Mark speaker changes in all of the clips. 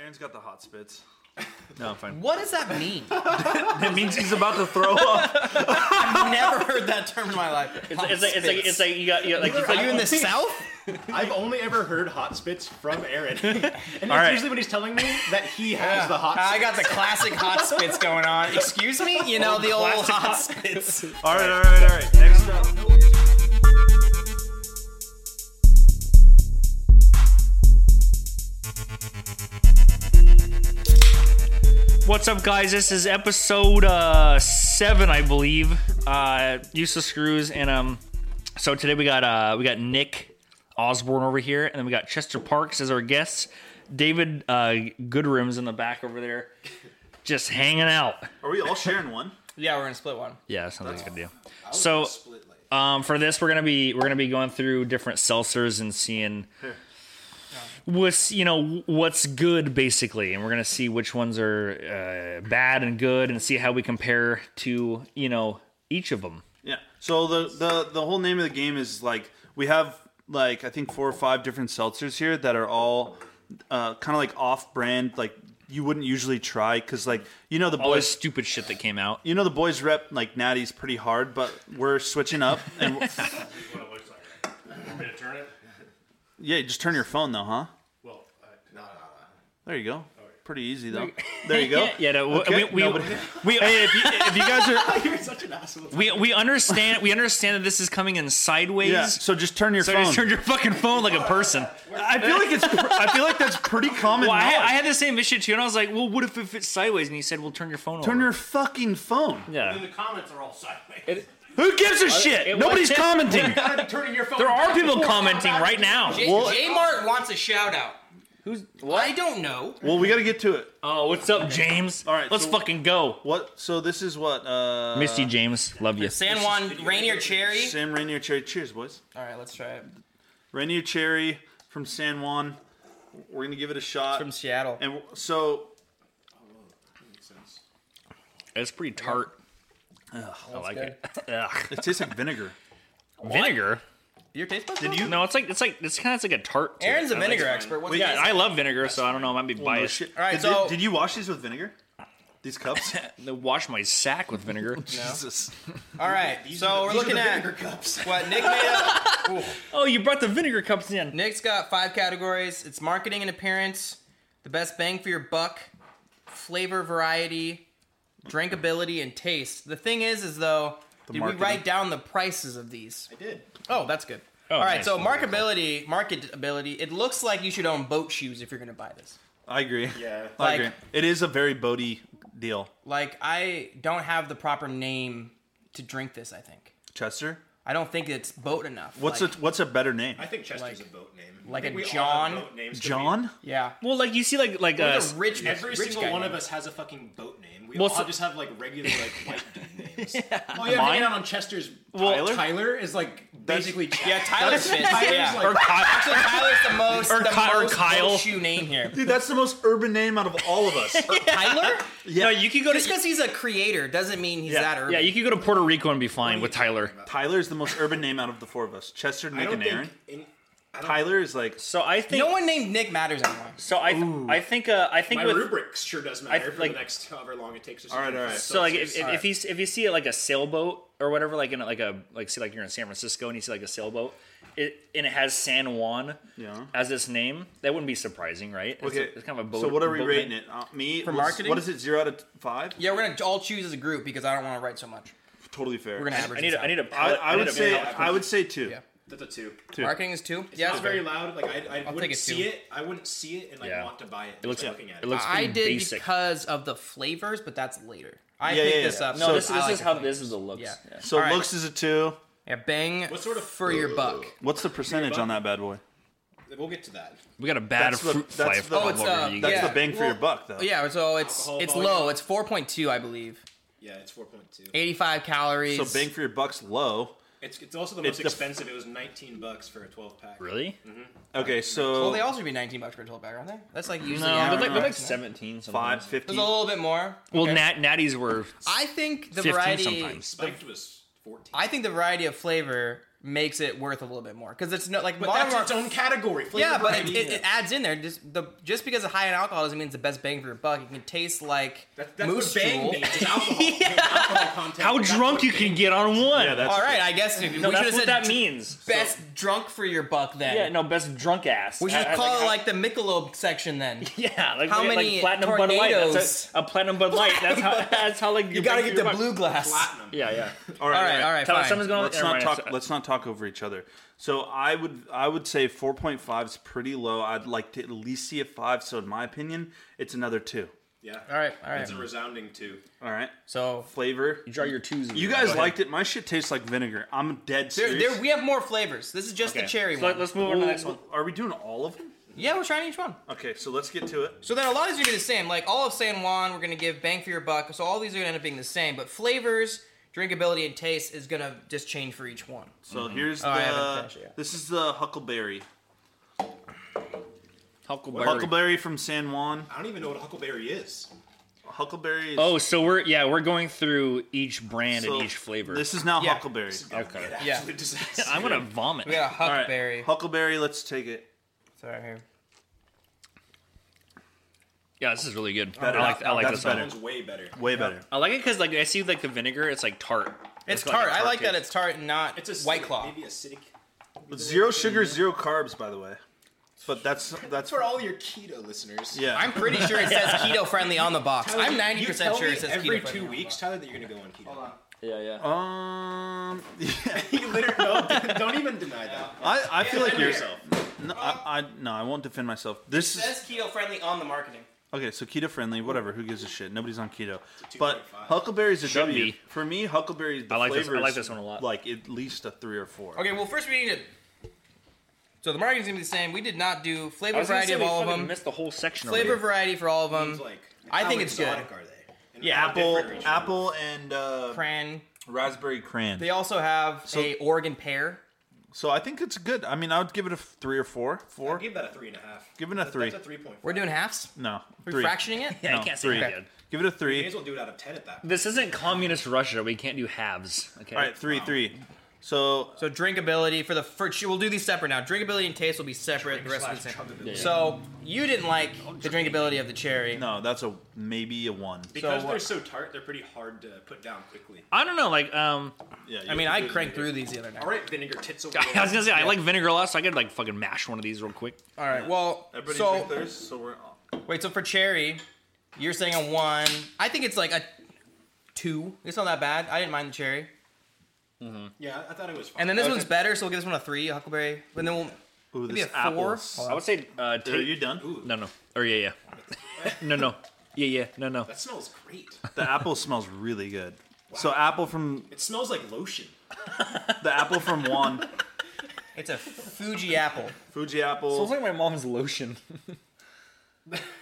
Speaker 1: Aaron's got the hot spits. No, I'm fine.
Speaker 2: What does that mean?
Speaker 1: That means he's about to throw up.
Speaker 2: I've never heard that term in my life.
Speaker 3: It's, it's like it's like it's like you got you got, like, it's
Speaker 2: Are
Speaker 3: like
Speaker 2: you in the South?
Speaker 4: I've only ever heard hot spits from Aaron, and it's
Speaker 1: right.
Speaker 4: usually when he's telling me that he has the hot.
Speaker 2: I
Speaker 4: Spits.
Speaker 2: got the classic hot spits going on. Excuse me? You know, the old hot, spits.
Speaker 1: All right, all right, all right. Next up.
Speaker 3: What's up, guys? This is episode uh, seven, I believe. Uh, useless screws, and um, so today we got uh, we got Nick Osborne over here, and then we got Chester Parks as our guests. David uh, Goodrim's in the back over there, just hanging out.
Speaker 1: Are we all sharing one?
Speaker 2: Yeah, we're gonna split one.
Speaker 3: Yeah, that sounds like a good deal. So, um, for this, we're gonna be we're gonna be going through different seltzers and seeing what's you know what's good basically, and we're gonna see which ones are uh, bad and good, and see how we compare to you know each of them.
Speaker 1: Yeah. So the the the whole name of the game is like we have like I think four or five different seltzers here that are all uh, kind of like off brand, like you wouldn't usually try because like you know the
Speaker 3: All this
Speaker 1: boys.
Speaker 3: stupid shit that came out.
Speaker 1: You know the boys rep like Natty's pretty hard, but we're switching up and
Speaker 5: what it looks like. Right? Want me to turn it?
Speaker 1: yeah, just turn your phone though, huh?
Speaker 5: Well, I, no, no, no.
Speaker 1: There you go. Pretty easy though. There you go.
Speaker 3: Yeah, no, we-
Speaker 1: Okay,
Speaker 3: we, we,
Speaker 1: nobody-
Speaker 3: we,
Speaker 1: If you, if you guys are
Speaker 4: You're such an asshole.
Speaker 3: we we understand we understand that this is coming in sideways.
Speaker 1: yeah, so just turn your
Speaker 3: so
Speaker 1: phone.
Speaker 3: just turn your fucking phone like a person.
Speaker 1: I feel like it's. pr- I feel like that's pretty common.
Speaker 3: Well, I,
Speaker 1: knowledge.
Speaker 3: had- I had the same issue too, and I was like, "Well, what if it fits sideways?" And he said, "Well, turn your phone
Speaker 1: turn
Speaker 3: over."
Speaker 1: your fucking phone.
Speaker 3: yeah." Uh,
Speaker 5: the comments are all sideways.
Speaker 1: Who gives a shit?
Speaker 3: it-
Speaker 1: Nobody's
Speaker 3: what-
Speaker 1: commenting.
Speaker 5: I've been turning your phone.
Speaker 3: There are people commenting right now.
Speaker 2: J- J Mart wants a shout out.
Speaker 3: Who's-
Speaker 2: What? I don't know.
Speaker 1: well, we got to get to it.
Speaker 3: Oh, what's up, James?
Speaker 1: All right,
Speaker 3: let's
Speaker 1: so-
Speaker 3: fucking go.
Speaker 1: What? So this is what? Uh,
Speaker 3: Missed you, James. Love you.
Speaker 2: San Juan Rainier Cherry.
Speaker 1: Sam Rainier Cherry. Cheers, boys.
Speaker 2: All right, let's try it.
Speaker 1: Rainier Cherry from San Juan. We're gonna give it a shot.
Speaker 2: From Seattle.
Speaker 1: and w- so
Speaker 3: It's pretty tart. I like
Speaker 2: good.
Speaker 3: it. Ugh.
Speaker 1: it tastes like vinegar.
Speaker 3: Vinegar?
Speaker 2: Your taste buds?
Speaker 3: Did you? No, it's like it's like it's kind of like a tart. to it.
Speaker 2: Aaron's a
Speaker 3: I like
Speaker 2: vinegar
Speaker 3: it.
Speaker 2: expert. What's
Speaker 3: Yeah, I love vinegar, so I don't know. I might be
Speaker 1: Oh,
Speaker 3: biased.
Speaker 1: shit.
Speaker 2: All right,
Speaker 1: did,
Speaker 2: so-
Speaker 1: did you wash these with vinegar? These cups.
Speaker 3: They Wash my sack with vinegar.
Speaker 1: Jesus.
Speaker 2: All right, so we're
Speaker 4: These are
Speaker 2: looking
Speaker 4: the
Speaker 2: at
Speaker 4: vinegar cups.
Speaker 2: what Nick made up.
Speaker 3: oh, you brought the vinegar cups in.
Speaker 2: Nick's got five categories. It's marketing and appearance, the best bang for your buck, flavor variety, drinkability, and taste. The thing is, is though, did
Speaker 1: marketing.
Speaker 2: we write down the prices of these?
Speaker 4: I did.
Speaker 2: Oh, that's good.
Speaker 3: Oh,
Speaker 2: All right,
Speaker 3: nice.
Speaker 2: so marketability, marketability. It looks like you should own boat shoes if you're going to buy this.
Speaker 1: I agree.
Speaker 4: Yeah.
Speaker 1: I
Speaker 2: Like-
Speaker 1: agree. It is a very Bodie deal.
Speaker 2: Like I don't have the proper name to drink this. I think
Speaker 1: Chester.
Speaker 2: I don't think it's boat enough.
Speaker 1: What's
Speaker 2: like,
Speaker 1: a What's a better name?
Speaker 4: I think Chester's
Speaker 2: Like-
Speaker 4: a boat name. I
Speaker 2: like
Speaker 4: think
Speaker 2: a
Speaker 4: we all have
Speaker 2: John?
Speaker 4: boat names 'cause we-
Speaker 1: John.
Speaker 2: yeah?
Speaker 3: Well, like you see, like like
Speaker 2: We're
Speaker 3: uh,
Speaker 2: the rich,
Speaker 4: Every
Speaker 2: rich
Speaker 4: single
Speaker 2: guy
Speaker 4: one
Speaker 2: name.
Speaker 4: of us has a fucking boat name. We
Speaker 3: Well,
Speaker 4: all
Speaker 3: so-
Speaker 4: just have like regular like white dude names. Oh yeah, I'm
Speaker 3: Mine?
Speaker 4: hanging out on Chester's.
Speaker 1: Tyler?
Speaker 4: Tyler, is like basically
Speaker 2: Yeah, Tyler fits.
Speaker 4: Tyler's
Speaker 2: yeah.
Speaker 4: like
Speaker 3: or Kyle.
Speaker 2: So Tyler's the most,
Speaker 3: Or
Speaker 2: the
Speaker 3: Ky- or
Speaker 2: most
Speaker 3: Kyle.
Speaker 2: boat shoe name here.
Speaker 1: Dude, that's the most urban name out of all of us.
Speaker 2: Tyler?
Speaker 3: No, you could go to
Speaker 2: Just because he's a creator doesn't mean he's that urban.
Speaker 3: yeah, you could go to Puerto Rico and be fine with Tyler.
Speaker 1: Tyler is the most urban name out of the four of us. Chester,
Speaker 4: I
Speaker 1: Nick,
Speaker 4: don't
Speaker 1: and Aaron.
Speaker 4: think. In, I don't,
Speaker 1: Tyler is like
Speaker 3: So I think
Speaker 2: no one named Nick matters anymore.
Speaker 3: So I, th- I think, uh, I think
Speaker 4: my
Speaker 3: with
Speaker 4: rubric sure does matter for
Speaker 3: like-
Speaker 4: the next however long it takes. us to
Speaker 1: All right,
Speaker 4: do
Speaker 1: all
Speaker 4: this.
Speaker 1: right.
Speaker 3: so like if, if,
Speaker 2: Alright.
Speaker 3: if you s- if you see it like a sailboat or whatever, like in a- like a like see like you're in San Francisco and you see like a sailboat, it and it has San Juan
Speaker 1: Yeah.
Speaker 3: as its name. That wouldn't be surprising, right? It's,
Speaker 1: okay.
Speaker 3: a- it's kind of a boat.
Speaker 1: so what are we
Speaker 3: boat
Speaker 1: rating
Speaker 3: name.
Speaker 1: it? Uh, me
Speaker 2: For
Speaker 1: was-
Speaker 2: marketing?
Speaker 1: What is it? Zero out of t- five.
Speaker 2: Yeah, we're gonna all choose as a group because I don't want to write so much.
Speaker 1: Totally fair.
Speaker 2: We're gonna average.
Speaker 3: I need
Speaker 2: this
Speaker 3: a, I
Speaker 2: out.
Speaker 3: need a
Speaker 1: I,
Speaker 3: palette.
Speaker 1: I
Speaker 3: need
Speaker 1: would
Speaker 3: a
Speaker 1: say
Speaker 3: palette.
Speaker 1: I would say two.
Speaker 2: Yeah.
Speaker 4: That's a two.
Speaker 2: marketing is two.
Speaker 4: It's
Speaker 2: yeah,
Speaker 4: not
Speaker 2: that's
Speaker 4: very
Speaker 2: fair.
Speaker 4: loud. Like I, I
Speaker 2: take
Speaker 4: wouldn't
Speaker 2: a
Speaker 4: see
Speaker 2: two.
Speaker 4: it. I wouldn't see it and like
Speaker 3: Yeah.
Speaker 4: want to buy it.
Speaker 3: It looks
Speaker 4: just looking at
Speaker 3: it looks
Speaker 2: I
Speaker 3: pretty
Speaker 2: did
Speaker 3: basic.
Speaker 2: because of the flavors, but that's later. I
Speaker 1: Yeah,
Speaker 2: picked
Speaker 1: yeah,
Speaker 2: this
Speaker 1: yeah.
Speaker 2: up.
Speaker 3: no,
Speaker 2: so
Speaker 3: this,
Speaker 2: I
Speaker 3: this
Speaker 2: like
Speaker 3: is
Speaker 2: the
Speaker 3: how
Speaker 2: flavors.
Speaker 3: this is the looks.
Speaker 2: Yeah.
Speaker 1: So
Speaker 2: All right.
Speaker 1: looks is a two.
Speaker 2: Yeah, bang. What
Speaker 4: sort of-
Speaker 2: for your buck?
Speaker 1: What's the percentage on that bad boy?
Speaker 4: We'll get to that.
Speaker 3: We got a bad
Speaker 1: That's the-
Speaker 3: fruit
Speaker 1: that's
Speaker 3: fly
Speaker 1: the- Oh,
Speaker 3: problem
Speaker 2: it's,
Speaker 3: over
Speaker 2: uh,
Speaker 3: you
Speaker 1: That's
Speaker 3: guys.
Speaker 2: Yeah.
Speaker 1: the bang for
Speaker 2: Well,
Speaker 1: your buck, though.
Speaker 2: Yeah, so it's
Speaker 4: Alcohol
Speaker 2: it's
Speaker 4: volume.
Speaker 2: low. It's four point two, I believe.
Speaker 4: Yeah, it's 4.2.
Speaker 2: Eighty five calories.
Speaker 1: So bang for your buck's low.
Speaker 4: It's, it's also the
Speaker 1: It's
Speaker 4: most
Speaker 1: the-
Speaker 4: expensive. It was 19 bucks for a 12 pack.
Speaker 3: Really?
Speaker 1: Okay, so
Speaker 2: Well, they also should be nineteen bucks for a twelve pack, aren't they? That's like usually.
Speaker 3: No,
Speaker 2: the
Speaker 3: they're
Speaker 2: average
Speaker 3: like, they're
Speaker 2: price,
Speaker 3: like
Speaker 2: isn't it?
Speaker 3: seventeen.
Speaker 1: five
Speaker 3: sometimes.
Speaker 1: fifty.
Speaker 2: There's a little bit more.
Speaker 3: Well,
Speaker 2: Okay.
Speaker 3: nat, natties were
Speaker 2: I think the
Speaker 3: 15
Speaker 2: variety.
Speaker 3: sometimes.
Speaker 4: Spiked was 14.
Speaker 2: I think the variety of flavor makes it worth a little bit more because it's no like
Speaker 4: But
Speaker 2: modern
Speaker 4: that's
Speaker 2: war-
Speaker 4: its own category. Flavor
Speaker 2: yeah, but it,
Speaker 4: variety.
Speaker 2: it, it adds in there just the just because it's high in alcohol doesn't mean it's the best bang for your buck. It can taste like
Speaker 4: That- that's
Speaker 2: moose
Speaker 4: the bang
Speaker 2: drool.
Speaker 4: means, is alcohol, the alcohol content.
Speaker 3: How
Speaker 4: That's
Speaker 3: drunk
Speaker 4: what
Speaker 3: you
Speaker 4: it
Speaker 3: can
Speaker 4: is.
Speaker 3: get on one?
Speaker 1: Yeah, that's
Speaker 2: All right, I guess we
Speaker 3: no,
Speaker 2: should have
Speaker 3: that's
Speaker 2: said
Speaker 3: what that means.
Speaker 2: best drunk for your buck then.
Speaker 3: Yeah, no, best drunk ass.
Speaker 2: We should
Speaker 3: I- I
Speaker 2: call it
Speaker 3: how-
Speaker 2: like the Michelob section then.
Speaker 3: yeah, like
Speaker 2: how
Speaker 3: like
Speaker 2: many
Speaker 3: platinum Bud Light.
Speaker 2: tornadoes?
Speaker 3: That's a, a platinum Bud Light. That's how. That's how like
Speaker 2: You gotta get the blue glass.
Speaker 4: Platinum.
Speaker 3: Yeah, yeah.
Speaker 1: All right,
Speaker 2: All right, all right,
Speaker 3: Tell
Speaker 2: fine.
Speaker 3: us something's going on.
Speaker 1: Let's
Speaker 3: never
Speaker 1: not
Speaker 3: mind,
Speaker 1: talk.
Speaker 3: it's-
Speaker 1: Let's not talk over each other. So I would I would say 4.5 is pretty low. I'd like to at least see a five. So in my opinion, it's another two.
Speaker 4: Yeah.
Speaker 2: All right, all right.
Speaker 4: It's a resounding two.
Speaker 1: All right,
Speaker 2: So
Speaker 1: flavor.
Speaker 3: Draw your twos.
Speaker 1: You guys liked it. My shit tastes like vinegar. I'm dead
Speaker 2: there,
Speaker 1: serious.
Speaker 2: there we have more flavors. This is just the cherry
Speaker 3: so
Speaker 2: one.
Speaker 3: Let's move on to the next one.
Speaker 1: Are we doing all of them?
Speaker 2: yeah, we're trying each one.
Speaker 1: Okay, so let's get to it.
Speaker 2: So then a lot of these are gonna be the same. Like all of San Juan, we're gonna give bang for your buck. So all these are gonna end up being the same, but flavors, drinkability, and taste is gonna just change for each one.
Speaker 1: So
Speaker 3: Oh,
Speaker 1: here's
Speaker 2: I haven't
Speaker 1: the.
Speaker 2: finished it yet.
Speaker 1: This is the huckleberry.
Speaker 3: Huckleberry.
Speaker 1: Huckleberry from San Juan.
Speaker 4: I don't even know what huckleberry is.
Speaker 1: Huckleberry. Is,
Speaker 3: Oh, so we're yeah we're going through each brand
Speaker 1: so
Speaker 3: and each flavor.
Speaker 1: This is now
Speaker 2: Yeah.
Speaker 1: huckleberry.
Speaker 3: okay.
Speaker 2: Yeah.
Speaker 4: Absolute disaster.
Speaker 3: I'm gonna vomit.
Speaker 2: We got a
Speaker 1: All right,
Speaker 2: huckleberry.
Speaker 1: Huckleberry. Let's take it.
Speaker 2: It's right here.
Speaker 3: Yeah, this is really good.
Speaker 1: Better.
Speaker 3: I like I like
Speaker 1: That's
Speaker 3: this
Speaker 1: better.
Speaker 3: one.
Speaker 4: That one's way better.
Speaker 1: Way better.
Speaker 3: I like it because like I see like the vinegar, it's like tart.
Speaker 2: It's
Speaker 3: got, like,
Speaker 2: tart.
Speaker 3: a
Speaker 2: I like that
Speaker 3: taste.
Speaker 2: it's tart and not
Speaker 4: It's acidic,
Speaker 2: white claw.
Speaker 4: Maybe acidic.
Speaker 1: Zero sugar, zero carbs, by the way. But that's that's
Speaker 4: For all your keto listeners.
Speaker 1: yeah.
Speaker 2: I'm pretty sure it says keto friendly on the box.
Speaker 4: Tyler,
Speaker 2: I'm
Speaker 4: you
Speaker 2: 90 percent
Speaker 4: tell
Speaker 2: sure
Speaker 4: me
Speaker 2: it says
Speaker 4: every
Speaker 2: keto
Speaker 4: two
Speaker 2: friendly.
Speaker 4: weeks, Tyler, that you're gonna go on keto.
Speaker 3: Yeah, yeah.
Speaker 1: um, yeah.
Speaker 4: you literally no, don't even deny that.
Speaker 1: I, I feel like
Speaker 4: Defend
Speaker 1: you're.
Speaker 4: yourself.
Speaker 1: No, I, I no, I won't defend myself. This
Speaker 2: It
Speaker 1: is
Speaker 2: says keto friendly on the marketing.
Speaker 1: okay. So keto friendly, whatever. Who gives a shit? Nobody's on keto. But
Speaker 4: 2.5.
Speaker 1: huckleberry's a
Speaker 3: Should
Speaker 1: W.
Speaker 3: be.
Speaker 1: For me, huckleberry. The
Speaker 3: I like this- I
Speaker 1: flavors,
Speaker 3: like this one a lot.
Speaker 1: Like at least a three or four.
Speaker 2: Okay, well first we need to. So the marketing's gonna be the same. We did not do
Speaker 3: I
Speaker 2: flavor
Speaker 3: was
Speaker 2: variety
Speaker 3: gonna say
Speaker 2: of
Speaker 3: we
Speaker 2: all of
Speaker 3: fucking
Speaker 2: them.
Speaker 3: Missed the whole section. over
Speaker 2: Flavor
Speaker 3: here.
Speaker 2: variety for all of them.
Speaker 4: It's like,
Speaker 2: I think
Speaker 4: how
Speaker 2: it's good.
Speaker 4: exotic Are they? And
Speaker 2: Yeah,
Speaker 4: how
Speaker 1: Apple,
Speaker 4: different is your-
Speaker 1: apple, and uh,
Speaker 2: Cran.
Speaker 1: raspberry cran.
Speaker 2: They also have
Speaker 1: So-
Speaker 2: a Oregon pear.
Speaker 1: so I think it's good. I mean, I would give it a f- three or four.
Speaker 4: I'll
Speaker 1: Four.
Speaker 4: Give that a three and a half.
Speaker 1: Give it a
Speaker 4: That-
Speaker 1: three.
Speaker 4: That's a three point.
Speaker 2: We're doing halves.
Speaker 1: no,
Speaker 2: We're
Speaker 1: three.
Speaker 2: fractioning it.
Speaker 3: Yeah,
Speaker 1: No,
Speaker 3: I can't say
Speaker 1: three.
Speaker 3: that again.
Speaker 1: Give it a
Speaker 4: May
Speaker 1: three.
Speaker 4: as well do it out of ten at that. point.
Speaker 3: This isn't communist Russia. We can't do halves. Okay.
Speaker 1: All right, three, three. So
Speaker 2: So drinkability for the first. We'll do these separate now. Drinkability and taste will be separate. The rest of the
Speaker 4: Slash
Speaker 2: same.
Speaker 4: chuggability.
Speaker 2: So you didn't like the drinkability of the cherry.
Speaker 1: No, that's a maybe a one.
Speaker 4: Because
Speaker 2: So, uh,
Speaker 4: they're so tart, they're pretty hard to put down quickly.
Speaker 3: I don't know. Like um,
Speaker 1: Yeah,
Speaker 2: I mean, I cranked through these the other night.
Speaker 4: All right, vinegar tits over.
Speaker 3: I
Speaker 4: there.
Speaker 3: was gonna say I like vinegar a lot, so I could like fucking mash one of these real quick.
Speaker 2: All right. Well,
Speaker 1: Everybody
Speaker 2: so
Speaker 1: theirs, so we're.
Speaker 2: wait. So for cherry, you're saying a one. I think it's like a two. It's not that bad. I didn't mind the cherry.
Speaker 4: Yeah, I thought it was fine.
Speaker 2: And then this one's better, so we'll give this one a three, huckleberry. And then we'll
Speaker 1: Ooh,
Speaker 2: maybe
Speaker 1: this
Speaker 2: a four.
Speaker 1: apple.
Speaker 2: Hold
Speaker 3: I
Speaker 2: on.
Speaker 3: would say uh, ta-
Speaker 1: Are you done?
Speaker 3: no, no, or yeah, yeah, no, no, yeah, yeah, no, no.
Speaker 4: that smells great.
Speaker 1: The apple smells really good. So apple from
Speaker 4: It smells like lotion.
Speaker 1: the apple from Juan
Speaker 2: It's a Fuji apple.
Speaker 1: Fuji apple.
Speaker 3: like my mom's lotion.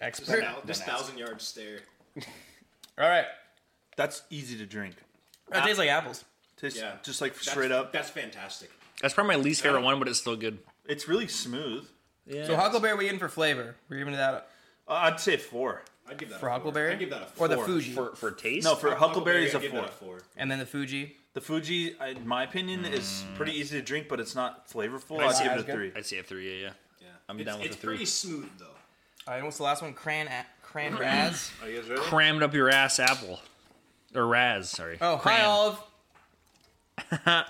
Speaker 2: Expert.
Speaker 4: Now, this thousand yard stare.
Speaker 2: All right.
Speaker 1: That's easy to drink.
Speaker 2: It tastes like apples.
Speaker 1: Tastes
Speaker 4: Yeah.
Speaker 1: just like
Speaker 4: That's,
Speaker 1: straight up.
Speaker 4: That's fantastic.
Speaker 3: That's probably my least favorite one, but it's still good.
Speaker 1: It's really smooth.
Speaker 3: Yeah.
Speaker 2: So huckleberry, we in for flavor. We're giving that up
Speaker 1: Uh, I'd say four.
Speaker 4: I'd give that
Speaker 2: for
Speaker 4: a four.
Speaker 2: huckleberry
Speaker 4: I'd give that a
Speaker 2: or
Speaker 4: four.
Speaker 2: the Fuji,
Speaker 3: for for taste.
Speaker 1: No, for huckleberry is a
Speaker 4: I'd give
Speaker 1: four.
Speaker 4: that a four.
Speaker 2: and then the Fuji.
Speaker 1: The Fuji, I- in my opinion, is pretty easy to drink, but it's not flavorful.
Speaker 3: I
Speaker 1: I'd
Speaker 3: see
Speaker 1: give
Speaker 2: it
Speaker 1: it a
Speaker 2: as good.
Speaker 1: three.
Speaker 3: I'd say a three. Yeah, yeah.
Speaker 4: Yeah.
Speaker 3: I'm
Speaker 4: it's,
Speaker 3: down with
Speaker 4: It's
Speaker 3: a three.
Speaker 4: pretty smooth though.
Speaker 2: All right, what's the last one? Cran, a- cran raz.
Speaker 1: Are you guys ready?
Speaker 3: Crammed up your ass, apple, or Raz. Sorry.
Speaker 2: Oh,
Speaker 3: Cram.
Speaker 2: hi olive.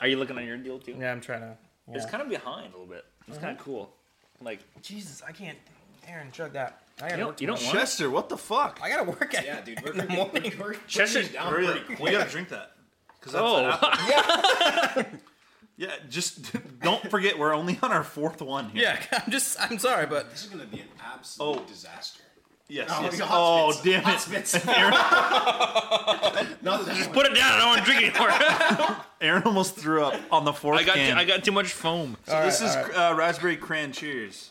Speaker 3: Are you looking at your deal too?
Speaker 2: Yeah, I'm trying to.
Speaker 3: It's kind of behind a little bit. It's kind of cool. Like
Speaker 2: Jesus, I can't. Aaron, chug that. I gotta
Speaker 3: you
Speaker 2: work.
Speaker 3: don't, you don't want. it?
Speaker 1: Chester, what the fuck?
Speaker 2: I gotta work at
Speaker 4: Yeah, dude. We're
Speaker 2: in the
Speaker 4: freaking-
Speaker 2: morning.
Speaker 4: We're, we're
Speaker 3: Chester-
Speaker 4: putting it down
Speaker 1: Hurry
Speaker 4: pretty
Speaker 1: up.
Speaker 4: quick.
Speaker 1: We gotta drink that. 'Cause that's an
Speaker 3: Oh,
Speaker 1: apple. Yeah, just don't forget we're only on our fourth one here.
Speaker 2: Yeah, I'm just. I'm sorry, but
Speaker 4: This is gonna be an absolute
Speaker 1: Oh.
Speaker 4: disaster.
Speaker 1: Yes.
Speaker 4: Oh,
Speaker 1: yes.
Speaker 4: hot
Speaker 1: Oh,
Speaker 4: spits.
Speaker 1: damn
Speaker 4: Hot
Speaker 1: it.
Speaker 4: spits. Not that one.
Speaker 3: put it down. I don't want to drink anymore. I
Speaker 1: Aaron almost threw up on the fourth
Speaker 3: got
Speaker 1: can.
Speaker 3: too, I got too much foam.
Speaker 1: so this is uh, raspberry cran. Cheers.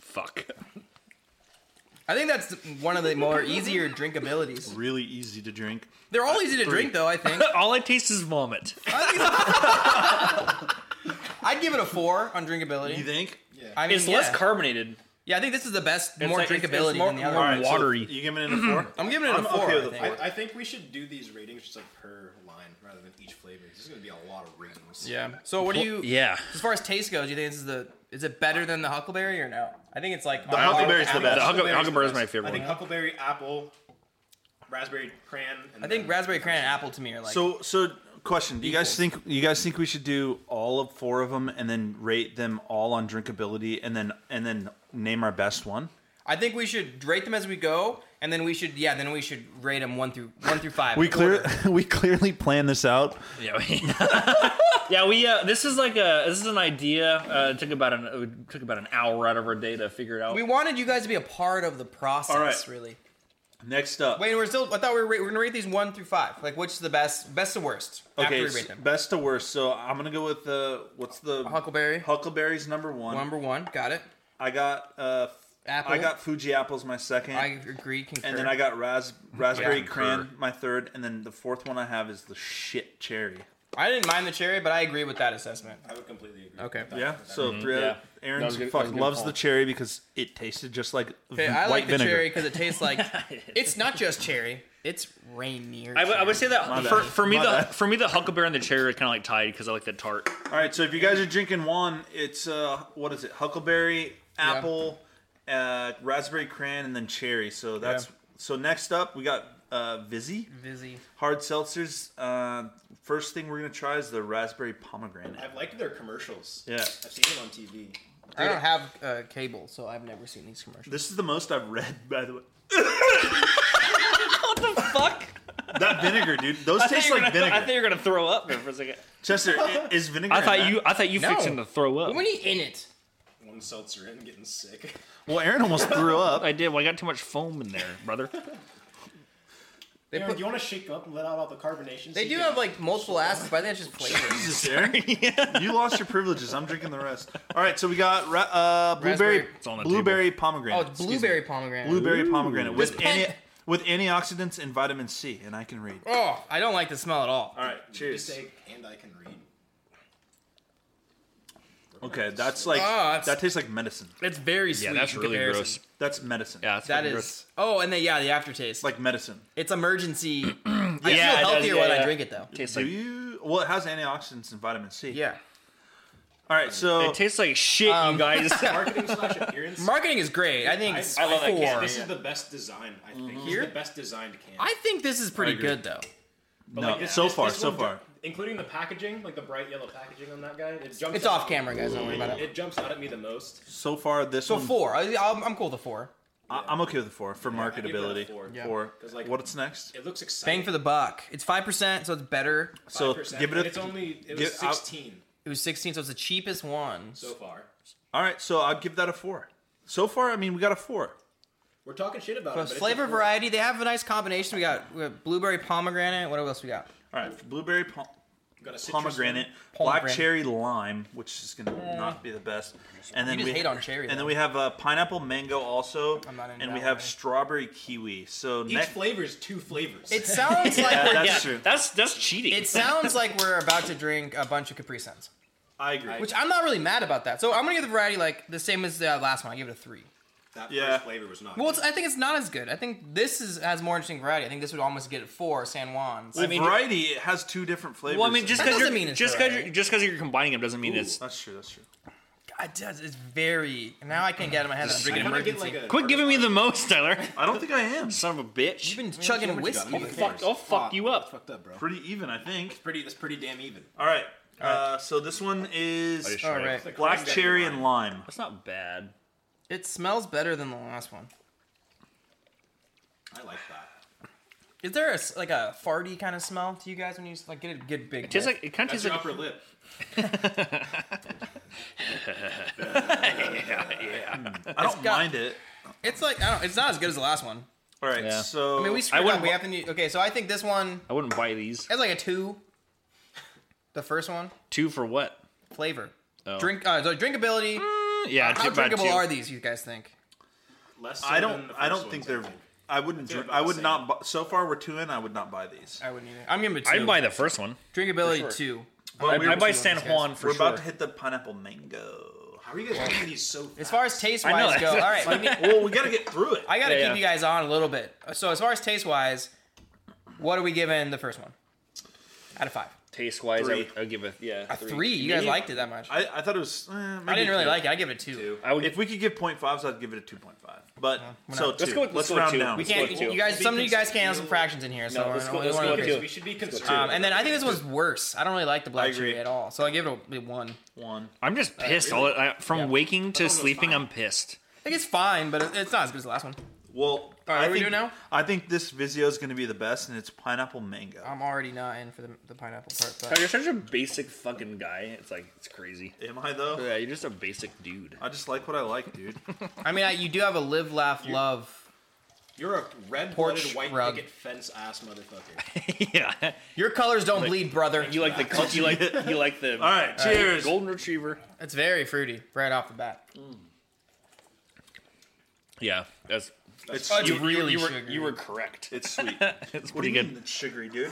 Speaker 3: Fuck.
Speaker 2: I think that's one of the more easier drinkabilities.
Speaker 1: Really easy to drink.
Speaker 2: They're all easy to
Speaker 1: Three.
Speaker 2: drink, though. I think.
Speaker 3: All I taste is vomit.
Speaker 2: I'd give it a four on drinkability.
Speaker 1: You think?
Speaker 4: Yeah.
Speaker 2: I mean,
Speaker 3: It's less
Speaker 2: yeah.
Speaker 3: carbonated.
Speaker 2: Yeah, I think this is the best, more
Speaker 3: like- it's- it's
Speaker 2: drinkability
Speaker 3: more-
Speaker 2: than the other.
Speaker 3: more-
Speaker 2: one.
Speaker 1: so
Speaker 3: Watery.
Speaker 1: you giving it a four?
Speaker 2: I'm giving it a
Speaker 1: I'm
Speaker 2: four.
Speaker 1: okay
Speaker 2: I
Speaker 1: with a
Speaker 2: think.
Speaker 1: four.
Speaker 4: I think we should do these ratings just like per line rather than each flavor. This is going to be a lot of ratings.
Speaker 2: Yeah. So what do you?
Speaker 3: Yeah.
Speaker 2: As far as taste goes, you think this is the? Is it better than the huckleberry or no? I think it's like the
Speaker 1: huckleberry's the best.
Speaker 3: The huckle-
Speaker 4: Huckleberry's the
Speaker 3: huckleberry's
Speaker 4: best.
Speaker 3: my favorite
Speaker 4: I think
Speaker 3: one.
Speaker 4: huckleberry, apple, raspberry, cran. And
Speaker 2: I think
Speaker 4: then-
Speaker 2: raspberry cran and apple to me are like.
Speaker 1: So, so question: Do you guys think you guys think we should do all of four of them and then rate them all on drinkability and then and then name our best one?
Speaker 2: I think we should rate them as we go, and then we should yeah, then we should rate them one through one through five.
Speaker 1: We clear
Speaker 2: Order.
Speaker 1: we clearly planned this out.
Speaker 3: Yeah, we, yeah. We uh, this is like a this is an idea. Uh, it took about an it took about an hour out of our day to figure it out.
Speaker 2: We wanted you guys to be a part of the process,
Speaker 1: right.
Speaker 2: really.
Speaker 1: Next up,
Speaker 2: Wait, we're still. I thought we were, ra- we're gonna rate these one through five. Like, which is the best, best to worst? after
Speaker 1: okay,
Speaker 2: we
Speaker 1: s-
Speaker 2: rate them.
Speaker 1: best to worst. So I'm gonna go with the what's the
Speaker 2: Huckleberry.
Speaker 1: Huckleberry's number one.
Speaker 2: Number one, got it.
Speaker 1: I got uh, f-
Speaker 2: Apple.
Speaker 1: I got Fuji apples my second,
Speaker 2: I agree. Concur.
Speaker 1: and then I got ras- raspberry
Speaker 3: Yeah.
Speaker 1: cran my third, and then the fourth one I have is the shit cherry.
Speaker 2: I didn't mind the cherry, but I agree with that assessment.
Speaker 4: I would completely agree.
Speaker 2: Okay.
Speaker 1: Yeah. So three.
Speaker 3: Mm-hmm. Yeah. That
Speaker 1: Aaron's
Speaker 3: was good- that was
Speaker 1: fucking
Speaker 3: good
Speaker 1: loves
Speaker 3: call.
Speaker 1: the cherry because it tasted just like v-
Speaker 2: Okay, I like
Speaker 1: white
Speaker 2: the
Speaker 1: vinegar.
Speaker 2: cherry because it tastes like it's not just cherry; it's Rainier.
Speaker 3: I would- I would say that
Speaker 1: bad.
Speaker 3: for, for me
Speaker 1: My
Speaker 3: the
Speaker 1: bad.
Speaker 3: for me the huckleberry and the cherry are kind of like tied because I like the tart.
Speaker 1: All right. So if you guys are drinking one, it's uh, what is it? Huckleberry, apple, uh, raspberry cran, and then cherry. So that's
Speaker 2: Yeah.
Speaker 1: so next up we got uh, Vizzy
Speaker 2: Vizzy.
Speaker 1: hard seltzers. Uh, first thing we're gonna try is the raspberry pomegranate.
Speaker 4: I've liked their commercials.
Speaker 1: Yeah.
Speaker 4: I've seen them on TV.
Speaker 2: I don't have uh, cable, so I've never seen these commercials.
Speaker 1: This is the most I've read, by the way.
Speaker 3: What the fuck?
Speaker 1: That vinegar, dude. Those taste
Speaker 3: you were
Speaker 1: like
Speaker 3: gonna-
Speaker 1: vinegar.
Speaker 3: I thought you were gonna throw up there for a second.
Speaker 1: Chester, i- is vinegar?
Speaker 3: I
Speaker 1: in
Speaker 3: thought
Speaker 1: that?
Speaker 3: you I thought you
Speaker 2: No.
Speaker 3: fixing to throw up.
Speaker 2: How many in it?
Speaker 4: One seltzer in, getting sick.
Speaker 1: Well, Aaron almost threw up.
Speaker 3: I did. Well, I got too much foam in there, brother.
Speaker 2: They,
Speaker 4: Aaron,
Speaker 2: put,
Speaker 4: do you want to shake up and let out all the carbonation? so
Speaker 2: they
Speaker 4: you
Speaker 2: do
Speaker 4: can-
Speaker 2: have like multiple acids, but I think it's just flavor.
Speaker 1: Jesus, Aaron. You lost your privileges. I'm drinking the rest. All right, so we got ra- uh, blueberry,
Speaker 2: Raspberry.
Speaker 3: It's on the
Speaker 1: blueberry
Speaker 2: oh,
Speaker 1: pomegranate.
Speaker 2: it's
Speaker 1: excuse me.
Speaker 2: blueberry pomegranate.
Speaker 1: Blueberry pomegranate with
Speaker 2: This pen-
Speaker 1: anti- with antioxidants and vitamin C, and I can read. All
Speaker 2: oh, I don't like the smell at all.
Speaker 1: right,
Speaker 4: You
Speaker 1: cheers.
Speaker 4: say, and I can read.
Speaker 1: Okay, that's like
Speaker 2: Ah, that's-
Speaker 1: that tastes like medicine.
Speaker 2: It's very sweet.
Speaker 3: Yeah, that's
Speaker 2: in
Speaker 3: really
Speaker 2: comparison.
Speaker 3: gross.
Speaker 1: That's medicine.
Speaker 3: Yeah, that's
Speaker 2: That
Speaker 3: fucking
Speaker 2: is.
Speaker 3: gross.
Speaker 2: Oh, and then yeah, the aftertaste.
Speaker 1: like medicine.
Speaker 2: it's emergency. I
Speaker 3: Yeah, it
Speaker 2: feel
Speaker 3: does,
Speaker 2: healthier
Speaker 3: yeah,
Speaker 2: when
Speaker 3: yeah.
Speaker 2: I drink it though.
Speaker 3: Tastes
Speaker 1: Do
Speaker 3: like
Speaker 1: you? Well, it has antioxidants and vitamin C.
Speaker 2: Yeah.
Speaker 1: All right, so
Speaker 3: it tastes like shit,
Speaker 2: Um,
Speaker 3: you guys.
Speaker 4: Marketing slash appearance.
Speaker 2: Marketing is great. I think it's
Speaker 4: I
Speaker 3: love that
Speaker 2: four.
Speaker 3: can.
Speaker 4: this is the best design. I think This is
Speaker 2: Here?
Speaker 4: the best designed can.
Speaker 2: I think this is pretty
Speaker 1: agree.
Speaker 2: good though.
Speaker 1: no,
Speaker 4: Like, this-
Speaker 1: so
Speaker 4: this-
Speaker 1: far,
Speaker 4: this
Speaker 1: so
Speaker 4: one
Speaker 1: far.
Speaker 4: ju- including the packaging, like the bright yellow packaging on that guy, it jumps.
Speaker 2: It's
Speaker 4: out-
Speaker 2: off camera, guys. Don't worry about it.
Speaker 4: It jumps out at me the most.
Speaker 1: So far, this
Speaker 2: So
Speaker 1: one,
Speaker 2: four. I, I'm, I'm cool with a four.
Speaker 1: I, I'm okay with the four for
Speaker 4: I give it a
Speaker 1: marketability.
Speaker 4: four.
Speaker 2: Yeah.
Speaker 1: Four.
Speaker 4: 'Cause, like-
Speaker 1: what's next?
Speaker 4: It looks exciting.
Speaker 2: Bang for the buck. It's five percent, so it's better.
Speaker 1: So
Speaker 4: 5%,
Speaker 1: give it
Speaker 4: and
Speaker 1: a.
Speaker 4: It's only it was
Speaker 1: give- I'll-
Speaker 4: 16
Speaker 2: It was 16, so it's the cheapest one.
Speaker 4: so far.
Speaker 1: all right, so I'd give that a four. So far, I mean, we got a four.
Speaker 4: We're talking shit about it.
Speaker 2: But
Speaker 4: but it's
Speaker 2: flavor
Speaker 4: a four.
Speaker 2: variety, they have a nice combination. We got, we got blueberry pomegranate. What else we got?
Speaker 1: All right, blueberry pom-
Speaker 4: We've got a citrus
Speaker 1: pomegranate,
Speaker 4: one.
Speaker 1: black
Speaker 2: Pomegranate.
Speaker 1: cherry lime, which is gonna not be the best. And then
Speaker 2: just
Speaker 1: we
Speaker 2: hate on cherry,
Speaker 1: And
Speaker 2: though.
Speaker 1: then we have uh, pineapple mango also,
Speaker 2: I'm not
Speaker 1: and
Speaker 2: into that
Speaker 1: we
Speaker 2: one,
Speaker 1: have
Speaker 2: right?
Speaker 1: strawberry kiwi. So
Speaker 4: Each
Speaker 1: next,
Speaker 4: flavor is two flavors.
Speaker 2: It sounds like
Speaker 1: Yeah,
Speaker 2: we're,
Speaker 1: that's
Speaker 3: yeah,
Speaker 1: true.
Speaker 3: that's that's cheating.
Speaker 2: it sounds like we're about to drink a bunch of Capri Suns,
Speaker 1: I agree.
Speaker 2: which I'm not really mad about that. So I'm gonna give the variety like the same as the last one. I give it a three.
Speaker 4: that
Speaker 1: Yeah.
Speaker 4: first flavor was not.
Speaker 2: Well,
Speaker 4: good.
Speaker 2: it's, I think it's not as good. I think this is has more interesting variety. I think this would almost get it four San Juan's.
Speaker 1: With
Speaker 3: I mean,
Speaker 1: variety, it has two different flavors.
Speaker 3: well, I mean, just
Speaker 2: That
Speaker 3: because
Speaker 2: doesn't
Speaker 3: you're
Speaker 2: mean it's
Speaker 3: just
Speaker 2: right.
Speaker 3: because you're, just 'cause you're combining them doesn't mean it's.
Speaker 1: that's true. That's true.
Speaker 2: It does. It's very. Now I can't get it in my head. that I'm
Speaker 4: I
Speaker 2: drinking
Speaker 4: kinda get
Speaker 2: emergency.
Speaker 4: like a
Speaker 3: Quit giving me the most, Tyler.
Speaker 1: I don't think I am.
Speaker 3: Son of a bitch.
Speaker 2: You've been chugging whiskey.
Speaker 3: fuck- I'll fuck you up.
Speaker 4: Fucked up, bro.
Speaker 1: Pretty even, I think.
Speaker 4: Pretty. That's pretty damn even.
Speaker 1: All right. Uh, so this one is
Speaker 3: just-
Speaker 2: All right.
Speaker 1: black cherry and lime.
Speaker 3: That's not bad.
Speaker 2: It smells better than the last one.
Speaker 4: I like that.
Speaker 2: Is there a s- like a farty kind of smell to you guys when you s- like get a good big?
Speaker 3: Tastes
Speaker 2: whiff?
Speaker 3: like it kind of
Speaker 4: That's
Speaker 3: tastes
Speaker 4: your
Speaker 3: like
Speaker 4: upper lip.
Speaker 1: I don't
Speaker 2: got-
Speaker 1: mind it.
Speaker 2: it's like I don't. It's not as good as the last one.
Speaker 1: All right.
Speaker 3: Yeah.
Speaker 1: So
Speaker 2: I mean, we
Speaker 3: I
Speaker 2: screwed up.
Speaker 3: wouldn't
Speaker 2: We
Speaker 3: wa-
Speaker 2: have to. need- Okay, so I think this one
Speaker 3: I wouldn't buy these.
Speaker 2: has like a two. The first one
Speaker 3: Two for what?
Speaker 2: flavor.
Speaker 3: Oh.
Speaker 2: Drink. Uh, so drinkability.
Speaker 3: Yeah,
Speaker 2: How
Speaker 3: two- about
Speaker 2: drinkable
Speaker 3: two.
Speaker 2: are these? You guys think?
Speaker 4: Less. So
Speaker 1: I
Speaker 4: Than
Speaker 1: don't. I
Speaker 4: the first
Speaker 1: don't think
Speaker 4: ones,
Speaker 1: they're. I wouldn't.
Speaker 4: They're
Speaker 1: Drink,
Speaker 4: about
Speaker 1: I
Speaker 4: the
Speaker 1: would
Speaker 4: same.
Speaker 1: not. Bu- so far, we're two in. I would not buy these.
Speaker 2: I wouldn't either. I'm giving it a two.
Speaker 3: I'd buy the first one.
Speaker 2: drinkability two.
Speaker 1: But
Speaker 3: I'd,
Speaker 1: we're
Speaker 3: I'd buy
Speaker 2: two on
Speaker 3: San
Speaker 2: these guys.
Speaker 3: Juan for
Speaker 1: we're
Speaker 3: sure.
Speaker 1: about to hit the pineapple mango.
Speaker 4: I How are you guys making these so?
Speaker 2: As
Speaker 4: Fast?
Speaker 2: far as taste
Speaker 3: I know
Speaker 2: wise
Speaker 3: that.
Speaker 2: go, all right. Let me,
Speaker 4: well, we gotta get through it.
Speaker 2: I gotta
Speaker 3: Yeah,
Speaker 2: keep
Speaker 3: yeah.
Speaker 2: you guys on a little bit. So as far as taste wise, what are we giving the first one? Out of five,
Speaker 3: Taste wise, I
Speaker 1: Three.
Speaker 3: would, I would give it yeah
Speaker 2: a three. You guys liked it that much? I,
Speaker 1: I, I thought it was. Eh, maybe
Speaker 2: didn't really
Speaker 1: two.
Speaker 2: like it. I give it a two.
Speaker 3: I would.
Speaker 1: If we could give 0.5s, I'd give it a 2.5. But
Speaker 2: we're
Speaker 1: so
Speaker 2: not-
Speaker 1: two.
Speaker 3: Let's go with- let's
Speaker 1: let's
Speaker 3: go with
Speaker 1: round
Speaker 3: two.
Speaker 1: down.
Speaker 2: We
Speaker 3: Let's go
Speaker 2: can't.
Speaker 3: with
Speaker 2: You
Speaker 3: two.
Speaker 2: guys,
Speaker 4: Be
Speaker 2: some of you guys can't have
Speaker 4: concealed.
Speaker 2: some fractions in here. So
Speaker 3: No,
Speaker 2: we're
Speaker 3: let's go-
Speaker 2: only
Speaker 3: let's
Speaker 2: one
Speaker 3: go with
Speaker 2: increase.
Speaker 3: two.
Speaker 4: We should be
Speaker 3: two.
Speaker 4: concerned.
Speaker 2: Um, and then I think this one's worse. I don't really like the black
Speaker 1: I agree.
Speaker 2: cherry at all, so I give it a, a one.
Speaker 1: One.
Speaker 3: I'm just pissed. all I, from waking to sleeping, I'm pissed.
Speaker 2: I think it's fine, but it- it's not as good as the last one.
Speaker 1: Well,
Speaker 2: right,
Speaker 1: I
Speaker 2: what do we
Speaker 1: think,
Speaker 2: do now?
Speaker 1: I think this Vizio is going to be the best, and it's pineapple mango.
Speaker 2: I'm already not in for the, the pineapple part,
Speaker 3: Oh,
Speaker 2: but
Speaker 3: you're such a basic fucking guy. It's like it's crazy.
Speaker 1: Am I though?
Speaker 3: Yeah, you're just a basic dude.
Speaker 1: I just like what I like, dude.
Speaker 2: I mean, I, you do have a live, laugh, love.
Speaker 4: You're a
Speaker 2: Porch
Speaker 4: red-blooded white
Speaker 2: rug.
Speaker 4: picket fence ass motherfucker.
Speaker 3: yeah,
Speaker 2: Your colors don't bleed, brother.
Speaker 3: you like the col- you like you like the
Speaker 1: All right, cheers.
Speaker 3: golden retriever.
Speaker 2: It's very fruity right off the bat.
Speaker 3: Yeah, that's
Speaker 1: It's
Speaker 2: Oh, it's
Speaker 1: sweet.
Speaker 2: really
Speaker 3: you were
Speaker 2: sugary.
Speaker 3: you were correct.
Speaker 1: It's sweet.
Speaker 3: It's
Speaker 1: what do
Speaker 3: pretty
Speaker 1: you
Speaker 3: good.
Speaker 1: mean it's sugary, dude?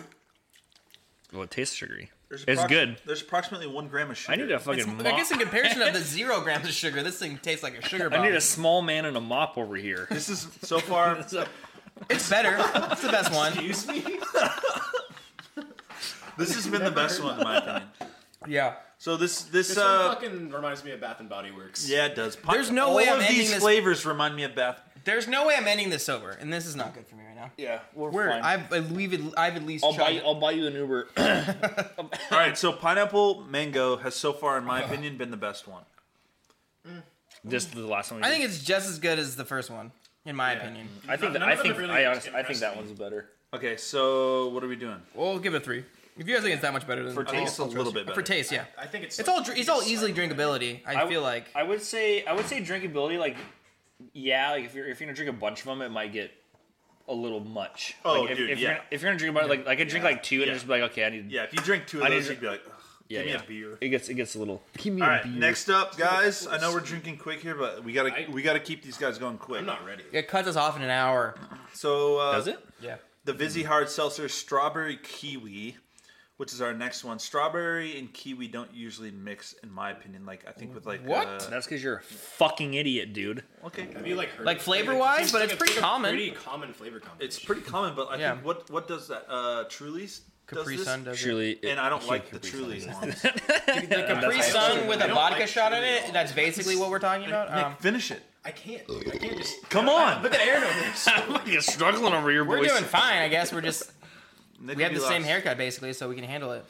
Speaker 3: Well, it tastes sugary.
Speaker 1: There's
Speaker 3: It's
Speaker 1: approx-
Speaker 3: good.
Speaker 1: There's approximately one gram of sugar.
Speaker 3: I need a
Speaker 2: It's-
Speaker 3: fucking. Mop.
Speaker 2: I guess in comparison of the zero grams of sugar, this thing tastes like a sugar bomb.
Speaker 3: I need a small man and a mop over here.
Speaker 1: This is so far.
Speaker 3: It's a-
Speaker 2: It's better. It's the best one.
Speaker 4: Excuse me.
Speaker 1: this has been the best one in my opinion.
Speaker 2: Yeah.
Speaker 1: So this this,
Speaker 4: This
Speaker 1: uh
Speaker 4: one fucking reminds me of Bath and Body Works.
Speaker 1: yeah it does.
Speaker 2: There's no
Speaker 1: All
Speaker 2: way
Speaker 1: of
Speaker 2: I'm ending
Speaker 1: these
Speaker 2: this-
Speaker 1: flavors remind me of Bath.
Speaker 2: There's no way I'm ending this sober, and this is not good for me right now.
Speaker 3: yeah, we're,
Speaker 2: We're,
Speaker 3: fine.
Speaker 2: I've, I've, we've- I've at least
Speaker 3: I'll buy
Speaker 2: tried.
Speaker 3: you. I'll buy you an Uber.
Speaker 1: All right, so pineapple mango has so far in my opinion been the best one.
Speaker 3: this is the last one. we
Speaker 2: I
Speaker 3: did.
Speaker 2: think it's just as good as the first one, in my opinion.
Speaker 3: I think.
Speaker 4: None
Speaker 3: that, I
Speaker 4: of them
Speaker 3: think.
Speaker 4: really
Speaker 3: I honestly. I think
Speaker 4: impressed
Speaker 3: that
Speaker 4: me.
Speaker 3: one's better.
Speaker 1: Okay, so what are we doing?
Speaker 2: We'll give it a three. If you guys think it's that much better than
Speaker 1: For taste, a little bit better.
Speaker 2: for taste, yeah.
Speaker 4: I think it's
Speaker 2: It's
Speaker 4: like-
Speaker 2: all dr- it's all easily drinkability. I,
Speaker 3: w-
Speaker 2: feel like
Speaker 3: I would say I would say drinkability like yeah like if you're if you're gonna drink a bunch of them it might get a little much.
Speaker 1: Oh,
Speaker 3: like, if,
Speaker 1: dude,
Speaker 3: if
Speaker 1: yeah.
Speaker 3: You're, if you're gonna drink about it, like I could drink like two and
Speaker 1: Yeah.
Speaker 3: just be like okay I need
Speaker 1: Yeah, if you drink two of
Speaker 3: I need
Speaker 1: those,
Speaker 3: to-
Speaker 1: you'd be like, Ugh,
Speaker 3: yeah,
Speaker 1: give me
Speaker 3: yeah.
Speaker 1: a beer.
Speaker 3: It gets it gets a little. Give me
Speaker 1: All right, next up, guys. I know we're drinking quick here, but we gotta
Speaker 4: I-
Speaker 1: we gotta keep these guys going quick.
Speaker 4: I'm not ready.
Speaker 2: it cuts us off in an hour.
Speaker 1: So uh,
Speaker 3: Does it?
Speaker 2: Yeah.
Speaker 1: The
Speaker 2: Mm-hmm.
Speaker 1: Vizzy Hard Seltzer Strawberry Kiwi, which is our next one. Strawberry and kiwi don't usually mix, in my opinion. Like I think with like
Speaker 2: What?
Speaker 1: uh,
Speaker 3: That's because you're a fucking idiot, dude.
Speaker 1: okay,
Speaker 4: Have you like heard?
Speaker 2: Like
Speaker 4: of-
Speaker 2: flavor-wise, but it's
Speaker 4: a-
Speaker 2: pretty
Speaker 4: a
Speaker 2: common.
Speaker 4: Pretty common flavor combination.
Speaker 1: it's pretty common, but I
Speaker 2: Yeah.
Speaker 1: think what what does that uh, Truly's
Speaker 2: Capri
Speaker 1: does this?
Speaker 2: Sun does it.
Speaker 3: Surely,
Speaker 1: and I don't like the Truly's ones.
Speaker 2: Capri
Speaker 4: I-
Speaker 2: Sun with
Speaker 4: I
Speaker 2: a
Speaker 4: don't
Speaker 2: vodka
Speaker 4: like
Speaker 2: shot in
Speaker 4: chili at
Speaker 2: it.
Speaker 4: all.
Speaker 2: That's basically what we're talking about. Um,
Speaker 1: Nick, finish it.
Speaker 4: I can't. I can't just.
Speaker 1: Come on.
Speaker 4: Look at Aaron over here. So
Speaker 3: You're struggling over your
Speaker 2: we're
Speaker 3: voice.
Speaker 2: doing fine, I guess. We're just
Speaker 1: Nick
Speaker 2: we have
Speaker 1: would
Speaker 2: the
Speaker 1: be
Speaker 2: same
Speaker 1: lost.
Speaker 2: haircut basically, so we can handle it.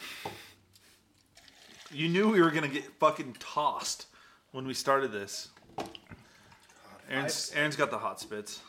Speaker 1: You knew we were gonna get fucking tossed when we started this. Aaron's, Aaron's got the hot spits.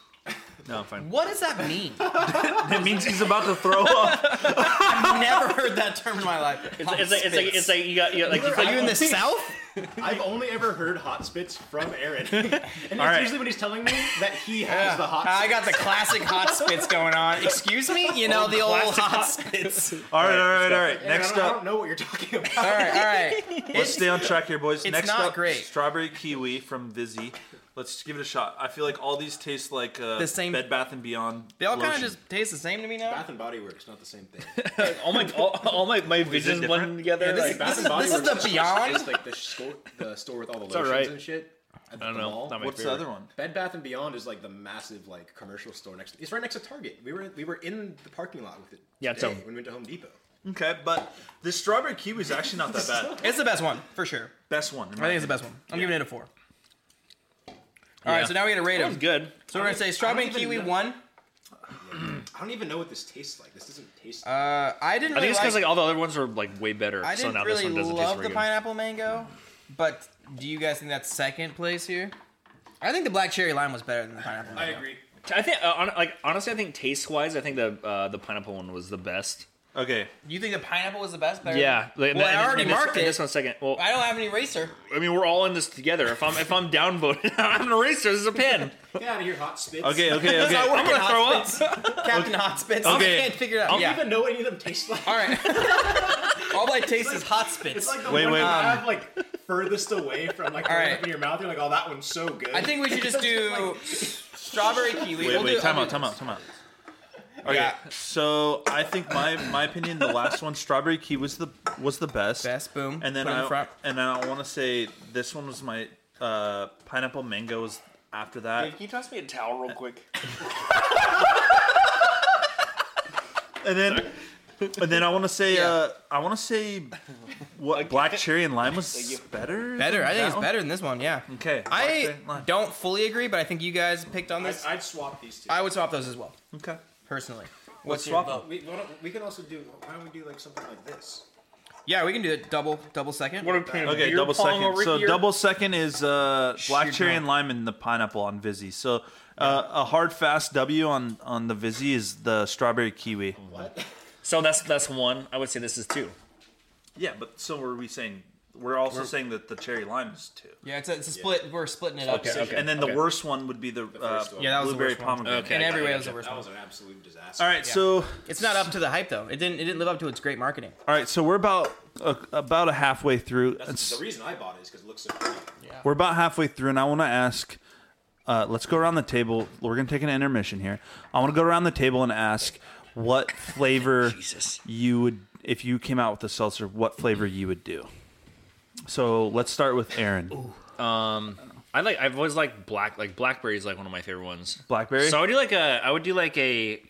Speaker 1: No, I'm fine.
Speaker 2: What does that mean?
Speaker 1: That means he's about to throw up.
Speaker 2: I've never heard that term in my life.
Speaker 3: It's, it's like it's like it's like you got you got, like, it's
Speaker 2: Are
Speaker 3: like
Speaker 2: you in the South?
Speaker 4: I've only ever heard hot spits from Aaron, and it's
Speaker 1: right.
Speaker 4: usually when he's telling me that he has the hot.
Speaker 2: I got the classic hot spits going on. Excuse me? You know, the old
Speaker 3: Oh, classic
Speaker 2: hot
Speaker 3: hot
Speaker 2: spits. All
Speaker 1: All right, all right, all right.
Speaker 4: Aaron,
Speaker 1: Next
Speaker 4: I don't, I
Speaker 1: up,
Speaker 4: don't know what you're talking about.
Speaker 2: right, all right.
Speaker 1: Let's stay on track here, boys. Next
Speaker 2: not
Speaker 1: up,
Speaker 2: great.
Speaker 1: strawberry kiwi from Vizzy. Let's give it a shot. I feel like all these taste like uh,
Speaker 2: The same-
Speaker 1: Bed Bath and Beyond.
Speaker 2: They all kind of
Speaker 1: lotion.
Speaker 2: just taste the same to me now.
Speaker 4: Bath and Body Works, not the same thing.
Speaker 3: all my all, all my my visions
Speaker 1: different?
Speaker 3: blending together.
Speaker 2: Yeah, this
Speaker 3: like,
Speaker 2: is-
Speaker 4: Bath
Speaker 2: this
Speaker 4: and Body
Speaker 2: this is
Speaker 4: Works
Speaker 2: the
Speaker 4: is
Speaker 2: Beyond?
Speaker 4: Is like the, sco- the store with all the
Speaker 3: all
Speaker 4: lotions
Speaker 3: right.
Speaker 4: and shit. At the
Speaker 3: I don't know.
Speaker 4: mall.
Speaker 3: Not my
Speaker 1: What's
Speaker 3: favorite.
Speaker 1: the other one?
Speaker 4: Bed Bath and Beyond is like the massive like commercial store next. It's right next to Target. We were we were in the parking lot with it.
Speaker 3: Yeah, it's
Speaker 4: today
Speaker 3: a-
Speaker 4: when we went to Home Depot.
Speaker 1: Okay, but this strawberry kiwi is actually not that bad.
Speaker 2: It's the best one, for sure.
Speaker 1: Best one. in
Speaker 2: I
Speaker 1: my
Speaker 2: think it's the
Speaker 1: opinion.
Speaker 2: best one. I'm giving it a four. All right,
Speaker 3: Yeah.
Speaker 2: so now we gotta rate
Speaker 3: That was
Speaker 2: them.
Speaker 3: good.
Speaker 2: So we're gonna say strawberry
Speaker 4: even
Speaker 2: kiwi
Speaker 4: know.
Speaker 2: one.
Speaker 4: I don't even know what this tastes like. This doesn't taste.
Speaker 2: Uh, I didn't.
Speaker 3: I
Speaker 2: Really
Speaker 3: think
Speaker 2: like,
Speaker 3: it's because like all the other ones were like way better.
Speaker 2: I
Speaker 3: so
Speaker 2: didn't
Speaker 3: now
Speaker 2: really
Speaker 3: this one doesn't taste
Speaker 2: love
Speaker 3: very
Speaker 2: the
Speaker 3: good.
Speaker 2: pineapple mango, but do you guys think that's second place here? I think the black cherry lime was better than the pineapple. mango.
Speaker 4: agree.
Speaker 3: I think uh, on, like honestly, I think taste wise, I think the uh, the pineapple one was the best.
Speaker 1: Okay,
Speaker 2: You think the pineapple was the best? Better?
Speaker 3: Yeah, like,
Speaker 2: Well, I already
Speaker 3: this,
Speaker 2: marked
Speaker 3: and
Speaker 2: it.
Speaker 3: This one second. Well,
Speaker 2: I don't have an eraser.
Speaker 3: I mean, we're all in this together. If I'm if I'm downvoted, I'm an eraser. This is a pin.
Speaker 4: Get out of here, hot spits.
Speaker 1: okay, okay,
Speaker 2: It's not
Speaker 1: okay.
Speaker 3: I'm
Speaker 2: working,
Speaker 3: gonna throw up.
Speaker 2: Hotspits. Captain Hotspits.
Speaker 1: Okay.
Speaker 2: I can't figure it out.
Speaker 4: I don't
Speaker 2: yeah.
Speaker 4: even know what any of them taste like.
Speaker 2: All right. All I taste is hot spits.
Speaker 4: It's like the
Speaker 1: Wait,
Speaker 4: one
Speaker 1: wait.
Speaker 4: you have like furthest away from like
Speaker 2: All
Speaker 4: Um, right.
Speaker 2: right.
Speaker 4: up in your mouth. You're like, oh, that one's so good.
Speaker 2: I think we should just do strawberry kiwi.
Speaker 1: Wait,
Speaker 2: We'll do-
Speaker 1: wait. Time
Speaker 2: I'll
Speaker 1: out.
Speaker 2: do
Speaker 1: Time
Speaker 2: this.
Speaker 1: out. Time out. Okay,
Speaker 2: Yeah.
Speaker 1: so I think my my opinion, the last one, strawberry kiwi was the was the best.
Speaker 2: Best boom.
Speaker 1: And then
Speaker 2: Put it in
Speaker 1: I
Speaker 2: front.
Speaker 1: and I want to say this one was my uh, pineapple mango was after that,
Speaker 6: you toss me a towel real quick?
Speaker 1: and then and then I want to say
Speaker 2: Yeah.
Speaker 1: uh, I want to say what black cherry and lime was better.
Speaker 2: Better.
Speaker 1: than
Speaker 2: I think
Speaker 1: that
Speaker 2: it's
Speaker 1: one?
Speaker 2: better than this one. Yeah.
Speaker 1: Okay, black
Speaker 2: I
Speaker 1: cherry and lime.
Speaker 2: don't fully agree, but I think you guys picked on
Speaker 4: I'd,
Speaker 2: this.
Speaker 4: I'd swap these two.
Speaker 2: I would swap those as well,
Speaker 1: okay.
Speaker 2: personally.
Speaker 1: Let's
Speaker 2: What's your
Speaker 1: swap
Speaker 2: vote?
Speaker 1: them.
Speaker 4: we, why don't- we can also do. Why don't we do like something like this?
Speaker 2: Yeah, we can do it double double second.
Speaker 3: What are we playing?
Speaker 1: Okay,
Speaker 3: beer
Speaker 1: double
Speaker 3: pong
Speaker 1: second.
Speaker 3: over
Speaker 1: So
Speaker 3: here?
Speaker 1: double second is uh, black
Speaker 2: Shoot,
Speaker 1: cherry
Speaker 2: no.
Speaker 1: and lime and the pineapple on Vizzy. So uh, a hard fast W on on the Vizzy is the strawberry kiwi.
Speaker 3: So that's that's one. I would say this is two.
Speaker 1: Yeah, but so were we saying? We're also saying that the cherry lime is two.
Speaker 2: Yeah, it's a, it's a split. We're splitting it up.
Speaker 3: Okay, okay.
Speaker 1: And then
Speaker 3: okay.
Speaker 1: the worst one would be the, uh,
Speaker 4: first one.
Speaker 2: Yeah, that was the
Speaker 1: blueberry
Speaker 2: worst one.
Speaker 1: pomegranate.
Speaker 3: Okay.
Speaker 2: In every way, it was the
Speaker 3: That
Speaker 2: worst
Speaker 4: That
Speaker 2: one.
Speaker 4: was an absolute disaster.
Speaker 1: All right, so
Speaker 2: It's not up to the hype though. It didn't. It didn't live up to its great marketing.
Speaker 1: all right, so we're about uh, about a halfway through.
Speaker 4: That's
Speaker 1: It's-
Speaker 4: the reason I bought it is because it looks so pretty.
Speaker 1: We're about halfway through, and I want to ask. Uh, let's go around the table. We're gonna take an intermission here. I want to go around the table and ask what flavor
Speaker 3: Jesus.
Speaker 1: you would, if you came out with a seltzer, what flavor you would do. So let's start with Aaron.
Speaker 3: I like. I've always liked black. Like blackberry is like one of my favorite ones.
Speaker 1: Blackberry?
Speaker 3: So I would do like a. I would do like a.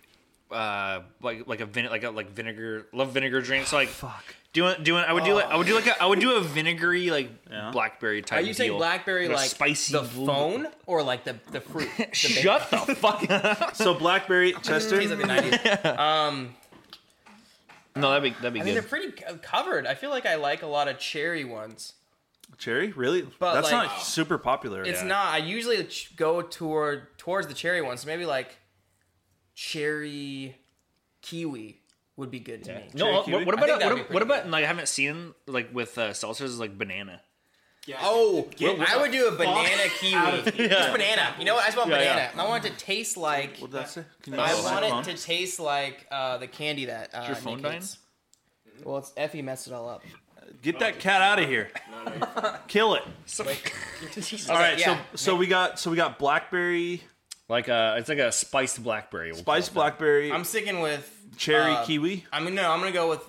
Speaker 3: Uh, like like a vin like a like vinegar love vinegar drink. So like fuck. Doing doing I would do like I would do like a I would do a vinegary like blackberry type.
Speaker 2: Are you saying
Speaker 3: deal.
Speaker 2: blackberry
Speaker 3: Like a
Speaker 2: like
Speaker 3: spicy
Speaker 2: the
Speaker 3: blue-
Speaker 2: phone or like the the fruit? The ba-
Speaker 3: Shut the fuck. up.
Speaker 1: So blackberry, Chester.
Speaker 2: Tastes like the 90s.
Speaker 3: No, that'd be that'd be
Speaker 2: I mean, they're
Speaker 3: good.
Speaker 2: pretty co- covered. I feel like I like a lot of cherry ones.
Speaker 1: Cherry, really?
Speaker 2: But,
Speaker 1: That's
Speaker 2: like-
Speaker 1: not super popular.
Speaker 2: It's
Speaker 1: Yeah.
Speaker 2: not. I usually ch- go toward towards the cherry ones. Maybe like cherry kiwi would be good to me.
Speaker 3: No, what,
Speaker 1: kiwi?
Speaker 3: what
Speaker 1: I
Speaker 3: about
Speaker 2: think that'd
Speaker 3: what,
Speaker 2: be
Speaker 3: what
Speaker 2: pretty
Speaker 3: about like I haven't seen like with uh, seltzers is like banana.
Speaker 4: Yeah.
Speaker 2: Oh,
Speaker 4: Get
Speaker 2: I would do a banana
Speaker 4: out of
Speaker 2: kiwi.
Speaker 4: here.
Speaker 2: Just banana. You know what? I just want
Speaker 3: Yeah, yeah.
Speaker 2: banana. I want it to taste like.
Speaker 1: What did that say? Can you
Speaker 2: I
Speaker 1: use that phone?
Speaker 2: want it to taste like uh, the candy that. Uh,
Speaker 3: your phone
Speaker 2: Nick
Speaker 3: dying?
Speaker 2: hates. Well, it's Effie messed it all up.
Speaker 1: Get that cat out of here. Kill it.
Speaker 3: So,
Speaker 1: All right,
Speaker 2: yeah,
Speaker 1: so so we got so we got blackberry,
Speaker 3: like uh, it's like a spiced blackberry. we'll call
Speaker 1: spice
Speaker 3: it.
Speaker 1: blackberry,
Speaker 2: I'm sticking with
Speaker 1: cherry
Speaker 2: uh,
Speaker 1: kiwi.
Speaker 2: I'm gonna no. I'm gonna go with.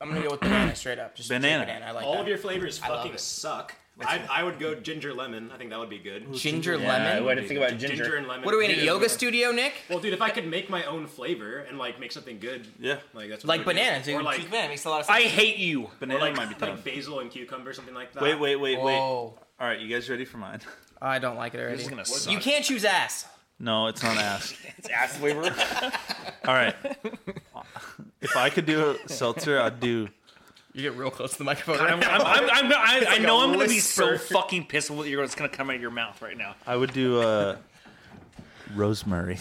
Speaker 2: I'm gonna go with banana straight up. Just straight
Speaker 1: Banana.
Speaker 2: banana. I like
Speaker 4: All
Speaker 2: that.
Speaker 4: of your flavors
Speaker 2: love
Speaker 4: fucking
Speaker 2: it.
Speaker 4: suck. I, I would go ginger lemon. I think that would be good.
Speaker 2: ginger
Speaker 3: Yeah, I
Speaker 2: lemon.
Speaker 3: didn't think about ginger.
Speaker 4: and lemon.
Speaker 2: What are we in a
Speaker 4: Dude.
Speaker 2: yoga studio, Nick?
Speaker 4: Well, dude, if I could make my own flavor and like make something good,
Speaker 1: Yeah.
Speaker 4: like that's what I
Speaker 2: Like
Speaker 4: would do.
Speaker 2: bananas, dude.
Speaker 4: or like,
Speaker 2: Cheese banana makes a lot of sense.
Speaker 3: I hate you.
Speaker 1: Banana
Speaker 4: or like,
Speaker 1: might be tough.
Speaker 4: like basil and cucumber, something like that.
Speaker 1: Wait, wait, wait, wait. All
Speaker 2: Whoa,
Speaker 1: right, you guys ready for mine?
Speaker 2: I don't like it
Speaker 3: This
Speaker 2: already.
Speaker 3: is gonna suck.
Speaker 2: You can't choose ass.
Speaker 1: No, it's not ass.
Speaker 3: It's ass flavor.
Speaker 1: All right. If I could do a seltzer, I'd do.
Speaker 2: You get real close to the microphone.
Speaker 3: I'm, I'm, I'm, I'm, I, I
Speaker 4: like
Speaker 3: know
Speaker 4: a
Speaker 3: I'm gonna be so
Speaker 4: whisper.
Speaker 3: fucking pissed with you. It's gonna come out of your mouth right now.
Speaker 1: I would do uh, rosemary.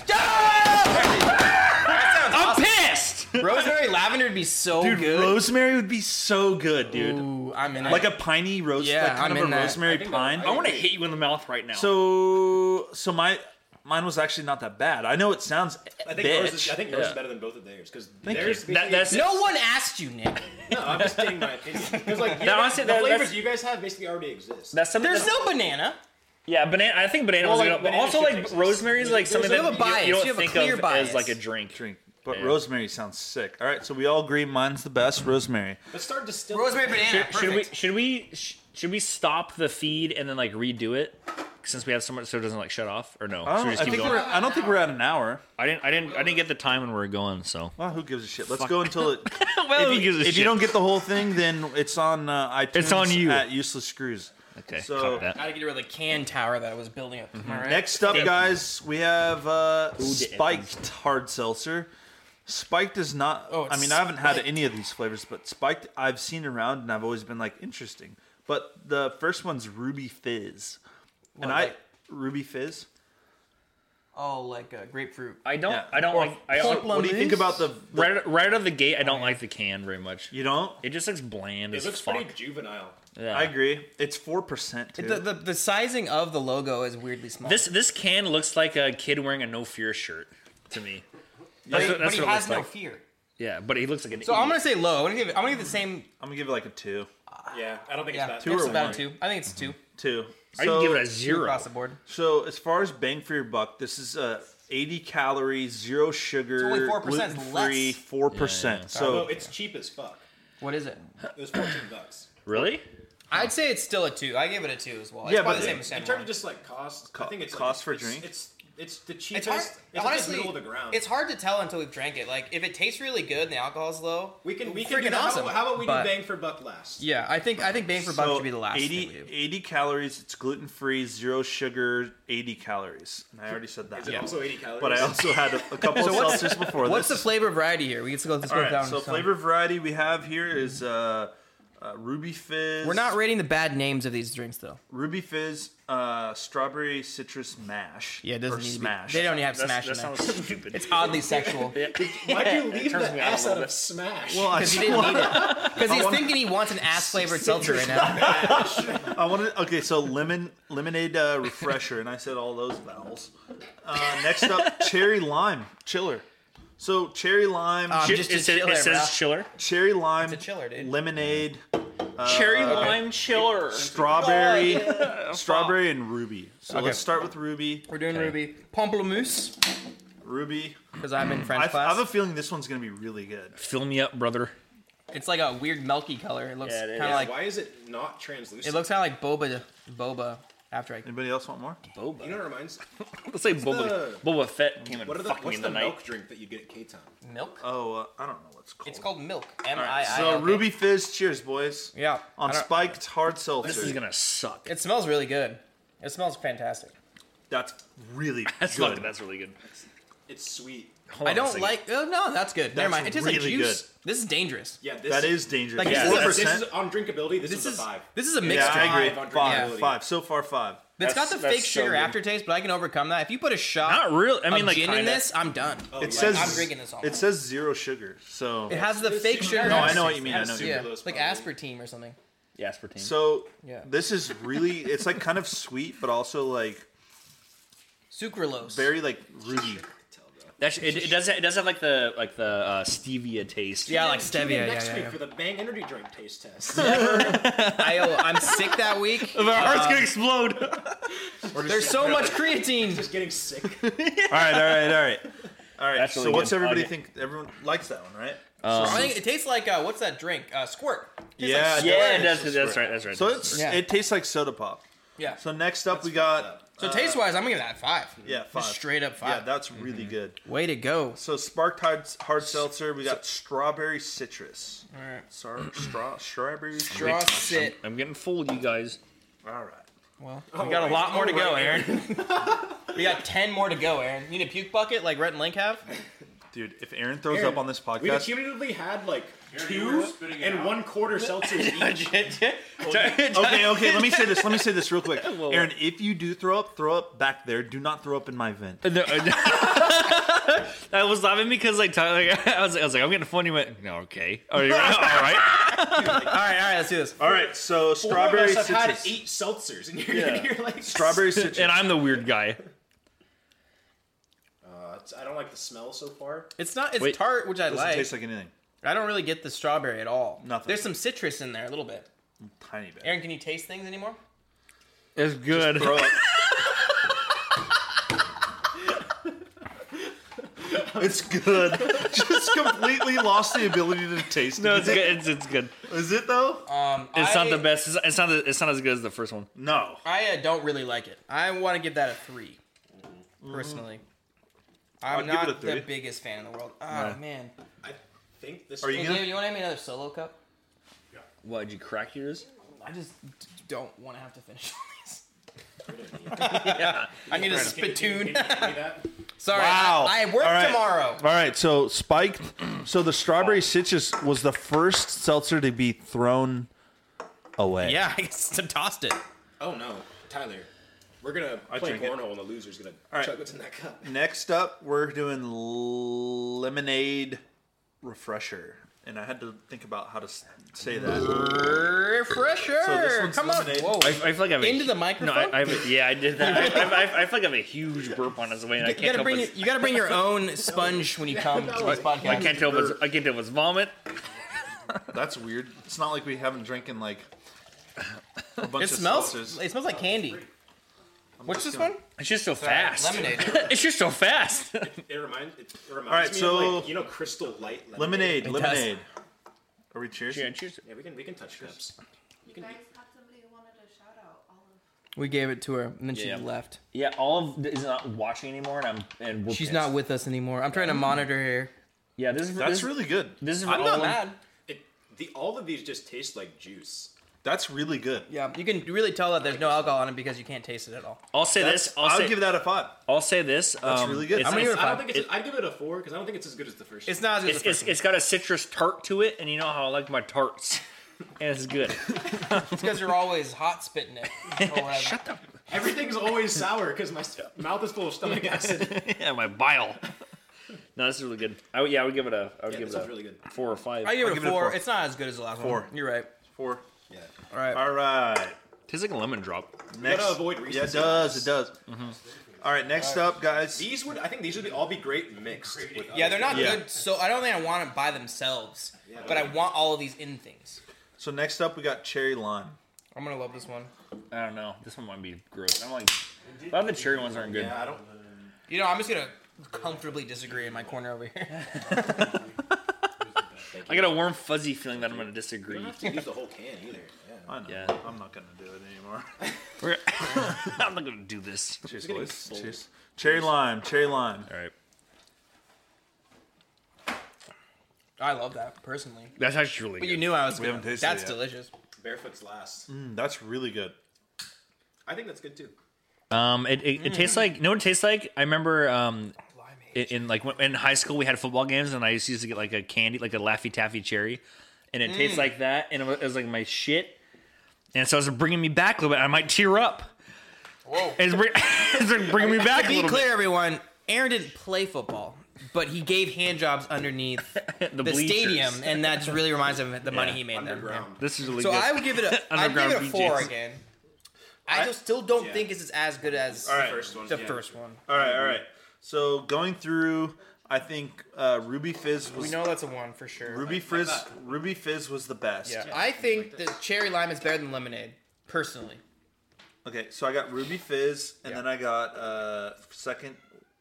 Speaker 3: I'm pissed.
Speaker 2: Rosemary lavender would be so
Speaker 1: Dude,
Speaker 2: good.
Speaker 1: rosemary would be so good, dude.
Speaker 2: Ooh, I'm in.
Speaker 1: Like
Speaker 2: it.
Speaker 1: a piney rose,
Speaker 2: Yeah,
Speaker 1: like kind
Speaker 2: I'm
Speaker 1: of
Speaker 2: in
Speaker 1: a
Speaker 2: that.
Speaker 1: rosemary
Speaker 4: I think
Speaker 1: pine.
Speaker 4: that-
Speaker 3: I want to hit you in the mouth right now.
Speaker 1: so, so my mine was actually not that bad. I know it sounds.
Speaker 4: I think
Speaker 1: bitch.
Speaker 4: yours is, I think yours
Speaker 3: Yeah.
Speaker 4: is better than both of theirs because
Speaker 1: you.
Speaker 4: theirs.
Speaker 3: that, that's
Speaker 2: no one asked you, Nick.
Speaker 4: No, I'm just stating my opinion. Because like you
Speaker 3: That-
Speaker 4: guys-
Speaker 3: honestly,
Speaker 4: the
Speaker 3: that-
Speaker 4: flavors
Speaker 3: that's-
Speaker 4: you guys have basically already exist.
Speaker 3: That's something.
Speaker 2: There's
Speaker 3: that's-
Speaker 2: no banana.
Speaker 3: yeah, banana. I think banana
Speaker 4: Well,
Speaker 3: was
Speaker 4: like,
Speaker 3: good, but
Speaker 4: banana
Speaker 3: also
Speaker 4: should
Speaker 3: like
Speaker 4: exist.
Speaker 3: rosemary is like something
Speaker 2: you have
Speaker 3: that
Speaker 2: a bias, you
Speaker 3: you, don't
Speaker 2: have a
Speaker 3: think
Speaker 2: clear
Speaker 3: of as
Speaker 2: bias.
Speaker 3: like a drink. Drink.
Speaker 1: But
Speaker 3: Yeah.
Speaker 1: rosemary sounds sick. All right, so we all agree mine's the best. Rosemary.
Speaker 4: Let's start distilling.
Speaker 2: Rosemary banana.
Speaker 3: Should we?
Speaker 2: perfect.
Speaker 3: Should we? sh- Should we stop the feed and then like redo it? Since we have so much, so it doesn't like shut off or no?
Speaker 1: I
Speaker 3: Should we
Speaker 1: don't,
Speaker 3: just
Speaker 1: I
Speaker 3: keep
Speaker 1: think
Speaker 3: going?
Speaker 1: we're. I don't think we're at an hour.
Speaker 3: I didn't. I didn't. I didn't get the time when we were going. So.
Speaker 1: Well, who gives a shit? Let's go until it.
Speaker 3: well,
Speaker 1: if you, if you don't get the whole thing, then it's on uh, iTunes.
Speaker 3: It's on you.
Speaker 1: at Useless Screws.
Speaker 3: Okay.
Speaker 1: so-
Speaker 3: fuck that.
Speaker 2: Gotta get rid of the can tower that I was building up.
Speaker 4: Mm-hmm.
Speaker 2: Am I right?
Speaker 1: Next up,
Speaker 3: Yeah.
Speaker 1: guys, we have uh,
Speaker 3: the
Speaker 1: spiked hard seltzer. Spiked is not.
Speaker 2: Oh,
Speaker 1: I
Speaker 2: it's
Speaker 1: mean, I haven't had
Speaker 2: spiked.
Speaker 1: any of these flavors, but spiked I've seen around and I've always been like interesting. But the first one's Ruby Fizz, and I
Speaker 2: like-
Speaker 1: Ruby Fizz.
Speaker 2: Oh, like uh, grapefruit.
Speaker 3: I don't.
Speaker 1: Yeah.
Speaker 3: I don't like. I don't,
Speaker 1: What do you think about the?
Speaker 3: right, right out of the gate, I don't like the can very much.
Speaker 1: You don't?
Speaker 3: It just looks bland
Speaker 4: It
Speaker 3: as
Speaker 4: looks
Speaker 3: fuck.
Speaker 4: pretty juvenile.
Speaker 3: Yeah.
Speaker 1: I agree. It's four percent.
Speaker 2: The, the the sizing of the logo is weirdly small.
Speaker 3: This this can looks like a kid wearing a no fear shirt to me.
Speaker 2: but,
Speaker 3: That's,
Speaker 2: he-
Speaker 3: what-
Speaker 2: but
Speaker 3: that's
Speaker 2: he
Speaker 3: what it
Speaker 2: has
Speaker 3: looks
Speaker 2: no
Speaker 3: like.
Speaker 2: fear.
Speaker 3: Yeah, but he looks like an.
Speaker 2: So I'm
Speaker 3: idiot.
Speaker 2: gonna say low. I'm gonna give it, I'm gonna give it the same.
Speaker 1: I'm gonna give it like a two.
Speaker 4: Yeah, I don't think
Speaker 2: Yeah,
Speaker 4: it's bad.
Speaker 1: Two
Speaker 2: it's
Speaker 1: or
Speaker 2: about
Speaker 1: one?
Speaker 2: a two. I think it's a two
Speaker 1: Two.
Speaker 3: I can
Speaker 1: So-
Speaker 3: give it
Speaker 2: Two
Speaker 3: a zero.
Speaker 2: across the board.
Speaker 1: So as far as bang for your buck, this is a 80 calories, zero sugar,
Speaker 2: It's only 4%,
Speaker 1: gluten
Speaker 2: it's
Speaker 1: free,
Speaker 2: less.
Speaker 1: four percent.
Speaker 4: Although
Speaker 1: So
Speaker 4: it's cheap as fuck.
Speaker 2: What is it?
Speaker 4: It was 14 bucks.
Speaker 3: Really?
Speaker 2: I'd say it's still a two. I give it a two as well. It's
Speaker 1: Yeah,
Speaker 2: probably
Speaker 1: but
Speaker 2: the same
Speaker 1: it-
Speaker 2: as
Speaker 4: In
Speaker 2: San
Speaker 4: terms
Speaker 2: Juan.
Speaker 4: of just like cost, I
Speaker 1: Co-
Speaker 4: think it's
Speaker 1: cost
Speaker 4: like,
Speaker 1: for
Speaker 4: it's-
Speaker 1: drink?
Speaker 4: It's it's the
Speaker 2: It's
Speaker 4: cheapest.
Speaker 2: hard.
Speaker 4: It's like
Speaker 2: honestly,
Speaker 4: middle of the ground.
Speaker 2: it's hard to tell until we've drank it. Like if it tastes really good and the alcohol's low,
Speaker 4: we can we
Speaker 2: freaking
Speaker 4: can do that. How-
Speaker 2: awesome.
Speaker 4: How, about we
Speaker 2: But-
Speaker 4: do bang for buck last?
Speaker 2: Yeah, I think I think bang for buck should be the last.
Speaker 1: 80,
Speaker 2: thing we do.
Speaker 1: 80 calories. It's gluten free, zero sugar, eighty calories. And I already said that.
Speaker 4: Is it also 80 calories?
Speaker 1: But I also had a, a couple of seltzers before
Speaker 2: What's the
Speaker 1: this.
Speaker 2: flavor um, variety here? We get to go. Let's go
Speaker 1: All right,
Speaker 2: down.
Speaker 1: so
Speaker 2: to some.
Speaker 1: flavor variety we have here is uh, uh, Ruby Fizz.
Speaker 2: We're not rating the bad names of these drinks though.
Speaker 1: Ruby Fizz, uh, strawberry citrus mash.
Speaker 2: Yeah, it doesn't
Speaker 1: or
Speaker 2: need to be-
Speaker 1: smash.
Speaker 2: They don't have
Speaker 3: That's-
Speaker 2: smash in
Speaker 3: that
Speaker 2: there.
Speaker 3: sounds stupid.
Speaker 2: It's oddly sexual
Speaker 4: Why'd you leave
Speaker 3: turns
Speaker 4: the
Speaker 3: me on a
Speaker 4: ass
Speaker 3: little
Speaker 4: out
Speaker 3: bit.
Speaker 4: of Smash?
Speaker 1: Well, I,
Speaker 2: because he didn't need it. Because he's thinking he wants an ass flavored seltzer right now.
Speaker 1: I wanted. Okay, so lemon lemonade uh, refresher, and I said all those vowels. Uh, next up, cherry lime chiller. So cherry lime,
Speaker 2: Ah,
Speaker 1: che-
Speaker 2: just a
Speaker 3: it, says- it
Speaker 2: chiller,
Speaker 3: says
Speaker 2: bruh.
Speaker 3: chiller.
Speaker 1: cherry lime,
Speaker 2: It's a chiller, dude.
Speaker 1: lemonade,
Speaker 3: Cherry lime chiller.
Speaker 1: strawberry, strawberry, and ruby. So
Speaker 2: Okay.
Speaker 1: let's start with ruby.
Speaker 2: We're doing Ruby Pamplemousse
Speaker 1: Ruby.
Speaker 2: because I'm in French
Speaker 1: I, I
Speaker 2: class.
Speaker 1: have a feeling this one's gonna be really good.
Speaker 3: Fill me up, brother.
Speaker 2: It's like a weird milky color. It looks
Speaker 3: Yeah,
Speaker 2: kind
Speaker 3: it is.
Speaker 2: of
Speaker 4: Yeah,
Speaker 2: like
Speaker 4: why is it not translucent?
Speaker 2: it looks kind of like boba boba after I
Speaker 1: Anybody else want more?
Speaker 4: You know what it reminds?
Speaker 3: Let's say Boba,
Speaker 4: the-
Speaker 3: Boba Fett came and
Speaker 4: What are the,
Speaker 3: fucked me
Speaker 4: what's
Speaker 3: in
Speaker 4: the
Speaker 3: the, night.
Speaker 4: milk drink that you get at K-Town?
Speaker 2: milk.
Speaker 1: Oh, uh, I don't know what's called.
Speaker 2: It's called milk. M
Speaker 1: All
Speaker 2: I
Speaker 1: right,
Speaker 2: I.
Speaker 1: so Ruby Fizz, cheers, boys.
Speaker 2: Yeah. I
Speaker 1: On
Speaker 2: don't-
Speaker 1: spiked hard seltzer.
Speaker 3: This is gonna suck.
Speaker 2: It smells really good. It smells fantastic.
Speaker 1: That's really
Speaker 3: That's
Speaker 1: good.
Speaker 3: fucked. That's really good.
Speaker 4: It's sweet.
Speaker 3: Hold
Speaker 2: I
Speaker 3: on a
Speaker 2: don't
Speaker 3: second.
Speaker 2: like. Oh no, that's good. Never
Speaker 1: That's
Speaker 2: mind. It tastes
Speaker 1: really
Speaker 2: like juice. This is dangerous.
Speaker 4: Yeah, this
Speaker 1: That
Speaker 4: is-
Speaker 1: is dangerous.
Speaker 2: Like,
Speaker 3: Yeah.
Speaker 4: This,
Speaker 1: Four
Speaker 4: is- this
Speaker 1: percent.
Speaker 4: is on drinkability. This,
Speaker 2: This
Speaker 4: is,
Speaker 2: is
Speaker 4: a five.
Speaker 2: this is a
Speaker 1: Yeah,
Speaker 2: mixed
Speaker 1: I
Speaker 2: drink.
Speaker 4: drive
Speaker 1: agree.
Speaker 4: on
Speaker 1: Five,
Speaker 4: drinkability.
Speaker 1: five. So far, five.
Speaker 2: It's got
Speaker 3: That's-
Speaker 2: the
Speaker 3: that's
Speaker 2: fake
Speaker 3: so
Speaker 2: sugar
Speaker 3: good.
Speaker 2: aftertaste, but I can overcome that. If you put a shot,
Speaker 3: Not really. I mean,
Speaker 2: of
Speaker 3: like
Speaker 2: gin in
Speaker 3: kinda.
Speaker 2: this, I'm done.
Speaker 1: It says
Speaker 2: I'm drinking this all.
Speaker 1: It says zero sugar. So
Speaker 2: It has the
Speaker 4: It's
Speaker 2: fake
Speaker 4: super
Speaker 2: sugar.
Speaker 1: No,
Speaker 4: low.
Speaker 1: I know what you mean, I
Speaker 4: It's
Speaker 1: know what you
Speaker 4: super
Speaker 2: Yeah,
Speaker 4: low,
Speaker 2: it's like
Speaker 4: probably.
Speaker 2: aspartame or something.
Speaker 3: Yeah, aspartame.
Speaker 1: so
Speaker 2: Yeah.
Speaker 1: this is really. It's like kind of sweet, but also like
Speaker 2: Sucralose.
Speaker 1: very like ruby.
Speaker 3: That's, it, it does. It does have like the like the uh, stevia taste.
Speaker 2: yeah, like stevia.
Speaker 4: Tune in
Speaker 2: Yeah,
Speaker 4: next
Speaker 2: yeah,
Speaker 4: week
Speaker 2: yeah.
Speaker 4: for the Bang Energy Drink taste test.
Speaker 2: I, oh, I'm sick that week.
Speaker 3: My heart's gonna explode.
Speaker 2: There's so much creatine.
Speaker 4: Just getting sick.
Speaker 1: all right, all right, all right, all right.
Speaker 3: That's
Speaker 1: so
Speaker 3: really
Speaker 1: what's
Speaker 3: good.
Speaker 1: everybody
Speaker 3: Okay.
Speaker 1: think? Everyone likes that one, right?
Speaker 2: I think it tastes like uh, what's that drink? Uh, squirt. Tastes
Speaker 1: Yeah,
Speaker 2: Like,
Speaker 1: it
Speaker 3: Yeah, it
Speaker 1: That's
Speaker 3: does. That's
Speaker 1: right.
Speaker 3: right. That's right.
Speaker 1: So it's
Speaker 2: Yeah.
Speaker 1: it tastes like soda pop.
Speaker 2: yeah.
Speaker 1: So next up, we got
Speaker 2: So taste wise, I'm gonna give that five.
Speaker 1: yeah five.
Speaker 2: Just straight up
Speaker 1: yeah,
Speaker 2: five.
Speaker 1: that's really good.
Speaker 2: Way to go.
Speaker 1: So sparked hard, hard seltzer. We got strawberry citrus.
Speaker 2: All right.
Speaker 1: Sorry, straw strawberry. citrus.
Speaker 2: Draw sit.
Speaker 3: I'm getting fooled, you guys.
Speaker 1: All right.
Speaker 2: Well, we got a lot more to go, Aaron. we got ten more to go, Aaron. You need a puke bucket like Rhett and Link have.
Speaker 1: Dude, if Aaron throws
Speaker 4: Aaron,
Speaker 1: up on this
Speaker 4: We've
Speaker 1: podcast,
Speaker 4: cumulatively had like
Speaker 5: you were
Speaker 4: two
Speaker 5: spitting it
Speaker 4: and
Speaker 5: out.
Speaker 4: one quarter seltzers each.
Speaker 1: okay, okay. Let me say this. Let me say this real quick, Aaron. If you do throw up, throw up back there. Do not throw up in my vent.
Speaker 3: No, I I was laughing because like, Tyler, I was, I was like, I'm getting funny. Went no, okay, are you all right?
Speaker 2: All right, all right, let's do this.
Speaker 1: All right. So
Speaker 4: Four of
Speaker 1: strawberry
Speaker 4: us have had
Speaker 1: citrus.
Speaker 4: eight seltzers, and you're,
Speaker 3: Yeah.
Speaker 4: you're like
Speaker 1: Strawberry citrus.
Speaker 3: and I'm the weird guy.
Speaker 4: Uh, it's- I don't like the smell so far.
Speaker 2: It's not. It's
Speaker 3: Wait.
Speaker 2: tart, which I
Speaker 1: doesn't
Speaker 2: like.
Speaker 1: taste like anything.
Speaker 2: I don't really get the strawberry at all.
Speaker 1: Nothing.
Speaker 2: There's some citrus in there, a little bit.
Speaker 1: Tiny bit.
Speaker 2: Aaron, can you taste things anymore?
Speaker 3: It's good.
Speaker 1: throw up. it's good. Just completely lost the ability to taste.
Speaker 3: No, it's good.
Speaker 1: anything.
Speaker 3: It's, it's good.
Speaker 1: Is it though?
Speaker 2: Um,
Speaker 3: It's
Speaker 2: I,
Speaker 3: not the best. It's, it's not. The, it's not as good as the first one.
Speaker 1: no.
Speaker 2: I uh, don't really like it. I want to give that a three, personally. I'm
Speaker 1: Mm. I'd give it
Speaker 2: not
Speaker 1: a three.
Speaker 2: the biggest fan in the world. Oh man.
Speaker 4: I think this.
Speaker 1: Are you
Speaker 2: Hey,
Speaker 1: gonna-
Speaker 2: David, you want to hand me another solo cup?
Speaker 3: What did you crack yours?
Speaker 2: I just d- don't want to have to finish. this. I need a spittoon. Sorry,
Speaker 1: Wow.
Speaker 2: I, I work
Speaker 1: All right.
Speaker 2: tomorrow.
Speaker 1: All right, so spiked. So the strawberry citrus was the first seltzer to be thrown away.
Speaker 2: Yeah, I guess I tossed it.
Speaker 4: Oh no, Tyler. We're gonna play
Speaker 1: drink it.
Speaker 4: cornhole, and the loser's gonna
Speaker 1: right.
Speaker 4: chug what's in that cup.
Speaker 1: Next up, we're doing lemonade refresher, and I had to think about how to s- say that.
Speaker 2: Refresher.
Speaker 1: So this one's
Speaker 2: Come on.
Speaker 1: lemonade.
Speaker 2: Whoa.
Speaker 3: I, I feel like I have a-
Speaker 2: Into the
Speaker 3: No,
Speaker 2: microphone?
Speaker 3: I, I have a, yeah, I did that. I, I, I, I feel like I have a huge burp on this way, and I
Speaker 2: You
Speaker 3: can't
Speaker 2: gotta
Speaker 3: tell.
Speaker 2: bring
Speaker 3: if
Speaker 2: your,
Speaker 3: it's-
Speaker 2: you gotta bring your own sponge when you come to this podcast.
Speaker 3: I can't tell if it's. I can't tell if it's vomit.
Speaker 1: That's weird. It's not like we haven't drinking like a bunch
Speaker 2: it smells.
Speaker 1: seltzers.
Speaker 2: It smells like candy. What's this
Speaker 1: gonna-
Speaker 2: one?
Speaker 3: It's just so fast.
Speaker 2: lemonade.
Speaker 3: it's just so fast.
Speaker 4: It reminds. It, it reminds
Speaker 1: right,
Speaker 4: me
Speaker 1: so-
Speaker 4: of like you know Crystal Light
Speaker 1: Lemonade,
Speaker 4: lemonade.
Speaker 2: It does.
Speaker 1: lemonade. Are we cheers?
Speaker 3: Yeah, cheers.
Speaker 4: Yeah, we can we can touch cups. You can.
Speaker 6: Guys, have somebody
Speaker 2: We gave it to her, and then she
Speaker 3: Yeah.
Speaker 2: left.
Speaker 3: Yeah, Olive is not watching anymore, and I'm and we're
Speaker 2: She's
Speaker 3: pissed.
Speaker 2: not with us anymore. I'm trying to monitor her. Oh,
Speaker 3: Yeah, this is for,
Speaker 1: That's
Speaker 3: this,
Speaker 1: really good.
Speaker 3: This is for
Speaker 2: I'm
Speaker 3: Olive.
Speaker 2: not mad.
Speaker 4: It, the, all of these just taste like juice.
Speaker 1: That's really good.
Speaker 2: Yeah, you can really tell that there's no alcohol on it because you can't taste it at all.
Speaker 3: I'll say this.
Speaker 1: That's,
Speaker 3: I'll,
Speaker 1: I'll
Speaker 3: say,
Speaker 1: give that a five.
Speaker 3: I'll say this. That's
Speaker 1: really good.
Speaker 3: It's,
Speaker 1: I'm gonna
Speaker 3: it's,
Speaker 2: give it a
Speaker 4: I
Speaker 2: five.
Speaker 4: don't think it's. I'd give it a four because I don't think it's as good as the first.
Speaker 2: It's not as good as
Speaker 3: it's,
Speaker 2: the
Speaker 3: it's,
Speaker 2: first one.
Speaker 3: it's got a citrus tart to it, and you know how I like my tarts, and it's good.
Speaker 2: It's because you're always hot spitting it. Shut the
Speaker 4: one. everything's always sour because my st- mouth is full of stomach acid.
Speaker 3: yeah, my bile. No, this is really good. I would, yeah, I would give it a. I would
Speaker 4: Yeah,
Speaker 3: give
Speaker 4: this
Speaker 3: it a
Speaker 4: one's really good.
Speaker 3: four or five.
Speaker 2: I give it a
Speaker 1: give
Speaker 2: four.
Speaker 1: it a four.
Speaker 2: It's not as good as the last one.
Speaker 1: Four.
Speaker 2: You're right.
Speaker 1: Four.
Speaker 4: yeah.
Speaker 2: All right.
Speaker 1: All right.
Speaker 3: Tastes like a lemon drop.
Speaker 1: Next.
Speaker 4: avoid
Speaker 1: yeah, it
Speaker 4: recency
Speaker 1: does. It does.
Speaker 2: Mm-hmm.
Speaker 1: Mm-hmm. All right. Next up, guys.
Speaker 4: These would. I think these would all be great mixed. With
Speaker 2: Yeah, they're not
Speaker 1: Yeah.
Speaker 2: good. So I don't think I want it by themselves, but I want all of these in things.
Speaker 1: So next up, we got cherry lime.
Speaker 2: I'm gonna love this one.
Speaker 3: I don't know. This one might be gross. I'm like, a lot of the cherry ones aren't good.
Speaker 4: Yeah, I don't.
Speaker 2: You know, I'm just gonna comfortably disagree in my corner over here.
Speaker 3: I got a warm fuzzy feeling that I'm gonna disagree.
Speaker 4: You don't have to use the whole can either. Yeah.
Speaker 1: I know.
Speaker 3: Yeah.
Speaker 1: I'm not gonna do it anymore.
Speaker 3: We're- I'm not gonna do this.
Speaker 1: Cheers,
Speaker 4: getting
Speaker 1: boys.
Speaker 4: bold.
Speaker 1: Cheers. Cherry lime. Cherry lime.
Speaker 3: All right.
Speaker 2: I love that personally.
Speaker 3: That's actually really
Speaker 2: But
Speaker 3: good.
Speaker 2: you knew I was.
Speaker 1: We
Speaker 2: gonna-
Speaker 1: haven't tasted
Speaker 2: That's
Speaker 1: it yet.
Speaker 2: delicious.
Speaker 4: Barefoot's last.
Speaker 1: Mm, that's really good.
Speaker 4: I think that's good too.
Speaker 3: Um, it, it, it tastes like. You know what it tastes like? I remember um,
Speaker 2: Blimey.
Speaker 3: in, in like when- in high school we had football games and I used to get like a candy, like a Laffy Taffy cherry, and it tastes like that, and it was, it was like my shit. And so it's bringing me back a little bit. I might tear up.
Speaker 2: Whoa.
Speaker 3: It's, bring, it's like bringing me back
Speaker 2: To
Speaker 3: a
Speaker 2: be
Speaker 3: little
Speaker 2: clear, everyone, Aaron didn't play football, but he gave hand jobs underneath
Speaker 3: bit.
Speaker 2: the
Speaker 3: bleachers.
Speaker 2: stadium, and that really reminds him of the money
Speaker 3: Yeah.
Speaker 2: he made them.
Speaker 4: Underground.
Speaker 3: This is really
Speaker 2: So
Speaker 3: good.
Speaker 2: I would give it a, I'd give
Speaker 3: Underground
Speaker 2: it a four
Speaker 3: BJs.
Speaker 2: again. I just still don't think it's as good as
Speaker 1: All right.
Speaker 4: First one.
Speaker 2: the
Speaker 4: yeah.
Speaker 2: first one.
Speaker 1: All right. All right. So going through, I think uh, Ruby Fizz
Speaker 2: We
Speaker 1: was
Speaker 2: know that's a one for sure.
Speaker 1: Ruby Fizz. Ruby Fizz was the best.
Speaker 2: yeah. I think the cherry lime is better than lemonade, personally.
Speaker 1: Okay, so I got Ruby Fizz, and
Speaker 2: Yeah.
Speaker 1: then I got uh, second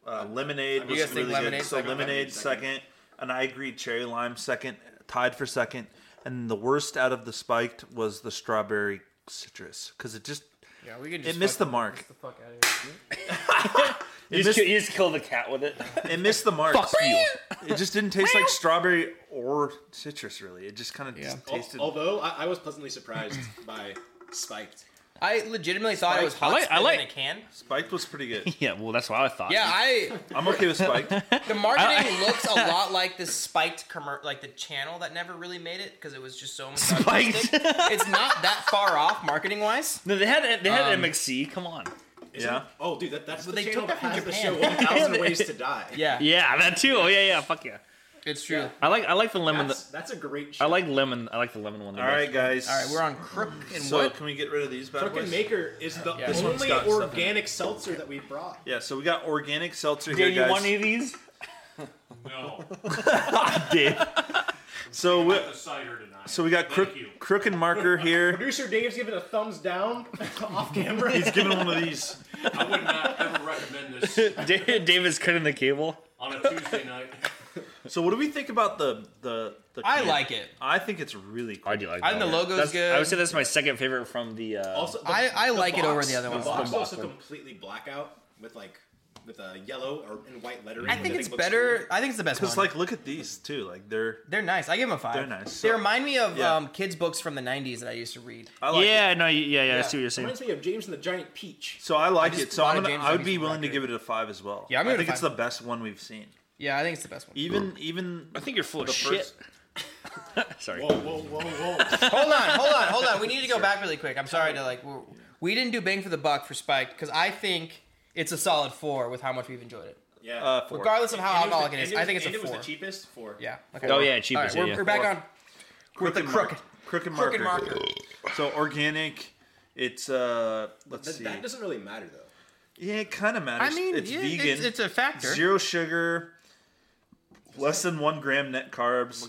Speaker 1: uh, lemonade. Was
Speaker 2: guys think
Speaker 1: really
Speaker 2: lemonade
Speaker 1: good. So
Speaker 2: second?
Speaker 1: lemonade second, and I agreed. Cherry lime second, tied for second, and the worst out of the spiked was the strawberry citrus because it just
Speaker 2: Yeah, we could
Speaker 1: it missed the mark.
Speaker 2: fuck out of here.
Speaker 3: you,
Speaker 1: It
Speaker 3: just,
Speaker 1: missed,
Speaker 3: ki- you just kill the cat with it.
Speaker 1: it missed the mark.
Speaker 3: Fuck you.
Speaker 1: It just didn't taste like strawberry or citrus. Really, it just kind of just
Speaker 4: Al-
Speaker 1: tasted.
Speaker 4: Although I, I was pleasantly surprised by spiked.
Speaker 2: I legitimately thought it was hot
Speaker 3: I like- I
Speaker 2: spit
Speaker 3: like-
Speaker 2: in a can.
Speaker 1: Spiked was pretty good.
Speaker 3: Yeah, well, that's what I thought.
Speaker 2: Yeah, I
Speaker 1: I'm okay with spiked.
Speaker 2: the marketing looks a lot like the spiked commer- like the channel that never really made it because it was just so much
Speaker 3: Spiked.
Speaker 2: it's not that far off marketing wise.
Speaker 3: No, they had they had MXC. Come on.
Speaker 1: yeah,
Speaker 4: Oh, dude, that, that's
Speaker 2: Well,
Speaker 4: the
Speaker 2: they
Speaker 4: channel
Speaker 2: took
Speaker 4: that
Speaker 2: that from
Speaker 4: has the
Speaker 2: Japan.
Speaker 4: show 1,000 Ways to Die.
Speaker 2: Yeah,
Speaker 3: Yeah, that too. Oh yeah, yeah. Fuck yeah.
Speaker 2: it's true.
Speaker 3: I like I like the lemon.
Speaker 4: That's, that's a great show.
Speaker 3: I like lemon. I like the lemon one. the
Speaker 1: All
Speaker 3: most.
Speaker 1: right, guys.
Speaker 2: All right, we're on crook and
Speaker 1: So
Speaker 2: what?
Speaker 1: can we get rid of these bad
Speaker 4: Crooked
Speaker 1: boys?
Speaker 4: Maker is the
Speaker 2: This
Speaker 1: one's
Speaker 4: only
Speaker 1: got stuff in it.
Speaker 4: organic seltzer that we brought.
Speaker 1: Yeah, so we got organic seltzer
Speaker 3: Dave,
Speaker 1: here,
Speaker 3: you
Speaker 1: guys.
Speaker 3: want any of these?
Speaker 5: No,
Speaker 3: Dave.
Speaker 1: So we,
Speaker 5: the cider tonight.
Speaker 1: so we got crook,
Speaker 5: Thank you.
Speaker 1: crook and marker here.
Speaker 4: Producer Dave's giving a thumbs down off camera.
Speaker 1: He's giving one of these.
Speaker 5: I would not ever recommend this
Speaker 3: Dave, Dave is cutting the cable.
Speaker 5: on a Tuesday night.
Speaker 1: So what do we think about the the? the
Speaker 2: I
Speaker 1: can?
Speaker 2: like it.
Speaker 1: I think it's really cool.
Speaker 3: I do like.
Speaker 2: I think
Speaker 3: that
Speaker 2: the
Speaker 3: one.
Speaker 2: logo's
Speaker 3: That's-
Speaker 2: good.
Speaker 3: I would say that's my second favorite from the. Uh,
Speaker 4: also, the,
Speaker 2: I- I
Speaker 4: the
Speaker 2: like it
Speaker 4: box-
Speaker 2: over the other ones.
Speaker 4: The box
Speaker 3: The
Speaker 4: is
Speaker 3: box
Speaker 4: also
Speaker 3: one.
Speaker 4: completely blackout with like with a yellow or and white lettering.
Speaker 2: I
Speaker 4: which
Speaker 2: think it's
Speaker 4: looks
Speaker 2: better.
Speaker 4: cool.
Speaker 2: I think it's the best one.
Speaker 1: Cause like look at these too. Like they're
Speaker 2: they're nice. I give them a five.
Speaker 1: They're nice.
Speaker 2: They remind me of
Speaker 1: Yeah.
Speaker 2: um, kids books from the '90s that I used to read.
Speaker 1: I like it.
Speaker 3: yeah, no, yeah, yeah, I see what you're
Speaker 4: It
Speaker 3: saying.
Speaker 4: reminds me of James and the Giant Peach.
Speaker 1: So I like
Speaker 2: I just
Speaker 1: it. So I'm
Speaker 2: wanted
Speaker 1: gonna,
Speaker 2: James
Speaker 1: I would
Speaker 2: Hughes
Speaker 1: be
Speaker 2: to
Speaker 1: willing to
Speaker 2: record.
Speaker 1: give it a five as well.
Speaker 2: Yeah, I'm
Speaker 1: I
Speaker 2: gonna
Speaker 1: think it's the
Speaker 2: five.
Speaker 1: best one we've seen.
Speaker 2: Yeah, I think it's the best one.
Speaker 1: Even even
Speaker 3: I think you're full of
Speaker 1: the
Speaker 3: Oh, shit.
Speaker 1: first.
Speaker 3: Sorry.
Speaker 4: Whoa, whoa, whoa, whoa!
Speaker 2: hold on, hold on, hold on. We need to go back really quick. I'm sorry to like. We're, we did not do bang for the buck for Spike because I think it's a solid four with how much we've enjoyed it.
Speaker 4: Yeah.
Speaker 1: Uh, four.
Speaker 2: Regardless of how
Speaker 4: And was
Speaker 2: alcoholic
Speaker 4: the-
Speaker 2: it is,
Speaker 4: and
Speaker 2: I think it's
Speaker 4: and
Speaker 2: a
Speaker 4: it was
Speaker 2: four.
Speaker 4: the cheapest for.
Speaker 2: Yeah. Okay.
Speaker 3: Oh, yeah, cheap
Speaker 2: All
Speaker 3: as
Speaker 2: right,
Speaker 3: it,
Speaker 2: we're,
Speaker 3: yeah.
Speaker 2: we're back
Speaker 1: Four.
Speaker 2: on with the
Speaker 1: and
Speaker 2: crook,
Speaker 1: marker. Crook and
Speaker 2: crook
Speaker 1: marker.
Speaker 2: and marker.
Speaker 1: So organic. It's uh let's
Speaker 4: That,
Speaker 1: see.
Speaker 4: that doesn't really matter though.
Speaker 1: yeah, it kind of matters.
Speaker 2: I mean,
Speaker 1: it's
Speaker 2: yeah,
Speaker 1: vegan.
Speaker 2: It's, it's a factor.
Speaker 1: Zero sugar, less than one gram net carbs,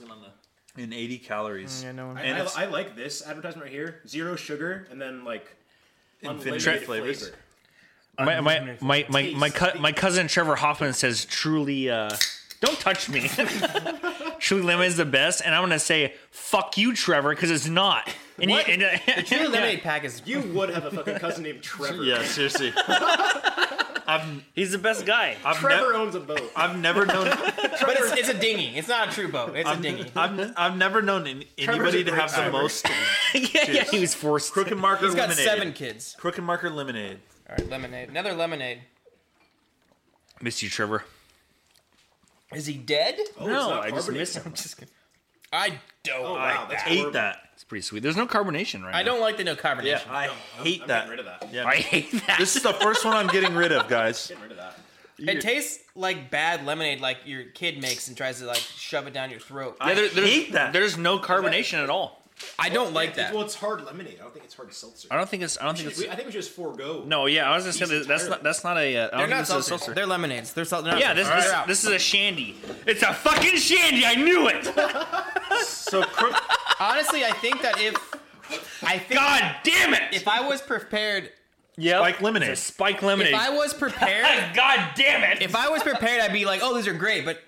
Speaker 1: and 80 calories.
Speaker 2: Yeah, no one-
Speaker 1: And
Speaker 4: I,
Speaker 1: it's
Speaker 4: I like this advertisement right here: zero sugar, and then like
Speaker 1: infinite
Speaker 4: unlimited
Speaker 1: flavors.
Speaker 4: flavor.
Speaker 3: My my my my my, cu- my cousin Trevor Hoffman says truly. Uh, don't touch me. truly lemon is the best, and I'm gonna say fuck you, Trevor, because it's not. And you, and, uh,
Speaker 2: True lemonade pack is
Speaker 4: You would have a fucking cousin named Trevor.
Speaker 1: Yeah, seriously.
Speaker 3: he's the best guy.
Speaker 1: I've,
Speaker 4: Trevor
Speaker 1: nev-
Speaker 4: owns a boat.
Speaker 1: I've never known.
Speaker 2: But it's, it's a dinghy. It's not a true boat. It's a dinghy.
Speaker 1: I've, I've never known an-
Speaker 4: Trevor's
Speaker 1: anybody
Speaker 4: a
Speaker 1: to
Speaker 4: great
Speaker 1: have the
Speaker 4: swimmer.
Speaker 1: most
Speaker 3: yeah, yeah, he was forced.
Speaker 1: crooked marker
Speaker 2: He's got
Speaker 1: lemonade.
Speaker 2: seven kids.
Speaker 1: Crooked marker lemonade.
Speaker 2: All right, lemonade. Another lemonade.
Speaker 3: Miss you, Trevor.
Speaker 2: Is he dead?
Speaker 4: Oh,
Speaker 3: no,
Speaker 4: not
Speaker 3: I just
Speaker 4: carbonated.
Speaker 3: missed him.
Speaker 2: I'm just kidding. I don't.
Speaker 4: Oh
Speaker 2: like
Speaker 4: wow, that's
Speaker 1: Hate
Speaker 4: horrible.
Speaker 1: that.
Speaker 3: It's pretty sweet. There's no carbonation right now.
Speaker 2: I don't like the no carbonation.
Speaker 1: Yeah, I hate
Speaker 4: I'm
Speaker 1: that.
Speaker 4: getting rid of that.
Speaker 1: Yeah,
Speaker 3: I hate that.
Speaker 1: this is the first one I'm getting rid of, guys.
Speaker 4: Getting rid of that.
Speaker 2: It tastes like bad lemonade, like your kid makes and tries to like shove it down your throat. I,
Speaker 3: yeah, there, there's,
Speaker 1: hate that.
Speaker 3: There's no carbonation at all.
Speaker 2: don't like that.
Speaker 4: Well, it's hard lemonade. I don't think it's hard seltzer.
Speaker 3: I don't think it's. I don't think it's.
Speaker 4: We- I think we should just forego.
Speaker 3: No, yeah, I was just saying
Speaker 4: Jesus,
Speaker 3: that that's not.
Speaker 4: tired.
Speaker 3: That's not a. Uh, I
Speaker 2: They're
Speaker 3: don't think
Speaker 2: not
Speaker 3: this is a
Speaker 2: seltzers.
Speaker 3: seltzer.
Speaker 2: They're lemonades. They're seltzer.
Speaker 3: yeah, this
Speaker 2: All right,
Speaker 3: this,
Speaker 2: out.
Speaker 3: this is a shandy. It's a fucking shandy. I knew it.
Speaker 1: So crook.
Speaker 2: honestly, I think that if I think
Speaker 3: God damn it.
Speaker 2: if I was prepared,
Speaker 3: Yeah,
Speaker 1: Spike lemonade.
Speaker 3: It's a spike
Speaker 2: if
Speaker 3: lemonade. Ah,
Speaker 2: I was prepared,
Speaker 3: God damn it.
Speaker 2: if I was prepared, I'd be like, oh, these are great. But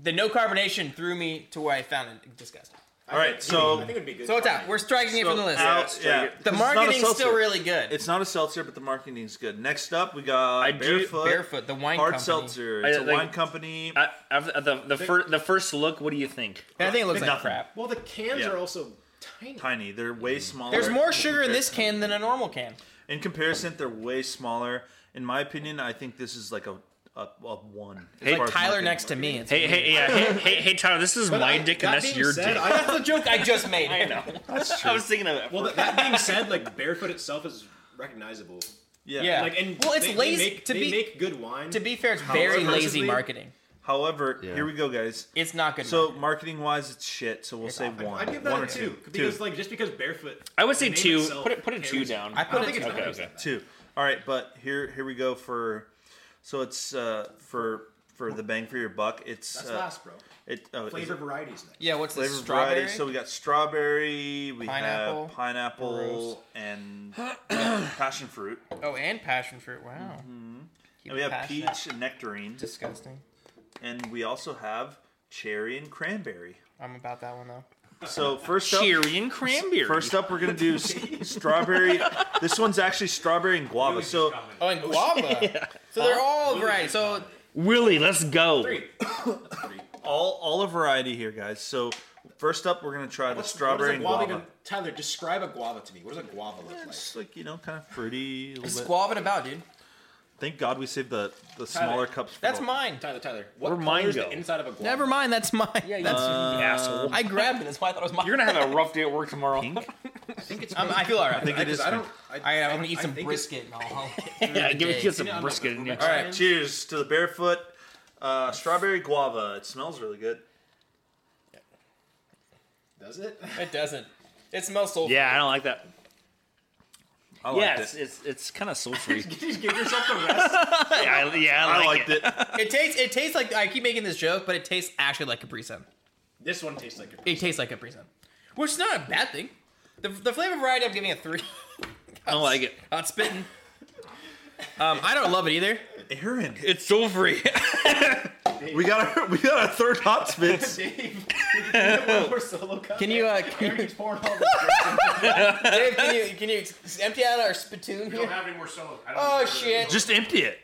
Speaker 2: the no carbonation threw me to where I found it disgusting.
Speaker 1: All right, so
Speaker 4: I think it'd be good.
Speaker 2: So it's out. We're striking it from the list.
Speaker 1: out, yeah. It's
Speaker 2: the
Speaker 1: uh, not a
Speaker 2: marketing's still
Speaker 1: seltzer.
Speaker 2: really good.
Speaker 1: It's not a seltzer, but the marketing's good. Next up, we got
Speaker 3: do-
Speaker 1: Barefoot,
Speaker 2: Barefoot, the wine
Speaker 1: hard
Speaker 2: company.
Speaker 1: seltzer.
Speaker 3: I-
Speaker 1: It's a
Speaker 3: like-
Speaker 1: wine company.
Speaker 3: I, I've- Uh, the the, fir- the first look, what do you think?
Speaker 2: I think it looks like
Speaker 1: Nothing.
Speaker 2: crap.
Speaker 4: Well, the cans
Speaker 1: Yeah.
Speaker 4: are also tiny.
Speaker 1: Tiny. They're way smaller.
Speaker 2: There's more sugar in this can than a normal can.
Speaker 1: In comparison, they're way smaller. In my opinion, I think this is like a a, a one. as
Speaker 3: Hey,
Speaker 1: far as
Speaker 2: Tyler
Speaker 1: marketing.
Speaker 2: next to me. It's
Speaker 3: Hey, hey, yeah, hey, hey, hey, Tyler, this is
Speaker 4: But
Speaker 3: my
Speaker 4: I-
Speaker 3: dick
Speaker 4: that
Speaker 3: and that's
Speaker 4: being
Speaker 3: your
Speaker 4: said,
Speaker 3: dick.
Speaker 4: I-
Speaker 2: That's the joke I just made. I know.
Speaker 3: I was thinking of it.
Speaker 4: well, that, that being said, like barefoot itself is recognizable.
Speaker 1: Yeah.
Speaker 2: Yeah.
Speaker 4: Like and
Speaker 2: Well, it's
Speaker 4: they,
Speaker 2: lazy-
Speaker 4: They make,
Speaker 2: to
Speaker 4: they
Speaker 2: be-
Speaker 4: make good wine.
Speaker 2: To be fair, it's very
Speaker 4: However,
Speaker 2: lazy
Speaker 4: personally-
Speaker 2: marketing.
Speaker 1: However, here we go, guys.
Speaker 2: It's not good.
Speaker 1: So
Speaker 2: marketing.
Speaker 1: marketing wise, it's shit. So we'll say
Speaker 2: awful.
Speaker 1: one.
Speaker 4: I'd give that
Speaker 1: one
Speaker 4: a
Speaker 1: or
Speaker 4: two,
Speaker 1: two.
Speaker 4: because
Speaker 1: Two.
Speaker 4: like just because barefoot.
Speaker 3: I would say
Speaker 4: the name
Speaker 3: two.
Speaker 4: itself
Speaker 3: Put it, put it two
Speaker 4: carries-
Speaker 3: down.
Speaker 2: I
Speaker 4: I
Speaker 2: put
Speaker 4: don't
Speaker 2: it.
Speaker 4: think it's
Speaker 2: down.
Speaker 4: okay,
Speaker 3: okay.
Speaker 1: Two. All right, but here here we go for. So it's uh, for for the bang for your buck. It's
Speaker 4: That's
Speaker 1: uh,
Speaker 4: last, bro.
Speaker 1: It oh, is
Speaker 4: Flavor
Speaker 1: it
Speaker 4: varieties next.
Speaker 2: Yeah, what's
Speaker 1: flavor
Speaker 2: this? Strawberry.
Speaker 1: variety. So we got strawberry, we
Speaker 2: Pineapple.
Speaker 1: have pineapple, and uh, passion fruit.
Speaker 2: oh, and passion fruit. Wow. Keep
Speaker 1: Mm-hmm. And we have
Speaker 2: passion
Speaker 1: peach and nectarine,
Speaker 2: Disgusting.
Speaker 1: and we also have cherry and cranberry.
Speaker 2: I'm about that one though.
Speaker 1: So first up,
Speaker 3: Cherry and cranberry.
Speaker 1: first up, we're gonna do s- strawberry. This one's actually strawberry and guava. So
Speaker 2: Oh, and guava. So they're all right. So
Speaker 3: Willie, let's go.
Speaker 4: Three.
Speaker 1: all all a variety here, guys. So first up, we're gonna try the
Speaker 4: What's-
Speaker 1: strawberry
Speaker 4: what does a
Speaker 1: and
Speaker 4: guava
Speaker 1: guava.
Speaker 4: Even, Tyler, describe a guava to me. What does a guava look like?
Speaker 1: It's like you know, kind of fruity. a
Speaker 2: it's
Speaker 1: little bit.
Speaker 2: squabbing about, dude.
Speaker 1: Thank God we saved the the smaller cups. For
Speaker 2: That's
Speaker 1: the-
Speaker 2: mine.
Speaker 4: Tyler, Tyler, what
Speaker 3: Where'd mine
Speaker 4: color is
Speaker 3: go?
Speaker 4: the inside of a guava?
Speaker 2: Never mind. That's mine. Yeah, that's,
Speaker 3: asshole.
Speaker 2: I grabbed it. That's why I thought it was mine.
Speaker 3: You're gonna have a rough day at work tomorrow.
Speaker 4: I think it's.
Speaker 2: I'm, I feel alright. I
Speaker 1: think it is
Speaker 4: I don't. I,
Speaker 2: All right, I'm gonna eat
Speaker 4: I
Speaker 2: some
Speaker 4: think it's-
Speaker 2: brisket. And all.
Speaker 3: yeah, give it get some
Speaker 4: You know, I'm
Speaker 3: brisket
Speaker 4: not-
Speaker 3: in you.
Speaker 4: All
Speaker 2: right.
Speaker 1: Cheers to the barefoot uh, strawberry guava. It smells really good.
Speaker 4: Does it?
Speaker 2: it doesn't. It smells so.
Speaker 3: Yeah, I don't like that.
Speaker 1: I
Speaker 3: yeah,
Speaker 1: liked
Speaker 3: it's,
Speaker 1: it.
Speaker 3: it's it's kind of soul free.
Speaker 4: Just give yourself the rest.
Speaker 3: yeah, I, yeah, I
Speaker 1: I liked
Speaker 3: like it.
Speaker 1: it.
Speaker 2: It tastes. It tastes like I keep making this joke, but it tastes actually like Capri Sun.
Speaker 4: This one tastes like a.
Speaker 2: It tastes like Capri Sun, which is not a bad thing. The, the flavor variety, I'm giving it three.
Speaker 3: I don't like it.
Speaker 2: Not spitting. Um, I don't love it either.
Speaker 1: Aaron,
Speaker 3: It's soul free.
Speaker 1: we got our, we got our third hot spits.
Speaker 4: Dave, one more solo cup.
Speaker 2: Can you, uh, can
Speaker 4: Aaron keeps pouring all this drink in.
Speaker 2: Dave, can you can you ex- empty out our spittoon
Speaker 5: We don't
Speaker 2: here?
Speaker 5: have any more solo. I don't
Speaker 2: Oh
Speaker 5: know.
Speaker 2: shit!
Speaker 1: Just empty it.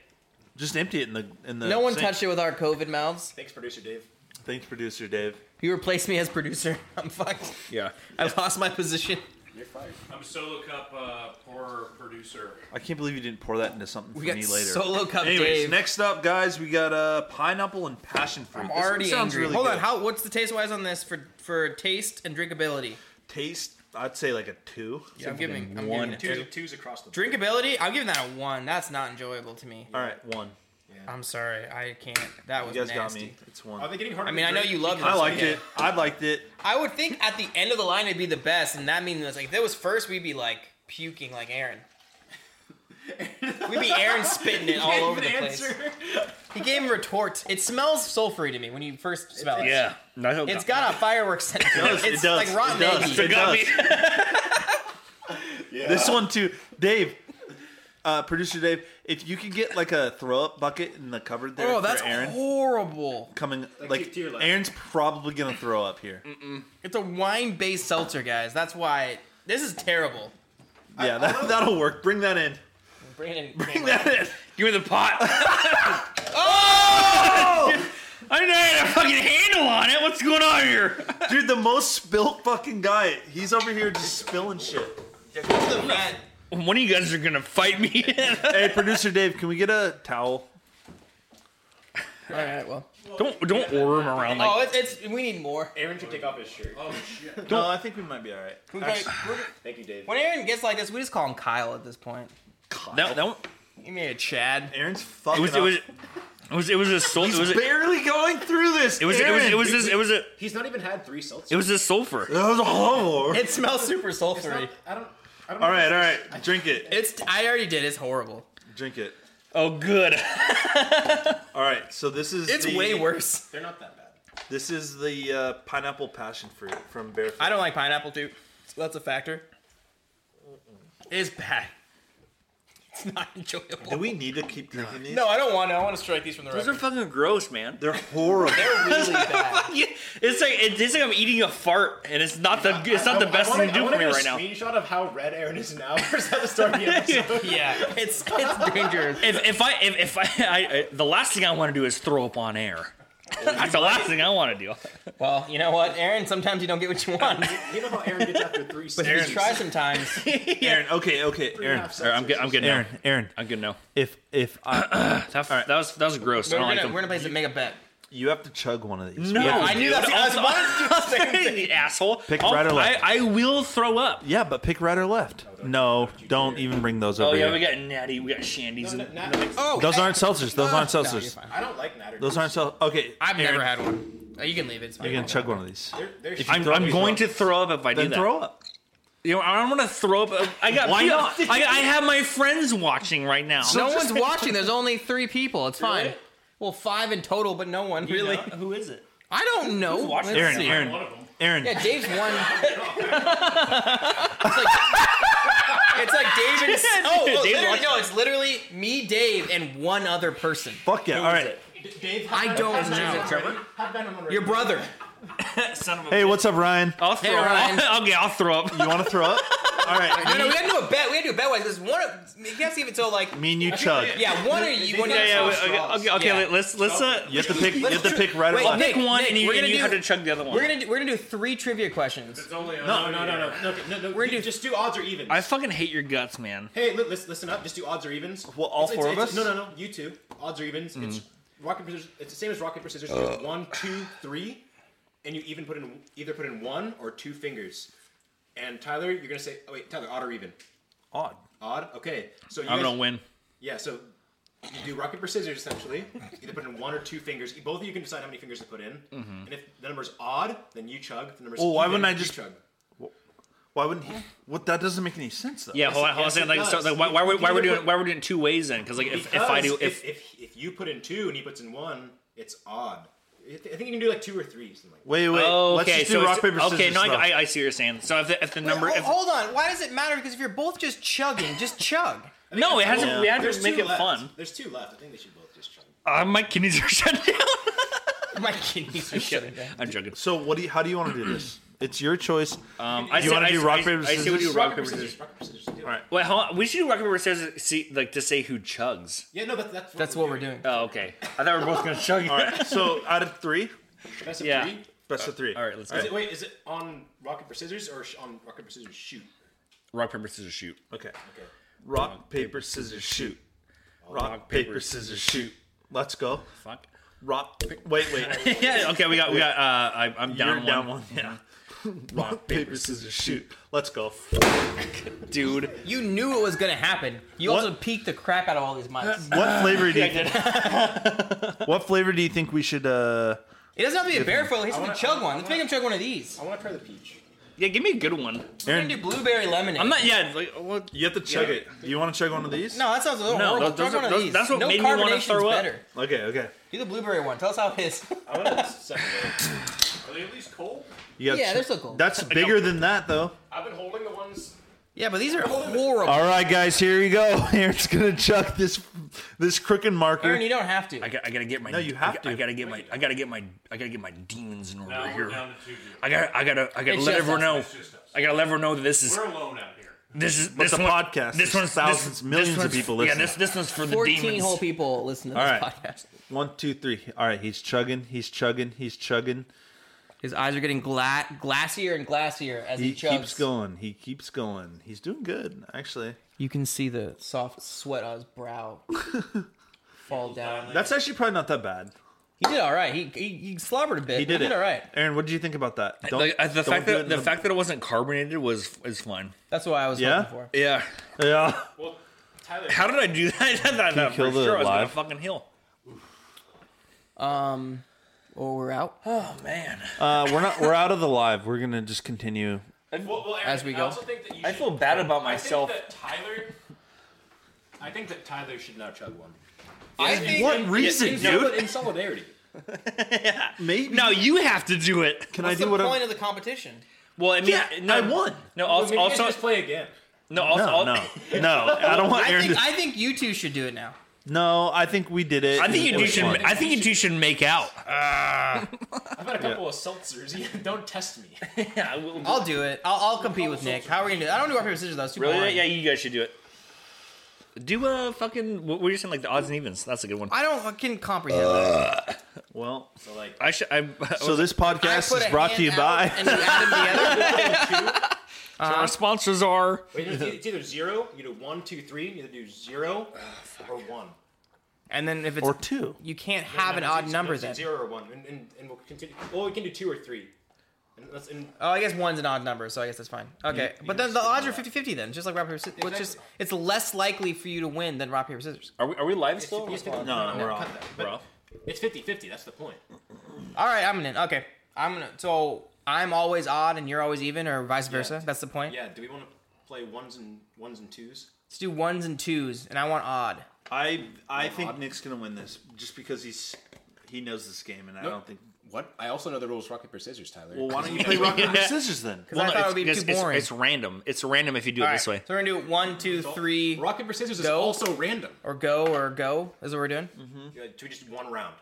Speaker 1: Just empty it in the in the.
Speaker 2: no one
Speaker 1: sink.
Speaker 2: touched it with our COVID mouths.
Speaker 4: Thanks, producer Dave.
Speaker 1: Thanks, producer Dave.
Speaker 2: You replaced me as producer. I'm fucked.
Speaker 3: yeah.
Speaker 2: I lost my position.
Speaker 4: You're fired.
Speaker 5: I'm solo cup uh, pourer producer.
Speaker 1: I can't believe you didn't pour that into something
Speaker 2: We
Speaker 1: for
Speaker 2: got
Speaker 1: me later.
Speaker 2: solo cup
Speaker 1: Anyways,
Speaker 2: Dave.
Speaker 1: next up, guys, we got uh, pineapple and passion fruit.
Speaker 2: I'm
Speaker 1: This one
Speaker 2: already
Speaker 1: sounds
Speaker 2: angry.
Speaker 1: really
Speaker 2: Hold
Speaker 1: good.
Speaker 2: on. How? What's the taste wise on this for for taste and drinkability?
Speaker 1: taste? I'd say like a two.
Speaker 2: I'm giving. I'm
Speaker 1: one.
Speaker 2: giving it
Speaker 4: Two,
Speaker 2: two.
Speaker 4: twos across the.
Speaker 2: Drinkability, I'm giving that a one. That's not enjoyable to me.
Speaker 1: All right, one.
Speaker 2: I'm sorry, I can't. That was
Speaker 1: You guys got
Speaker 2: nasty.
Speaker 1: me. It's one.
Speaker 4: Are they getting harder?
Speaker 2: I
Speaker 4: to
Speaker 2: mean, I know
Speaker 4: drink?
Speaker 2: you love
Speaker 1: I
Speaker 2: this,
Speaker 1: liked
Speaker 2: yeah.
Speaker 1: it. I liked it.
Speaker 2: I would think at the end of the line it'd be the best, and that means like if it was first, we'd be like puking like Aaron. we'd be Aaron spitting it all over the place. He gave a retort. It smells sulfury to me when you first smell it.
Speaker 3: Yeah. No,
Speaker 2: It's got a fireworks scent. It
Speaker 1: does, it
Speaker 2: It's
Speaker 1: does,
Speaker 2: like rotten
Speaker 1: it does.
Speaker 2: eggy.
Speaker 1: It
Speaker 3: gummy.
Speaker 1: This one too, Dave. Uh, Producer Dave, if you could get like a throw up bucket in the cupboard there
Speaker 2: Oh,
Speaker 1: for
Speaker 2: that's
Speaker 1: Aaron
Speaker 2: horrible.
Speaker 1: coming,
Speaker 4: to-
Speaker 1: like
Speaker 4: to your left.
Speaker 2: Mm.
Speaker 1: Aaron's probably gonna throw up here.
Speaker 2: It's a wine-based seltzer, guys. That's why This is terrible.
Speaker 1: Yeah, that, that'll work. Bring that in.
Speaker 2: Bring it in.
Speaker 1: Bring that in.
Speaker 3: Give me the pot. oh! I didn't have a fucking handle on it. What's going on here?
Speaker 1: Dude, the most spilt fucking guy. He's over here just spilling shit.
Speaker 3: One of you guys are gonna fight me.
Speaker 1: Hey, producer Dave, can we get a towel?
Speaker 2: All right. Well.
Speaker 3: don't don't order him around like.
Speaker 2: oh, it's, it's we need more.
Speaker 4: Aaron should take off his shirt.
Speaker 5: Oh shit.
Speaker 1: No, I think we might be all right.
Speaker 2: We gotta-
Speaker 4: Thank you, Dave.
Speaker 2: when Aaron gets like this, we just call him Kyle at this point.
Speaker 3: That, that one,
Speaker 2: Give me a Chad.
Speaker 1: Aaron's fucking
Speaker 3: it was it
Speaker 1: up.
Speaker 3: was it was it was a soul. It was
Speaker 1: He's
Speaker 3: a, it
Speaker 1: barely going through this.
Speaker 3: was it was
Speaker 1: Aaron.
Speaker 3: it was this it was a
Speaker 4: He's not even had three seltzers.
Speaker 3: it was this sulfur.
Speaker 1: That was horrible.
Speaker 2: It smells super
Speaker 4: It's not-
Speaker 2: sulfury.
Speaker 4: I don't. I don't
Speaker 1: All
Speaker 4: know
Speaker 1: right,
Speaker 4: if
Speaker 1: all
Speaker 4: it's-
Speaker 1: right. Drink it.
Speaker 2: It's I already did. It's horrible.
Speaker 1: Drink it.
Speaker 3: Oh, good.
Speaker 1: All right. So this is
Speaker 2: It's
Speaker 1: the-
Speaker 2: way worse.
Speaker 4: They're not that bad.
Speaker 1: This is the uh, pineapple passion fruit from Barefoot.
Speaker 2: I don't like pineapple too. So that's a factor. It's bad. It's not enjoyable.
Speaker 1: Do we need to keep drinking these?
Speaker 2: no, I don't want to. I want to strike these from the
Speaker 3: Those are
Speaker 2: record.
Speaker 3: fucking gross, man.
Speaker 1: they're horrible.
Speaker 2: They're really bad.
Speaker 3: Yeah, it's like it- it's like I'm eating a fart, and it's not the it's
Speaker 4: I-
Speaker 3: not the
Speaker 4: I
Speaker 3: best
Speaker 4: wanna-
Speaker 3: thing to do
Speaker 4: I
Speaker 3: for
Speaker 4: wanna
Speaker 3: me
Speaker 4: get
Speaker 3: right now.
Speaker 4: a Screenshot of how red Aaron is now versus at the start of the episode.
Speaker 2: Yeah, it's it's dangerous.
Speaker 3: If, if I if, if I, I, I the last thing I want to do is throw up on air. That's the last thing I want to do.
Speaker 2: Well, you know what, Aaron? Sometimes you don't get what you want.
Speaker 4: you know how Aaron gets after three
Speaker 2: You
Speaker 4: seltzers.
Speaker 2: try sometimes.
Speaker 1: Aaron, okay, okay, Aaron,
Speaker 4: half
Speaker 3: I'm good. I'm good
Speaker 1: Aaron,
Speaker 3: now.
Speaker 1: Aaron.
Speaker 3: I'm good now.
Speaker 1: If if I,
Speaker 3: That, that was that was gross.
Speaker 2: We're gonna,
Speaker 3: I don't like them.
Speaker 2: we're gonna play some make a bet.
Speaker 1: you have to chug one of these.
Speaker 3: No,
Speaker 1: Yeah.
Speaker 2: I knew that.
Speaker 3: Oh, dude.
Speaker 2: I was about to do the same thing.
Speaker 3: asshole. Oh,
Speaker 1: Pick right or left.
Speaker 3: I, I will throw up.
Speaker 1: Yeah, but pick right or left. No, don't even bring those over
Speaker 3: Oh yeah,
Speaker 1: here.
Speaker 3: we got natty, we got shandies,
Speaker 4: No,
Speaker 3: and
Speaker 4: no, not-
Speaker 2: Oh,
Speaker 1: Those aren't seltzers. Those aren't
Speaker 2: No, you're
Speaker 1: seltzers.
Speaker 2: fine.
Speaker 4: I don't like Natter.
Speaker 1: Those aren't seltzers. Okay,
Speaker 2: I've
Speaker 1: Aaron,
Speaker 2: never had one. Oh, you can leave it. It's fine.
Speaker 1: You're gonna chug one of these.
Speaker 4: They're, they're shit.
Speaker 3: I'm, I'm going to throw up if I do
Speaker 1: Then
Speaker 3: that.
Speaker 1: throw up.
Speaker 3: You know, I don't want to throw up. I got.
Speaker 1: Why
Speaker 3: I-
Speaker 1: not?
Speaker 3: I, I have my friends watching right now.
Speaker 2: No one's watching. There's only three people. It's fine.
Speaker 3: Really?
Speaker 2: Well, five in total, but no one really.
Speaker 3: Who is it?
Speaker 2: I don't know.
Speaker 3: watching?
Speaker 2: Let's
Speaker 1: Aaron,
Speaker 2: see.
Speaker 1: Aaron,
Speaker 5: One of them.
Speaker 1: Aaron.
Speaker 2: Yeah, Dave's one. it's like it's like Dave and oh, oh
Speaker 3: Dave
Speaker 2: literally,
Speaker 3: watched-
Speaker 2: no, it's literally me, Dave, and one other person.
Speaker 1: Fuck yeah. All right.
Speaker 4: Dave,
Speaker 2: I don't know.
Speaker 4: Have been on
Speaker 2: Your brother.
Speaker 3: Son of a.
Speaker 1: Hey, what's up, Ryan?
Speaker 3: I'll throw
Speaker 2: Hey,
Speaker 3: up.
Speaker 2: Ryan.
Speaker 3: okay, I'll throw up.
Speaker 1: You want to throw up? All right.
Speaker 2: No, no, we gotta do a bet. We gotta do a bet. Like, this one, of- you can't see if it's all like
Speaker 1: Me and you chug.
Speaker 2: yeah, one or you. One
Speaker 3: Yeah, yeah.
Speaker 2: or
Speaker 3: we- Okay, okay, okay
Speaker 2: Yeah.
Speaker 3: let- let's let's uh.
Speaker 1: You have to pick. You have to pick right or
Speaker 2: Wait,
Speaker 1: left.
Speaker 2: Nick,
Speaker 3: pick one,
Speaker 2: Nick,
Speaker 3: and you,
Speaker 2: we're
Speaker 3: and
Speaker 2: gonna
Speaker 3: you have
Speaker 2: do-
Speaker 3: to chug the other one.
Speaker 2: We're gonna do, we're gonna do three trivia questions.
Speaker 5: It's only
Speaker 4: No, no, no, no, no, no, no.
Speaker 2: We're
Speaker 4: you
Speaker 2: gonna-
Speaker 4: just do odds or evens.
Speaker 3: I fucking hate your guts, man.
Speaker 4: Hey, li- listen, listen up. Just do odds or evens.
Speaker 1: Well, all
Speaker 4: It's-
Speaker 1: four
Speaker 4: it's-
Speaker 1: of
Speaker 4: it's-
Speaker 1: us? Mm-hmm.
Speaker 4: No, no, no. You two. Odds or evens. It's rock paper scissors. It's the same as rock paper scissors. One, two, three, and you even put in either put in one or two fingers. And Tyler, you're gonna say, oh, wait, Tyler, odd or even?
Speaker 1: Odd.
Speaker 4: Odd. Okay. So you
Speaker 3: I'm
Speaker 4: guys-
Speaker 3: gonna win.
Speaker 4: Yeah. So you do rock paper scissors essentially. You either put in one or two fingers. Both of you can decide how many fingers to put in. And if the number's odd, then you chug. If the number's
Speaker 1: Well, why
Speaker 4: even,
Speaker 1: wouldn't I
Speaker 4: you
Speaker 1: just-
Speaker 4: chug?
Speaker 1: Why wouldn't he? What? That doesn't make any sense though.
Speaker 3: Yeah, hold on, hold on a
Speaker 4: yes,
Speaker 3: second.
Speaker 4: it
Speaker 3: Like, so,
Speaker 4: does.
Speaker 3: like, why, why, we-
Speaker 4: You
Speaker 3: why we're
Speaker 4: either
Speaker 3: doing
Speaker 4: put-
Speaker 3: why we're doing two ways then? Because like, if, if I do, if,
Speaker 4: if, if if you put in two and he puts in one, it's odd. I th- I think you can do like two or three. Something like that.
Speaker 1: Wait, wait.
Speaker 3: Oh,
Speaker 1: Let's
Speaker 3: okay,
Speaker 1: just
Speaker 3: so
Speaker 1: do rock
Speaker 3: it's-
Speaker 1: paper scissors.
Speaker 3: okay, no,
Speaker 1: though.
Speaker 3: I, I, I see what you're saying. So if the, if the number,
Speaker 2: Ho-
Speaker 3: if,
Speaker 2: hold on. Why does it matter? Because if you're both just chugging, just chug.
Speaker 3: no, it has
Speaker 1: Yeah.
Speaker 3: to, we have
Speaker 4: There's
Speaker 3: to make
Speaker 4: two
Speaker 3: it
Speaker 4: left.
Speaker 3: fun.
Speaker 4: There's two left. I think they should both just chug.
Speaker 3: Uh, my kidneys are shut down.
Speaker 2: My kidneys are shutting down.
Speaker 3: I'm joking.
Speaker 1: So what do you? How do you want to do this? It's your choice.
Speaker 3: Um, I
Speaker 1: you
Speaker 3: said-
Speaker 1: wanna
Speaker 3: I
Speaker 1: do
Speaker 3: said-
Speaker 1: rock,
Speaker 3: I-
Speaker 1: paper,
Speaker 3: I said we do
Speaker 1: scissors?
Speaker 3: rock paper
Speaker 4: Paper,
Speaker 3: scissors.
Speaker 4: scissors, rock, paper, scissors. Do it.
Speaker 1: All right.
Speaker 3: Wait, hold on. We should do rock paper scissors. See, like to say who chugs.
Speaker 4: Yeah, no, that's that's what,
Speaker 2: That's what we're doing.
Speaker 3: Oh, okay. I thought we were both gonna chug.
Speaker 1: All right. So out of three,
Speaker 4: Best of
Speaker 3: Yeah.
Speaker 4: three.
Speaker 1: best of three.
Speaker 3: All right, let's
Speaker 4: Is
Speaker 3: go.
Speaker 4: it, wait, is it on rock paper scissors or sh- on rock paper scissors shoot?
Speaker 3: Rock paper scissors shoot.
Speaker 1: Okay.
Speaker 4: Okay.
Speaker 1: Rock, paper, scissors, shoot. Rock, paper, scissors, shoot. Let's go.
Speaker 3: Fuck.
Speaker 1: Rock. pa- Wait, wait.
Speaker 3: yeah. Okay. We got. We got. Uh, I, I'm down
Speaker 1: You're
Speaker 3: one.
Speaker 1: down one. Yeah. Rock, paper, scissors, shoot. Let's go.
Speaker 3: dude.
Speaker 2: You knew it was gonna happen. You
Speaker 1: What?
Speaker 2: also peeked the crap out of all these mics.
Speaker 1: What flavor do you? what flavor do you think we should? uh
Speaker 2: It doesn't have to be a bear foil. He's gonna
Speaker 4: wanna-
Speaker 2: chug
Speaker 4: I
Speaker 2: one. Let's make him chug one of these.
Speaker 4: I want to try the peach.
Speaker 3: Yeah, give me a good one.
Speaker 2: We're gonna do blueberry lemonade.
Speaker 3: I'm not. Yeah. Like, well,
Speaker 1: You have to chug
Speaker 3: Yeah.
Speaker 1: it. Do you want to chug one of these?
Speaker 2: No, that sounds a little
Speaker 3: No,
Speaker 2: horrible.
Speaker 3: those- those
Speaker 2: chug
Speaker 3: are-
Speaker 2: one of
Speaker 3: those-
Speaker 2: these.
Speaker 3: that's what
Speaker 2: no
Speaker 3: made me wanna
Speaker 2: carbonation's
Speaker 3: throw up.
Speaker 2: better.
Speaker 1: Okay, okay.
Speaker 2: Do the blueberry one. Tell us how it is.
Speaker 4: I want to separate.
Speaker 5: Are they at least cold?
Speaker 1: You gotta
Speaker 2: Yeah,
Speaker 1: ch-
Speaker 2: they're so cool.
Speaker 1: That's bigger than that though.
Speaker 4: I've been holding the ones.
Speaker 2: Yeah, but these are horrible.
Speaker 1: All right, guys, here you go. Aaron's gonna chuck this this crooked marker.
Speaker 2: Aaron, you don't have to.
Speaker 3: I, got, I gotta get my.
Speaker 1: No, you have
Speaker 3: I, I
Speaker 1: to.
Speaker 3: gotta get my. I gotta get my. I gotta get my demons in order
Speaker 5: Now
Speaker 3: here.
Speaker 5: we're down to two dudes.
Speaker 3: I gotta. I gotta. I gotta
Speaker 2: It's
Speaker 3: let
Speaker 2: just
Speaker 3: everyone
Speaker 2: us.
Speaker 3: know.
Speaker 5: It's just us.
Speaker 3: I gotta let everyone know that this is
Speaker 5: We're alone out here.
Speaker 3: this is this
Speaker 1: the
Speaker 3: one,
Speaker 1: podcast,
Speaker 3: This
Speaker 1: there's
Speaker 3: one's
Speaker 1: thousands,
Speaker 3: this,
Speaker 1: millions
Speaker 3: this
Speaker 1: of
Speaker 3: one's-
Speaker 1: people
Speaker 3: Yeah,
Speaker 1: listening.
Speaker 3: this this one's for the
Speaker 2: 14
Speaker 3: demons.
Speaker 2: whole people listen to this
Speaker 1: All right.
Speaker 2: podcast.
Speaker 1: One, two, three. All right, he's chugging. He's chugging. He's chugging.
Speaker 2: His eyes are getting gla- glassier and glassier as he,
Speaker 1: He
Speaker 2: chugs.
Speaker 1: keeps going. He keeps going. He's doing good, actually.
Speaker 2: You can see the soft sweat on his brow fall down.
Speaker 1: That's actually probably not that bad.
Speaker 2: He did all right. He, he, he slobbered a bit.
Speaker 1: He did it.
Speaker 2: all right.
Speaker 1: Aaron, what did you think about that? Don't,
Speaker 3: Like, uh, the
Speaker 1: don't
Speaker 3: fact
Speaker 1: do it
Speaker 3: that
Speaker 1: in
Speaker 3: the fact that it wasn't carbonated was is fine.
Speaker 2: That's what I was
Speaker 1: Yeah?
Speaker 2: hoping for.
Speaker 3: Yeah.
Speaker 1: yeah.
Speaker 5: Well,
Speaker 4: Tyler,
Speaker 3: How did I do that? I thought that for
Speaker 1: killed it
Speaker 3: sure I was gonna
Speaker 1: alive?
Speaker 3: fucking heal.
Speaker 2: Um, well, we're out.
Speaker 3: Oh man.
Speaker 1: Uh, we're not. We're out of the live. We're gonna just continue.
Speaker 5: well, well, Aaron,
Speaker 2: As we
Speaker 5: I
Speaker 2: go.
Speaker 5: also think that you
Speaker 3: I
Speaker 5: should-
Speaker 3: feel bad about myself.
Speaker 5: I think that Tyler.
Speaker 4: I think that Tyler should now chug one.
Speaker 2: I
Speaker 1: What reason,
Speaker 4: in, soli-
Speaker 1: dude?
Speaker 4: in solidarity.
Speaker 1: Maybe.
Speaker 3: No, you have to do it.
Speaker 1: Can
Speaker 2: What's
Speaker 1: I do
Speaker 2: the
Speaker 1: what?
Speaker 2: point
Speaker 1: I,
Speaker 2: of the competition?
Speaker 3: Well, I mean,
Speaker 1: Yeah,
Speaker 3: no,
Speaker 1: I won.
Speaker 3: No,
Speaker 4: Well,
Speaker 3: also,
Speaker 4: maybe we should
Speaker 3: also
Speaker 4: just play again.
Speaker 3: no, also,
Speaker 1: no, no, no. I don't want
Speaker 2: I
Speaker 1: Aaron.
Speaker 2: think,
Speaker 1: to,
Speaker 2: I think you two should do it now.
Speaker 1: no, I think we did it.
Speaker 3: I think
Speaker 1: It
Speaker 3: you two
Speaker 1: was
Speaker 3: should.
Speaker 1: fun.
Speaker 3: I think you two should make out.
Speaker 4: I've had a couple of seltzers. You Don't test me.
Speaker 3: Yeah, we'll,
Speaker 2: I'll do it. I'll, I'll compete with Nick. How are we gonna do it? I don't do rock paper scissors. though. It's too boring.
Speaker 3: Yeah, you guys should do it. Do a fucking. What were you saying? Like the odds and evens. That's a good one.
Speaker 2: I don't fucking comprehend. that.
Speaker 1: Well,
Speaker 4: So like,
Speaker 3: I should. I,
Speaker 1: so this
Speaker 2: I
Speaker 1: podcast
Speaker 2: put
Speaker 1: is
Speaker 2: a
Speaker 1: brought to
Speaker 2: hand
Speaker 1: you
Speaker 2: out
Speaker 1: by.
Speaker 2: And you add them together.
Speaker 3: our uh, sponsors are.
Speaker 4: wait, it's either- it's either zero. You do one, two, three. You either do zero
Speaker 1: Oh,
Speaker 4: or one.
Speaker 2: And then if it's
Speaker 1: or two.
Speaker 2: you can't have an
Speaker 4: No, no,
Speaker 2: odd
Speaker 4: it's-
Speaker 2: number
Speaker 4: no, it's
Speaker 2: then.
Speaker 4: Zero or one, and, and, and we'll continue. Well, we can do two or three. And let's, and
Speaker 2: Oh, I guess one's an odd number, so I guess that's fine. Okay, but then the odds are 50-50 then, just like rock paper scissors. Which is it's less likely for you to win than rock paper scissors.
Speaker 1: Oh.
Speaker 3: Are we? Are we live
Speaker 2: Oh,
Speaker 3: still?
Speaker 4: it's 50,
Speaker 1: No, no, we're off.
Speaker 3: We're off.
Speaker 4: It's 50-50, That's the point.
Speaker 2: All right, I'm in. Okay, I'm gonna. So I'm always odd and you're always even, or vice versa.
Speaker 4: Yeah.
Speaker 2: That's the point.
Speaker 4: Yeah. Do we want to play ones and ones and twos?
Speaker 2: Let's do ones and twos, and I want odd.
Speaker 1: I I think Nick's gonna win this just because he's he knows this game, and I
Speaker 4: No.
Speaker 1: don't think.
Speaker 4: What? I also know the rules. Rock paper scissors, Tyler.
Speaker 1: Well, why don't you play rock paper scissors then?
Speaker 2: I thought it would be too
Speaker 3: it's, it's-
Speaker 2: boring.
Speaker 3: It's, random. It's random if you do it
Speaker 2: All right,
Speaker 3: this way.
Speaker 2: So we're gonna do one, two, three,
Speaker 4: Rock paper scissors is
Speaker 2: Go.
Speaker 4: also random.
Speaker 2: or go, or go. Is what we're doing.
Speaker 4: You're like, do we just do one round?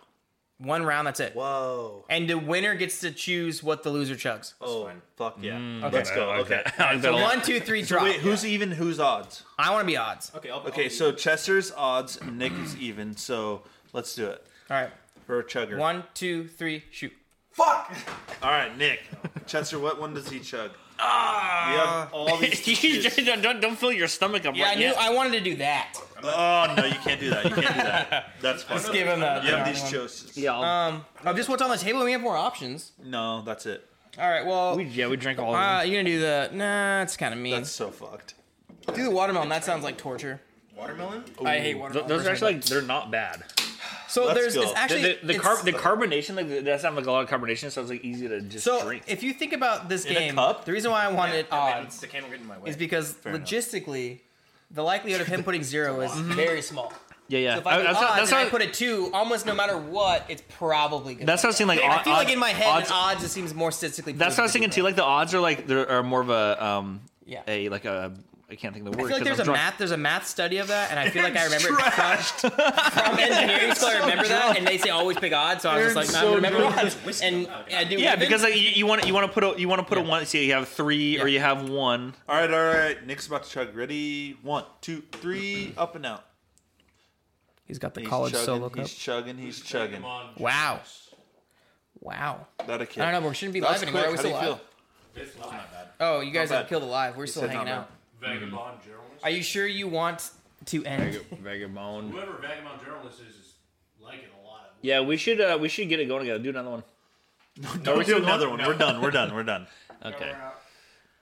Speaker 2: One round. That's it.
Speaker 1: Whoa!
Speaker 2: And the winner gets to choose what the loser chugs.
Speaker 1: Oh,
Speaker 4: fine.
Speaker 1: fuck yeah! Let's go.
Speaker 3: Mm. I like
Speaker 1: Okay.
Speaker 3: that. I like that a lot.
Speaker 2: One, two, three, drop. Oh,
Speaker 1: Wait, who's even? Who's odds?
Speaker 2: I want to be odds.
Speaker 4: Okay. I'll,
Speaker 1: Okay,
Speaker 4: I'll
Speaker 1: so Chester's odds, and Nick is even. So let's do it
Speaker 2: All right.
Speaker 1: for a chugger.
Speaker 2: One, two, three, shoot.
Speaker 1: Fuck. All right, Nick. Chester, what one does he chug? Ah. You have all these. to
Speaker 3: You
Speaker 1: choose.
Speaker 3: just- don't, don't, don't fill your stomach up
Speaker 2: Yeah, I
Speaker 3: right
Speaker 2: knew.
Speaker 3: yet.
Speaker 2: I wanted to do that.
Speaker 1: oh no, you can't do that. You can't do that. That's fine.
Speaker 2: Let's give him that.
Speaker 1: You have these choices.
Speaker 3: yeah,
Speaker 2: Um, of just what's on the table, we have more options.
Speaker 1: No, that's it.
Speaker 2: All right. Well,
Speaker 3: we, yeah, we drank all of
Speaker 2: uh,
Speaker 3: them.
Speaker 2: you're gonna do the. Nah, it's kind of mean.
Speaker 1: That's so fucked.
Speaker 2: Do the watermelon. That sounds like torture.
Speaker 4: watermelon.
Speaker 2: I hate
Speaker 3: Th-
Speaker 2: watermelon.
Speaker 3: those are
Speaker 2: personally,
Speaker 3: actually like they're not bad.
Speaker 2: but- so
Speaker 1: Let's
Speaker 2: there's
Speaker 1: go.
Speaker 2: it's actually
Speaker 3: the the, the,
Speaker 2: it's-
Speaker 3: carb, the carbonation like that sounds like a lot of carbonation, so it's like easy to just
Speaker 2: So
Speaker 3: drink.
Speaker 2: if you think about this
Speaker 1: a
Speaker 2: game,
Speaker 1: cup?
Speaker 2: the reason why I wanted odds
Speaker 4: The can will get in my way.
Speaker 2: is because
Speaker 1: enough.
Speaker 2: logistically, the likelihood of him putting zero is very small.
Speaker 3: yeah, yeah.
Speaker 2: So if I,
Speaker 3: I-
Speaker 2: do
Speaker 3: Uh, that's
Speaker 2: odds
Speaker 3: not- that's
Speaker 2: and I
Speaker 3: not-
Speaker 2: put a two, almost no matter what, it's probably good.
Speaker 3: That's what I was saying. Like,
Speaker 2: I
Speaker 3: odd-
Speaker 2: feel like in my head,
Speaker 3: odds-
Speaker 2: odds, odds it seems more statistically.
Speaker 3: that's what I was
Speaker 2: proven
Speaker 3: thinking
Speaker 2: to
Speaker 3: too.
Speaker 2: be
Speaker 3: Like the odds are like there are more of a um
Speaker 2: Yeah.
Speaker 3: a like a I can't think of the
Speaker 2: I
Speaker 3: word.
Speaker 2: feel like
Speaker 3: 'cause
Speaker 2: there's
Speaker 3: I'm
Speaker 2: a
Speaker 3: drunk.
Speaker 2: math there's a math study of that, and I feel like I remember it
Speaker 1: Trashed.
Speaker 2: from engineering school. I remember that, and they say always pick odds, so I was just like,
Speaker 1: Aaron's
Speaker 2: nah,
Speaker 1: so
Speaker 2: I remember
Speaker 1: drunk.
Speaker 2: odds. And I do
Speaker 3: Yeah,
Speaker 2: even.
Speaker 3: because like you want you want to put a you want to put a one. See, you have three or
Speaker 2: Yeah.
Speaker 3: you have one.
Speaker 1: All right, all right. Nick's about to chug. Ready? One, two, three. Up and out.
Speaker 2: he's got the
Speaker 1: He's
Speaker 2: college
Speaker 1: chugging,
Speaker 2: solo cup.
Speaker 1: He's chugging. He's chugging.
Speaker 5: Come on.
Speaker 2: Wow, wow.
Speaker 1: Not a kid.
Speaker 2: I don't know, but we shouldn't be
Speaker 1: That's
Speaker 2: live anymore.
Speaker 1: quick.
Speaker 2: We're
Speaker 1: How do
Speaker 2: still
Speaker 1: you
Speaker 2: alive.
Speaker 1: feel?
Speaker 5: It's not bad.
Speaker 2: Oh, you guys
Speaker 1: Not
Speaker 2: have
Speaker 1: bad.
Speaker 2: killed alive. We're still
Speaker 1: said
Speaker 2: hanging
Speaker 1: not
Speaker 2: out.
Speaker 5: Vagabond journalist.
Speaker 2: Are you sure you want to end?
Speaker 3: Vagabond.
Speaker 5: Whoever vagabond journalist is is liking a lot of.
Speaker 3: Yeah, we should uh we should get it going together. Do another one.
Speaker 1: No, we do
Speaker 3: still
Speaker 1: another one. We're done. We're done. We're done.
Speaker 3: Okay.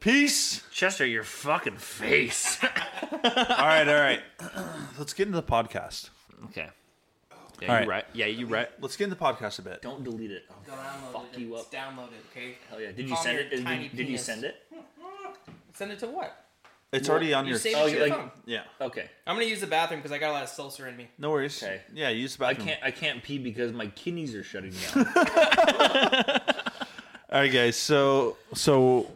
Speaker 1: Peace.
Speaker 3: Chester, your fucking face.
Speaker 1: All right, all right. Let's get into the podcast.
Speaker 3: okay. Yeah,
Speaker 1: All
Speaker 3: you
Speaker 1: right.
Speaker 3: right. Yeah, you right.
Speaker 1: Let's get into the podcast a bit.
Speaker 3: Don't delete it. Oh,
Speaker 2: Fuck
Speaker 3: you up.
Speaker 2: Downloaded, okay?
Speaker 3: hell yeah. Did you
Speaker 2: Calm
Speaker 3: send
Speaker 2: your
Speaker 3: it? Did,
Speaker 2: tiny
Speaker 3: did, did you
Speaker 2: penis.
Speaker 3: send it?
Speaker 2: Send it to what?
Speaker 1: It's already on
Speaker 2: You
Speaker 1: your.
Speaker 2: saved
Speaker 3: Oh,
Speaker 2: it to
Speaker 3: you
Speaker 2: your
Speaker 3: like-
Speaker 2: phone.
Speaker 1: yeah.
Speaker 3: Okay.
Speaker 2: I'm gonna use the bathroom because I got a lot of seltzer in me.
Speaker 1: No worries.
Speaker 3: Okay.
Speaker 1: Yeah, use the
Speaker 3: I
Speaker 1: bathroom.
Speaker 3: can't I can't pee because my kidneys are shutting down.
Speaker 1: All right, guys. So, so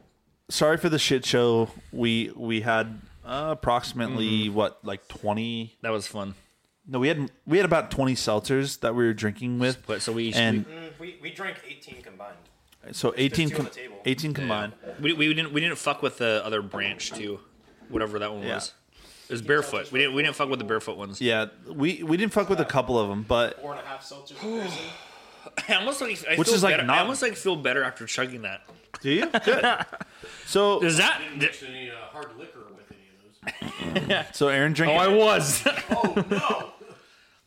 Speaker 1: sorry for the shit Mm-hmm. show. We we had uh, approximately what like twenty
Speaker 3: that was fun.
Speaker 1: No, we had we had about twenty seltzers that we were drinking with.
Speaker 3: Split, so we-
Speaker 1: and
Speaker 4: We, we drank 18 combined.
Speaker 1: so eighteen
Speaker 4: two
Speaker 1: com-
Speaker 4: on the table.
Speaker 1: eighteen combined.
Speaker 3: We, we didn't we didn't fuck with the other branch too, whatever that one
Speaker 1: Yeah.
Speaker 3: was. It was barefoot. We didn't we didn't fuck with the barefoot ones.
Speaker 1: Yeah, we we didn't fuck with a couple of them, but
Speaker 4: Four and a half seltzers per person.
Speaker 3: I almost like I
Speaker 1: Which
Speaker 3: feel
Speaker 1: is, like,
Speaker 3: better- I
Speaker 1: not-
Speaker 3: almost like feel better after chugging that.
Speaker 1: do you good? So
Speaker 3: Is that?
Speaker 5: Didn't mix any uh, hard liquor with any of
Speaker 1: so Aaron drank.
Speaker 3: oh, was.
Speaker 5: those. Oh no!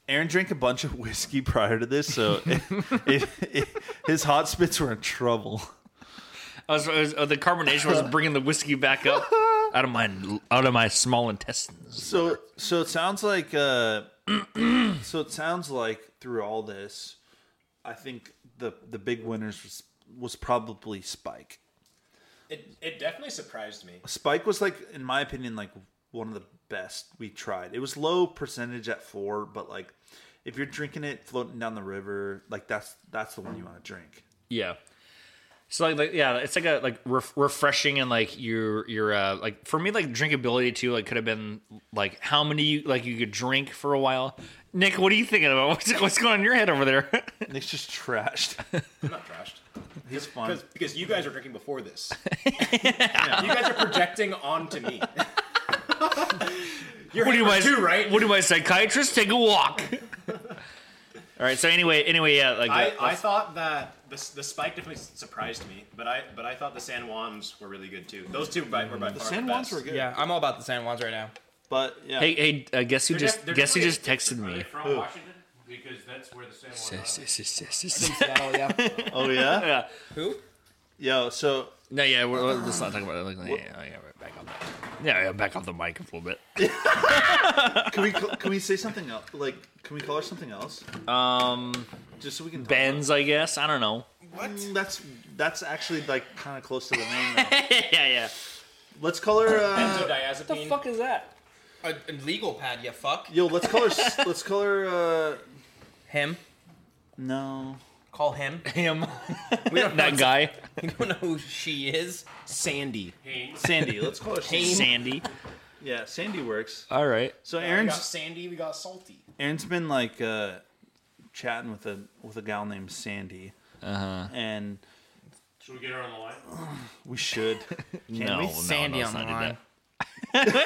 Speaker 1: Aaron drank a bunch of whiskey prior to this, so it, it, it, his hot spits were in trouble.
Speaker 3: I was, I was- uh, the carbonation was bringing the whiskey back up out of my out of my small intestines.
Speaker 1: So so it sounds like uh, so it sounds like through all this, I think the the big winners was, was probably Spike.
Speaker 4: It, it definitely surprised me.
Speaker 1: Spike was like, in my opinion, like one of the best we tried. It was low percentage at four, but like if you're drinking it floating down the river, like that's that's the one you want to drink.
Speaker 3: Yeah. So like, like yeah, it's like a like ref- refreshing and like your your uh like for me like drinkability too like could have been like how many like you could drink for a while. Nick, what are you thinking about? What's, what's going on in your head over there?
Speaker 1: Nick's just trashed.
Speaker 4: I'm not trashed.
Speaker 1: He's fun.
Speaker 4: Because, because you guys were drinking before this. You guys are projecting onto me. You're
Speaker 3: What do
Speaker 4: hammered
Speaker 3: my
Speaker 4: too, right?
Speaker 3: What do my psychiatrist take a walk? All right. So anyway, anyway, yeah, like uh,
Speaker 4: I,
Speaker 3: that-
Speaker 4: I thought that the, s- the spike definitely s- surprised me, but I but I thought the San Juans were really good too. Those two by, were by
Speaker 1: Mm, The
Speaker 4: far
Speaker 1: San
Speaker 4: the
Speaker 1: Juans
Speaker 4: best.
Speaker 1: were good,
Speaker 2: Yeah, I'm all about the San Juans right now.
Speaker 1: but yeah,
Speaker 3: hey hey, uh, guess who
Speaker 4: They're
Speaker 3: just
Speaker 4: def- they're
Speaker 3: guess who just
Speaker 4: definitely
Speaker 3: texted
Speaker 5: Are they
Speaker 3: me?
Speaker 5: from Washington? Because that's where the San Juan. is.
Speaker 2: Seattle, yeah.
Speaker 1: oh yeah,
Speaker 3: yeah.
Speaker 2: Who?
Speaker 1: yo. So
Speaker 3: No, yeah, we're, we're- let's not talk about it. Like, yeah, yeah, yeah, right, back off the, yeah, yeah, back off the mic a little bit.
Speaker 1: can we can we say something else? Like, can we call her something else?
Speaker 3: Um,
Speaker 1: Just so we can. talk
Speaker 3: Benz, I guess. I don't know.
Speaker 1: about it. Mm, That's that's actually like kind of close to the name. Though.
Speaker 3: yeah, yeah.
Speaker 1: Let's call her. Uh,
Speaker 4: Benzodiazepine.
Speaker 3: is that?
Speaker 2: A, a legal pad, you fuck.
Speaker 1: yo, let's call her. s- Let's call her. Uh,
Speaker 2: Him.
Speaker 1: no.
Speaker 2: Call him.
Speaker 3: Him.
Speaker 2: We don't know.
Speaker 3: that guy.
Speaker 2: We don't know who she is. Sandy.
Speaker 5: Haynes.
Speaker 1: Sandy. Let's call her Sandy.
Speaker 3: Sandy.
Speaker 1: Yeah, Sandy works.
Speaker 3: All right.
Speaker 1: So
Speaker 4: We got
Speaker 1: Aaron's
Speaker 4: sandy. We got salty.
Speaker 1: Aaron's been like uh, chatting with a with a gal named Sandy, uh-huh. and
Speaker 5: Should we get her on the line?
Speaker 1: we should. Can
Speaker 3: no,
Speaker 1: we?
Speaker 3: no,
Speaker 2: Sandy
Speaker 3: no,
Speaker 2: on
Speaker 3: let's
Speaker 2: the
Speaker 3: not do
Speaker 2: line.
Speaker 3: that.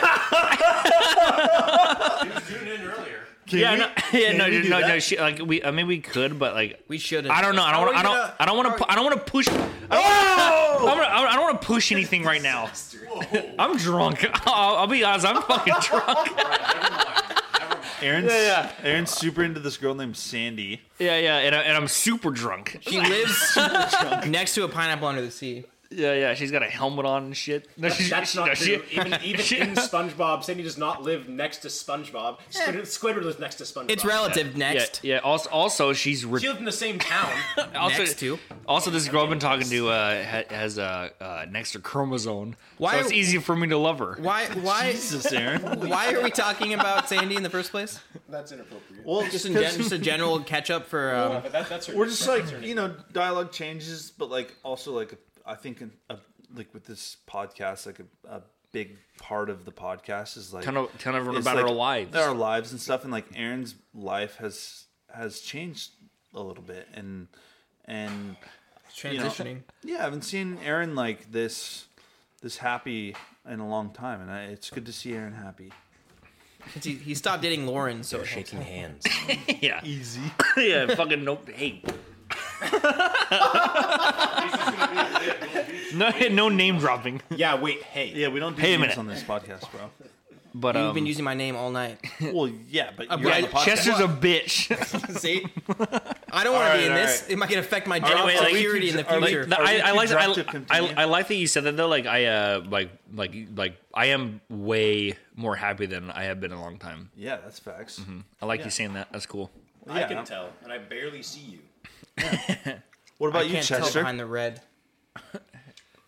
Speaker 5: He was tuned in earlier.
Speaker 1: Can
Speaker 3: Yeah,
Speaker 1: we?
Speaker 3: no, yeah,
Speaker 1: Can
Speaker 3: no,
Speaker 1: we
Speaker 3: dude,
Speaker 1: do
Speaker 3: no,
Speaker 1: that?
Speaker 3: no. She, like, we, I mean, we could, but like,
Speaker 2: We should.
Speaker 3: I don't know. I don't. want. I don't. I don't want to. I don't want to push. I don't wanna- I don't, want to push anything right now.
Speaker 5: Whoa!
Speaker 3: I'm drunk. I'll, I'll be honest. I'm fucking drunk.
Speaker 5: Never mind. Never mind.
Speaker 1: Aaron's,
Speaker 3: Yeah,
Speaker 1: Aaron's super into this girl named Sandy.
Speaker 3: Yeah, yeah, and, I, and I'm super drunk.
Speaker 2: She lives next to a pineapple under the sea.
Speaker 3: Yeah, yeah, she's got a helmet on and shit. No, she-
Speaker 4: That's
Speaker 3: she-
Speaker 4: not
Speaker 3: no,
Speaker 4: true.
Speaker 3: she-
Speaker 4: even even
Speaker 3: she- Eh.
Speaker 4: in SpongeBob, Sandy does not live next to SpongeBob. Squid, Squidward lives next to SpongeBob.
Speaker 2: It's relative.
Speaker 3: yeah,
Speaker 2: Next.
Speaker 3: yeah. Also, also she's re-
Speaker 4: She lived in the same town.
Speaker 3: also,
Speaker 2: Next to.
Speaker 3: Also, this girl I've been talking to uh, ha- has a uh, uh, an extra chromosome,
Speaker 2: Why-
Speaker 3: so it's easy for me to love her.
Speaker 2: Why? Why?
Speaker 1: Jesus, Aaron.
Speaker 2: Why are we talking about Sandy in the first place?
Speaker 4: that's inappropriate.
Speaker 1: Well,
Speaker 2: Just,
Speaker 1: just
Speaker 2: in gen- just a general catch up for. Um,
Speaker 4: but that, that's her.
Speaker 1: we're just
Speaker 4: that's her
Speaker 1: like
Speaker 4: name.
Speaker 1: you know, dialogue changes, but like also like I think in, a, like with this podcast, like a, a big part of the podcast is like
Speaker 3: Tell no- tell everyone
Speaker 1: it's,
Speaker 3: about
Speaker 1: like,
Speaker 3: our lives.
Speaker 1: our lives and stuff, and like Aaron's life has has changed a little bit, and and
Speaker 2: transitioning.
Speaker 1: yeah, I haven't seen Aaron like this this happy in a long time, and I, it's good to see Aaron happy.
Speaker 2: 'Cause He, he stopped dating Lauren, so it helps.
Speaker 6: shaking hands.
Speaker 3: Yeah,
Speaker 1: Easy.
Speaker 3: yeah. Fucking no. Hey,
Speaker 5: He's just gonna be a bit of a bitch.
Speaker 3: no, no name dropping.
Speaker 4: Yeah. Wait. Hey.
Speaker 1: Yeah, we don't do
Speaker 3: Hey, a
Speaker 1: names
Speaker 3: minute.
Speaker 1: on this podcast, bro.
Speaker 3: But
Speaker 2: You've
Speaker 3: um,
Speaker 2: been using my name all night.
Speaker 1: Well, yeah, but you're
Speaker 2: yeah,
Speaker 1: on the podcast.
Speaker 3: Chester's a bitch.
Speaker 2: See, I don't want
Speaker 1: All
Speaker 2: to
Speaker 1: right,
Speaker 2: be in
Speaker 1: all
Speaker 2: this.
Speaker 1: right.
Speaker 2: It might affect my job
Speaker 3: Anyway, like,
Speaker 2: security in the
Speaker 1: are we-
Speaker 2: future.
Speaker 3: No,
Speaker 1: Are we
Speaker 3: I, I
Speaker 1: too
Speaker 3: like I,
Speaker 1: drunk to
Speaker 3: I,
Speaker 1: continue?
Speaker 3: I like that you said that though. Like I uh like like like I am way more happy than I have been in a long time.
Speaker 1: Yeah, that's facts.
Speaker 3: I like you saying that. That's cool.
Speaker 4: I
Speaker 1: Yeah.
Speaker 4: can tell, and I barely see you.
Speaker 1: What
Speaker 2: I
Speaker 1: about you,
Speaker 2: can't tell
Speaker 1: Chester?
Speaker 2: behind the red.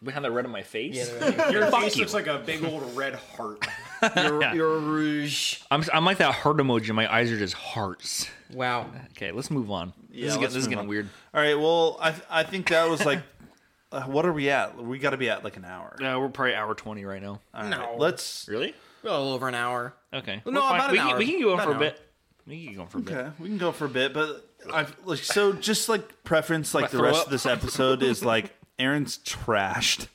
Speaker 3: Behind the red of my face.
Speaker 2: Yeah, the red.
Speaker 4: Your
Speaker 3: Fuck
Speaker 4: face
Speaker 3: you.
Speaker 4: looks like a big old red heart.
Speaker 3: Yeah.
Speaker 2: You're rouge.
Speaker 3: I'm I'm like that heart emoji. My eyes are just hearts.
Speaker 2: Wow.
Speaker 3: Okay, let's move on. this is,
Speaker 1: let's
Speaker 3: get, this is
Speaker 1: move
Speaker 3: getting
Speaker 1: on.
Speaker 3: weird.
Speaker 1: All right. Well, I I think that was like, uh, what are we at? We got to be at like an hour.
Speaker 3: Uh, we're probably hour twenty right now.
Speaker 1: All right,
Speaker 2: No.
Speaker 1: Let's.
Speaker 3: Really?
Speaker 2: We're a little over an hour.
Speaker 3: Okay.
Speaker 2: No,
Speaker 3: We're fine.
Speaker 2: about an
Speaker 3: we, can-
Speaker 2: hour.
Speaker 3: we can go on
Speaker 2: About
Speaker 3: for a
Speaker 2: an hour.
Speaker 3: bit. We can keep going for a bit.
Speaker 1: Okay, we can go for a bit, but I've like so just like preference, like the
Speaker 3: throw
Speaker 1: rest
Speaker 3: up?
Speaker 1: of this episode is like Aaron's trashed.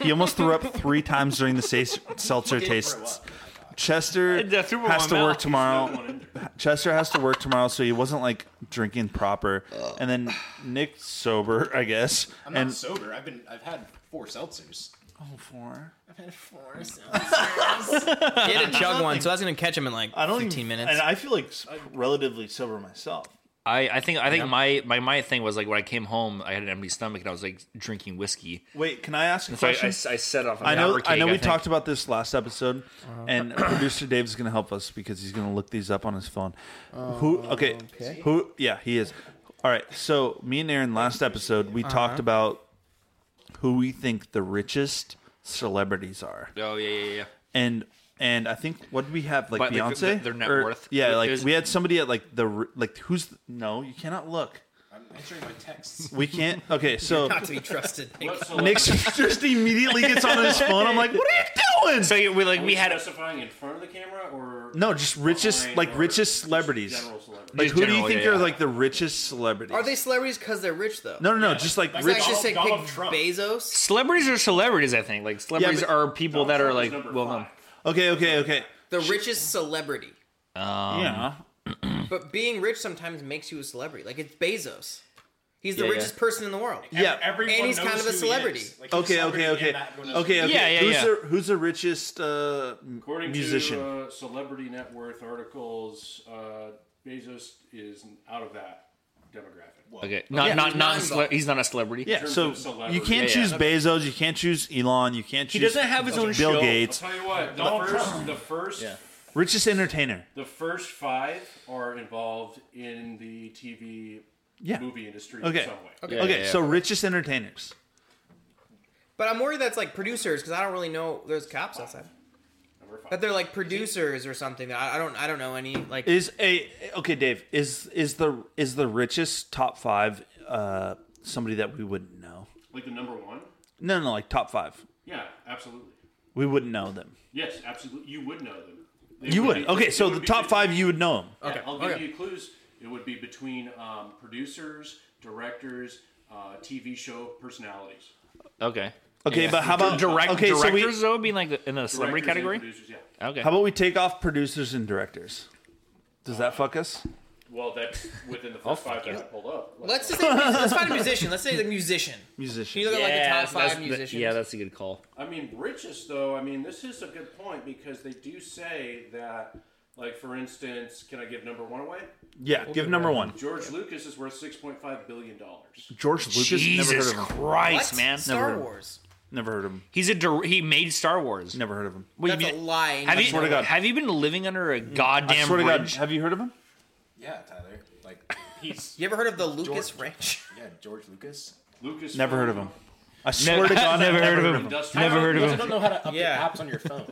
Speaker 1: He almost threw up three times during the sa- seltzer tastes. Chester
Speaker 3: I threw up in
Speaker 1: has
Speaker 3: my
Speaker 1: to
Speaker 3: mouth.
Speaker 1: work tomorrow. Chester has to work tomorrow, so he wasn't like drinking proper. And then Nick's sober, I guess.
Speaker 4: I'm
Speaker 1: and
Speaker 4: not sober. I've been. I've had four seltzers.
Speaker 1: Oh, four.
Speaker 4: I've had four seltzers.
Speaker 2: He had to chug one, so I was gonna catch him in like
Speaker 1: I don't
Speaker 2: 15
Speaker 1: even,
Speaker 2: minutes.
Speaker 1: and I feel like s- relatively sober myself.
Speaker 3: I, I think I think my, my my thing was like when I came home, I had an empty stomach and I was like drinking whiskey.
Speaker 1: Wait, can I ask a
Speaker 3: So I, I,
Speaker 1: question?
Speaker 3: I set off. an
Speaker 1: I know.
Speaker 3: hour
Speaker 1: I
Speaker 3: cake,
Speaker 1: know. We
Speaker 3: think.
Speaker 1: talked about this last episode,
Speaker 4: Uh-huh.
Speaker 1: and producer Dave's going to help us because he's going to look these up on his phone. Who?
Speaker 4: Oh,
Speaker 1: Okay, Who? Yeah, he is. All right. So me and Aaron last episode
Speaker 4: Uh-huh.
Speaker 1: we talked about who we think the richest celebrities are,
Speaker 3: Oh yeah yeah yeah.
Speaker 1: and and I think what did we have like
Speaker 3: But, like,
Speaker 1: Beyonce?
Speaker 3: the- their net worth.
Speaker 1: Yeah,
Speaker 3: It
Speaker 1: like
Speaker 3: was-
Speaker 1: we had somebody at like the r- like who's no, you cannot look.
Speaker 4: I'm answering my texts.
Speaker 1: We can't. Okay, so.
Speaker 2: Not to be trusted.
Speaker 5: What
Speaker 1: Nick
Speaker 5: celebrity
Speaker 1: just immediately gets on his phone. I'm like, what are you doing?
Speaker 3: So you- we like
Speaker 5: are
Speaker 3: we had
Speaker 5: specifying in front of the camera or
Speaker 1: No, just richest,
Speaker 5: behind
Speaker 1: like
Speaker 5: or
Speaker 1: richest
Speaker 5: just
Speaker 1: celebrities.
Speaker 5: General celebrities.
Speaker 1: Like,
Speaker 3: Just
Speaker 1: who do
Speaker 3: general,
Speaker 1: you think
Speaker 3: yeah,
Speaker 1: are
Speaker 3: yeah.
Speaker 1: like the richest celebrities?
Speaker 2: Are they celebrities because they're rich though?
Speaker 1: No, no, no. Just like
Speaker 4: Like,
Speaker 1: rich.
Speaker 4: actually
Speaker 2: just say
Speaker 4: Donald
Speaker 2: pick
Speaker 4: Trump.
Speaker 2: Bezos.
Speaker 3: celebrities are celebrities. I think like celebrities
Speaker 1: but-
Speaker 3: are people that are
Speaker 5: Donald
Speaker 3: like
Speaker 5: Trump is number
Speaker 3: well known.
Speaker 5: five.
Speaker 1: Okay, okay, okay. Um,
Speaker 2: The richest celebrity.
Speaker 1: yeah.
Speaker 2: But being rich sometimes makes you a celebrity. Like it's Bezos. He's the
Speaker 3: Yeah, yeah.
Speaker 2: richest person in the world.
Speaker 1: Yeah.
Speaker 4: Everyone
Speaker 2: And he's
Speaker 4: knows
Speaker 2: kind of a
Speaker 4: who he
Speaker 2: celebrity.
Speaker 4: is. Like, he's a
Speaker 1: Okay,
Speaker 4: celebrity
Speaker 1: okay,
Speaker 4: and
Speaker 1: okay.
Speaker 4: not everyone knows who
Speaker 1: Okay,
Speaker 4: he
Speaker 1: uh,
Speaker 4: is.
Speaker 1: okay.
Speaker 3: Yeah, yeah,
Speaker 1: who's
Speaker 3: yeah.
Speaker 1: The, who's the richest uh,
Speaker 5: According
Speaker 1: musician?
Speaker 5: to uh, celebrity net worth articles, uh, Bezos is out of that demographic.
Speaker 3: Okay, not
Speaker 2: Yeah,
Speaker 3: not
Speaker 2: he's
Speaker 3: not
Speaker 2: not
Speaker 3: cele-
Speaker 2: involved.
Speaker 3: he's not a celebrity.
Speaker 1: yeah,
Speaker 5: terms
Speaker 1: so
Speaker 5: of celebrity.
Speaker 1: you can't
Speaker 3: Yeah,
Speaker 1: choose
Speaker 3: yeah.
Speaker 1: Bezos, you can't choose Elon, you can't choose
Speaker 3: doesn't have his own
Speaker 1: Bill
Speaker 3: show.
Speaker 5: I'll
Speaker 1: Gates.
Speaker 5: tell you what, the first, the first,
Speaker 1: Richest entertainer.
Speaker 5: the first five are involved in the TV
Speaker 1: Yeah.
Speaker 5: movie industry
Speaker 1: Okay.
Speaker 5: in some way.
Speaker 2: Okay.
Speaker 3: Yeah,
Speaker 1: okay,
Speaker 3: yeah, yeah.
Speaker 1: so richest entertainers.
Speaker 2: But I'm worried that's like producers because I don't really know there's cops outside.
Speaker 5: Number five.
Speaker 2: That they're like producers or something. that I, I don't I don't know any like
Speaker 1: Is a okay, Dave, is is the is the richest top 5 uh somebody that we wouldn't know?
Speaker 5: Like the number one?
Speaker 1: No, no, like top 5.
Speaker 5: Yeah, absolutely.
Speaker 1: We wouldn't know them.
Speaker 5: Yes, absolutely. You would know them. They
Speaker 1: You would.
Speaker 5: be-
Speaker 1: Okay,
Speaker 5: it
Speaker 1: so
Speaker 5: would
Speaker 1: the
Speaker 5: be
Speaker 1: top
Speaker 5: between-
Speaker 1: five, you would know them.
Speaker 5: Yeah,
Speaker 2: Okay,
Speaker 5: I'll give
Speaker 2: okay.
Speaker 5: you clues. It would be between um, producers, directors, uh, TV show personalities.
Speaker 3: Okay.
Speaker 1: Okay, but how about
Speaker 3: Direct
Speaker 1: Okay, so we,
Speaker 3: directors though being like the, in the celebrity
Speaker 5: Directors and
Speaker 3: category?
Speaker 5: Producers, yeah.
Speaker 3: Okay.
Speaker 1: how about we take off producers and directors? Does that fuck us?
Speaker 5: Well, that's within the first five that I pulled up. Like,
Speaker 2: let's just say, let's find a musician. Let's say the musician. Can you
Speaker 1: Musician.
Speaker 2: look at like the top
Speaker 3: that's
Speaker 2: five
Speaker 3: the-
Speaker 2: musicians?
Speaker 3: yeah, that's a good call.
Speaker 5: I mean, richest though. I mean, this is a good point because they do say that, like for instance, can I give number one away?
Speaker 1: Yeah, give number one.
Speaker 5: George Lucas is worth six point five billion dollars.
Speaker 1: George Lucas. never heard
Speaker 3: Jesus
Speaker 1: of him.
Speaker 3: Christ,
Speaker 2: What?
Speaker 3: man!
Speaker 2: Star
Speaker 1: Never.
Speaker 2: Wars.
Speaker 1: Never heard of him.
Speaker 3: He's a dir- he made Star Wars.
Speaker 1: Never heard of him.
Speaker 3: What,
Speaker 2: That's a lie.
Speaker 3: have you
Speaker 1: swear to God.
Speaker 3: have you been living under a goddamn
Speaker 1: I swear to God,
Speaker 3: bridge?
Speaker 1: have you heard of him?
Speaker 4: Yeah, Tyler. Like he's.
Speaker 2: You ever heard of the Lucas
Speaker 4: George.
Speaker 2: Ranch?
Speaker 4: Yeah, George Lucas.
Speaker 5: Lucas.
Speaker 1: Never heard of him. I swear
Speaker 3: Never-
Speaker 1: to God,
Speaker 3: never heard of him.
Speaker 5: Industrial.
Speaker 3: Never heard of
Speaker 4: I
Speaker 3: him.
Speaker 4: don't know how to update
Speaker 2: Yeah.
Speaker 4: apps on your phone.